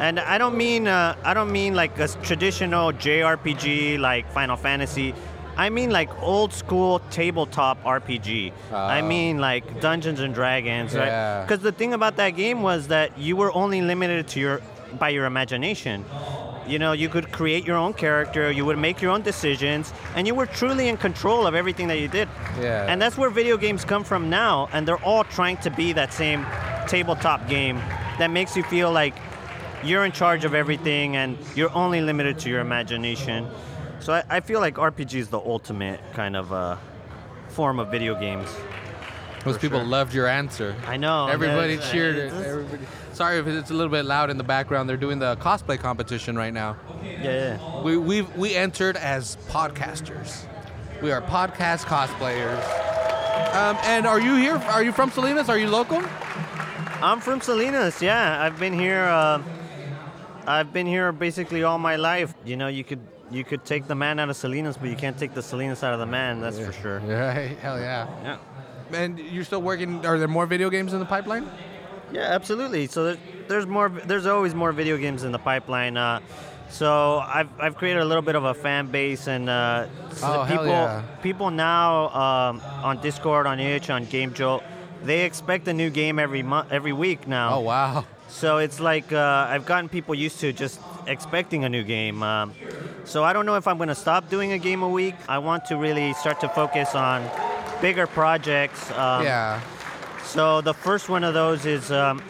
and I don't mean uh, I don't mean like a s- traditional JRPG like Final Fantasy. I mean like old school tabletop RPG. I
Oh.
mean like Dungeons and Dragons,
Yeah.
right? Because the thing about that game was that you were only limited to your by your imagination. You know, you could create your own character, you would make your own decisions, and you were truly in control of everything that you did.
Yeah.
And that's where video games come from now, and they're all trying to be that same tabletop game that makes you feel like you're in charge of everything and you're only limited to your imagination. So I, I feel like RPG is the ultimate kind of uh, form of video games.
Most people loved your answer.
I know.
Everybody
that's-
cheered.
it's just-
Everybody. Sorry if it's a little bit loud in the background. They're doing the cosplay competition right now.
Yeah, yeah.
We we we entered as podcasters. We are podcast cosplayers. Um, and are you here? Are you from Salinas? Are you [LAUGHS] local?
I'm from Salinas. Yeah, I've been here. Uh, I've been here basically all my life. You know, you could you could take the man out of Salinas, but you can't take the Salinas out of the man. That's for sure.
Yeah. Hell yeah.
Yeah.
And you're still working. Are there more video games in the pipeline?
Yeah, absolutely. So there's, there's more. There's always more video games in the pipeline. Uh, so I've, I've created a little bit of a fan base, and uh, so
Oh,
the
hell
people
yeah.
people now um, on Discord, on itch, on Game Jolt, they expect a new game every month, every week now.
Oh wow.
So it's like uh, I've gotten people used to just expecting a new game. Um, so I don't know if I'm going to stop doing a game a week. I want to really start to focus on bigger projects. Um,
yeah.
So the first one of those is um,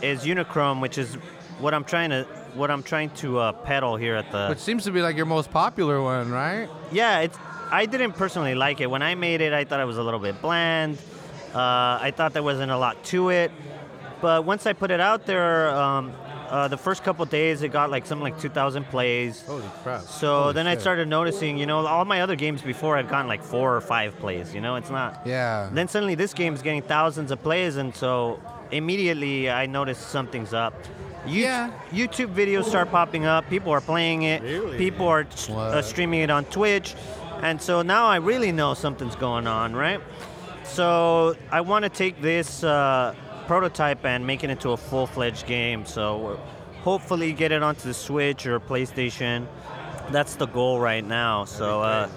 is Unichrome, which is what I'm trying to what I'm trying to uh, peddle here at the.
Which seems to be like your most popular one, right?
yeah, it's. I didn't personally like it when I made it. I thought it was a little bit bland. Uh, I thought there wasn't a lot to it. But once I put it out there, um, uh, the first couple days it got like something like 2,000 plays.
Holy crap.
So then I started noticing, you know, all my other games before I've gotten like four or five plays. You know, it's not.
Yeah.
Then suddenly this game's getting thousands of plays, and so immediately I noticed something's up. You-
Yeah.
YouTube videos start popping up. People are playing it.
Really?
People are s- uh,
What?
streaming it on Twitch, and so now I really know something's going on, right? So I want to take this uh, prototype and make it into a full-fledged game. So we're- hopefully get it onto the Switch or PlayStation. That's the goal right now. So uh,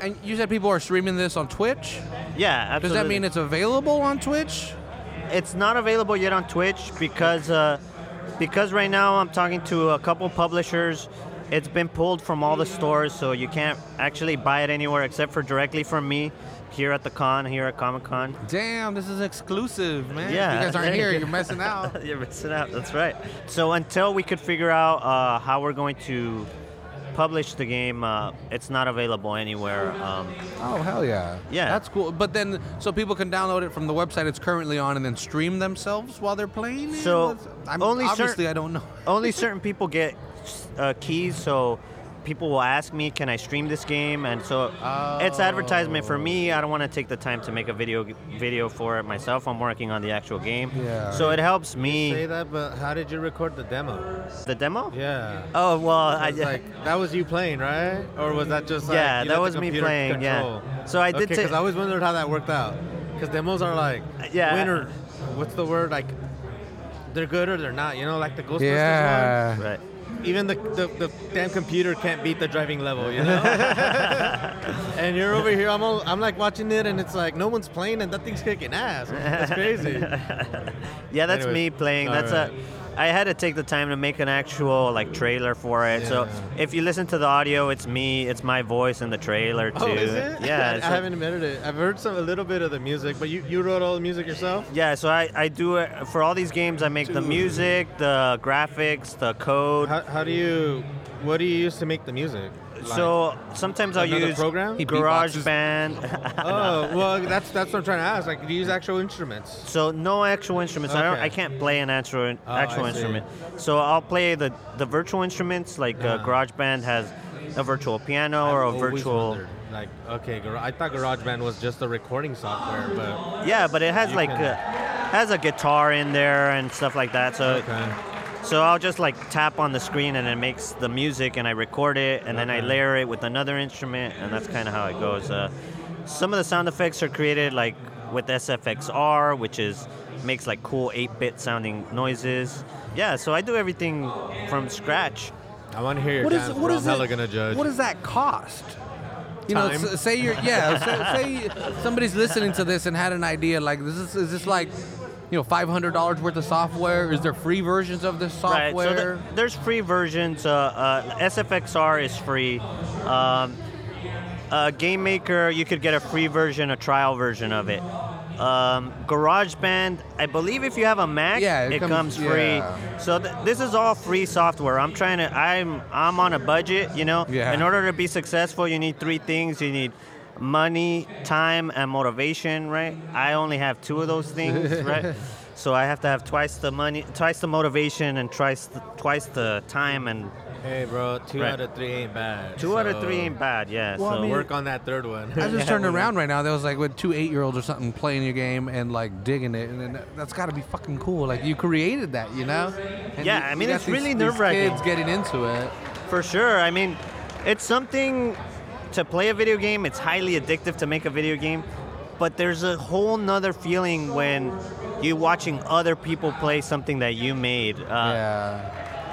And you said people are streaming this on Twitch.
yeah, absolutely.
Does that mean it's available on Twitch?
it's not available yet on Twitch because uh, because right now I'm talking to a couple publishers. It's been pulled from all the stores, so you can't actually buy it anywhere except for directly from me here at the con, here at Comic Con.
Damn, this is exclusive, man.
Yeah.
You guys aren't here. You're messing
[LAUGHS]
out.
[LAUGHS] You're missing out. That's right. So until we could figure out uh, how we're going to publish the game, uh, it's not available anywhere. Um,
Oh hell yeah!
Yeah.
that's cool. But then, so people can download it from the website it's currently on, and then stream themselves while they're playing. it?
So,
What's- I'm,
only cer-
obviously I don't know.
only certain people get uh, keys, so people will ask me, "Can I stream this game?" And so it's advertisement for me. I don't want to take the time to make a video video for it myself. I'm working on the actual game,
Yeah.
so it helps
Say
me.
that, but how did you record the demo?
The demo?
Yeah.
Oh well, I,
It's like that was you playing, right? Or was that just like,
Yeah,
you
that
let the
was me
computer
playing, yeah.
Control?
So I did
Because
ta-
I always wondered how that worked out. Because demos are like,
yeah.
win or- what's the word? Like, they're good or they're not. You know, like the Ghostbusters
Yeah.
[LAUGHS] right.
one. Even the, the the damn computer can't beat the driving level. You
[LAUGHS]
know. and you're over here. I'm all, I'm like watching it, and it's like no one's playing, and that thing's kicking ass. That's
[LAUGHS]
crazy.
Yeah, that's me
Anyways,
playing.
all
That's
right.
a. I had to take the time to make an actual like trailer for it. So
Yeah.
if you listen to the audio, it's me, it's my voice in the trailer too.
Oh, is it?
Yeah,
[LAUGHS] I,
it's a-
haven't admitted it. I've heard some a little bit of the music, but you, you wrote all the music yourself.
Yeah, so I, I do it for all these games. I make the music, the graphics, the code.
How, how do you? What do you use to make the music? Like,
so sometimes I'll
another
use
program? He
Garage
beatboxes.
Band.
[LAUGHS]
[LAUGHS]
oh well, that's that's what I'm trying to ask. Like, do you use actual instruments?
so no actual instruments. I don't.
Okay.
I can't play an actual
Oh,
actual
I see.
instrument. So I'll play the the virtual instruments. Like uh,
Yeah.
Garage Band has a virtual piano or a
Uh-huh. I've always
virtual.
wondered, Like, okay, gar- I thought GarageBand was just a recording software, but
Yeah, but it has
You
like
can-
uh has a guitar in there and stuff like that. So
okay.
So I'll just like tap on the screen and it makes the music and I record it and then I
Okay.
layer it with another instrument and that's kind of how it goes. Uh, some of the sound effects are created like with SFXR, which is makes like cool 8-bit sounding noises. Yeah, so I do everything from scratch.
I want to hear your
What is
dance,
what
but
is
I'm hella
it-
gonna judge.
What does that cost? You know,
Time.
s- say [LAUGHS] you're yeah. say, say somebody's listening to this and had an idea like this is, is this like you know, five hundred dollars worth of software? Is there free versions of this software?
Right. So th- there's free versions. Uh, uh, SFXR is free. Um, uh, Game Maker, you could get a free version, a trial version of it. Um, GarageBand, I believe if you have a Mac,
Yeah, it
it,
comes-
comes, free.
yeah.
So th- this is all free software. I'm trying to. I'm I'm on a budget. You know.
Yeah.
In order to be successful, you need three things. You need money, time, and motivation. Right. I only have two of those things. right. So I have to have twice the money, twice the motivation, and twice the, twice the time, and
Hey, bro, two
Right.
out of three ain't bad.
two out of three
so
ain't bad. Yeah.
Well, I
so
mean-
Work on that third one.
I just turned around right now. There was like with two eight-year-olds or something playing your game and like digging it, and then that- that's got to be fucking cool. Like you created that, you know? And
Yeah,
you-
I
you
mean,
got
it's
these-
really
these
nerve-wracking.
Kids getting into it.
For sure. I mean, it's something to play a video game. It's highly addictive to make a video game, but there's a whole nother feeling when you're watching other people play something that you made. Uh,
yeah.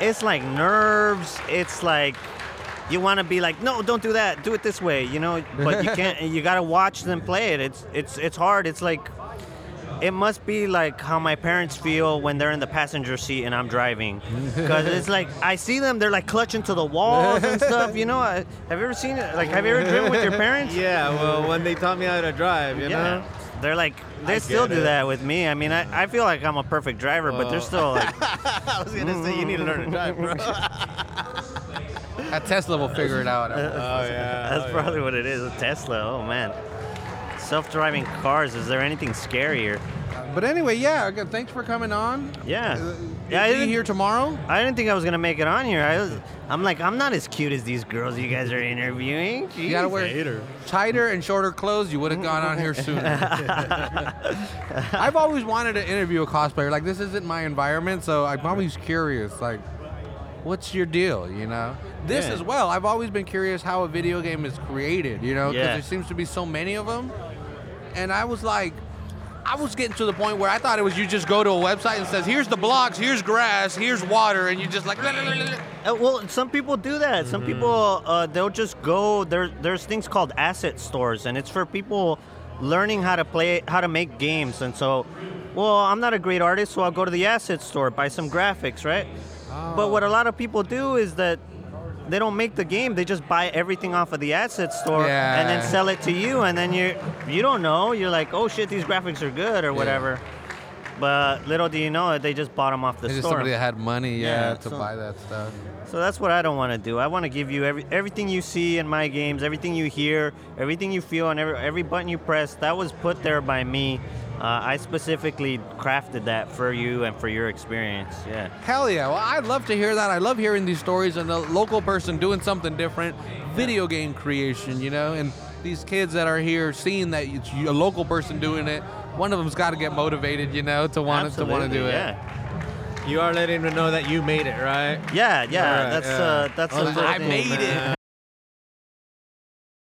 It's like nerves. It's like you want to be like, no, don't do that. Do it this way, you know. But you can't. you gotta watch them play it. It's it's it's hard. It's like it must be like how my parents feel when they're in the passenger seat and I'm driving, because it's like I see them. They're like clutching to the walls and stuff. You know. I, have you ever seen it? Like, have you ever driven with your
[LAUGHS]
parents?
Yeah, well, when they taught me how to drive, you know?
They're like they
I
still
get
do
it.
that with me. I mean, I, I feel like I'm a perfect driver, but they're
Well-
still like
[LAUGHS] I was gonna say you need to learn to drive,
[LAUGHS]
bro.
Oh,
At Tesla, will figure it out.
[LAUGHS]
Oh, yeah.
That's probably what it is. A Tesla. Oh man. Self-driving cars. Is there anything scarier?
But anyway, yeah. Again, thanks for coming on.
Yeah.
Uh,
yeah. I
Is he
didn't,
here tomorrow?
I didn't think I was gonna make it on here. I was, I'm like, I'm not as cute as these girls you guys are interviewing.
You gotta wear tighter and shorter clothes. You would have gone
[LAUGHS]
on here sooner. I've always wanted to interview a cosplayer. Like this isn't my environment, so I'm always curious. Like, what's your deal? You know. This
Yeah.
as well. I've always been curious how a video game is created. You know, because
Yeah.
there seems to be so many of them. And I was like, I was getting to the point where I thought it was you just go to a website and says, here's the blocks, here's grass, here's water, and you just like.
Uh, well, some people do that.
Mm-hmm.
Some people uh, they'll just go there. There's things called asset stores, and it's for people learning how to play, how to make games. And so, well, I'm not a great artist, so I'll go to the asset store, buy some graphics, right? But what a lot of people do is that they don't make the game; they just buy everything off of the asset store and then
Yeah.
sell it to you. And then you you don't know. You're like, oh shit, these graphics are good or whatever. But little do you know it, they just bought them off the
It's just
store.
somebody that had money, yeah,
Yeah,
to
so-
buy that stuff.
So that's what I don't want to do. I want to give you every, everything you see in my games, everything you hear, everything you feel, and every, every button you press. That was put there by me. Uh, I specifically crafted that for you and for your experience. Yeah.
Hell yeah. Well, I love to hear that. I love hearing these stories and the local person doing something different, video game creation, you know, and these kids that are here seeing that it's a local person doing it. One of them's got to get motivated, you know, to want to want
Absolutely,
to do it.
yeah.
You are letting them know that you made it, right?
Yeah, yeah.
Alright,
that's
yeah.
Uh, that's. the
I
little thing.
made it.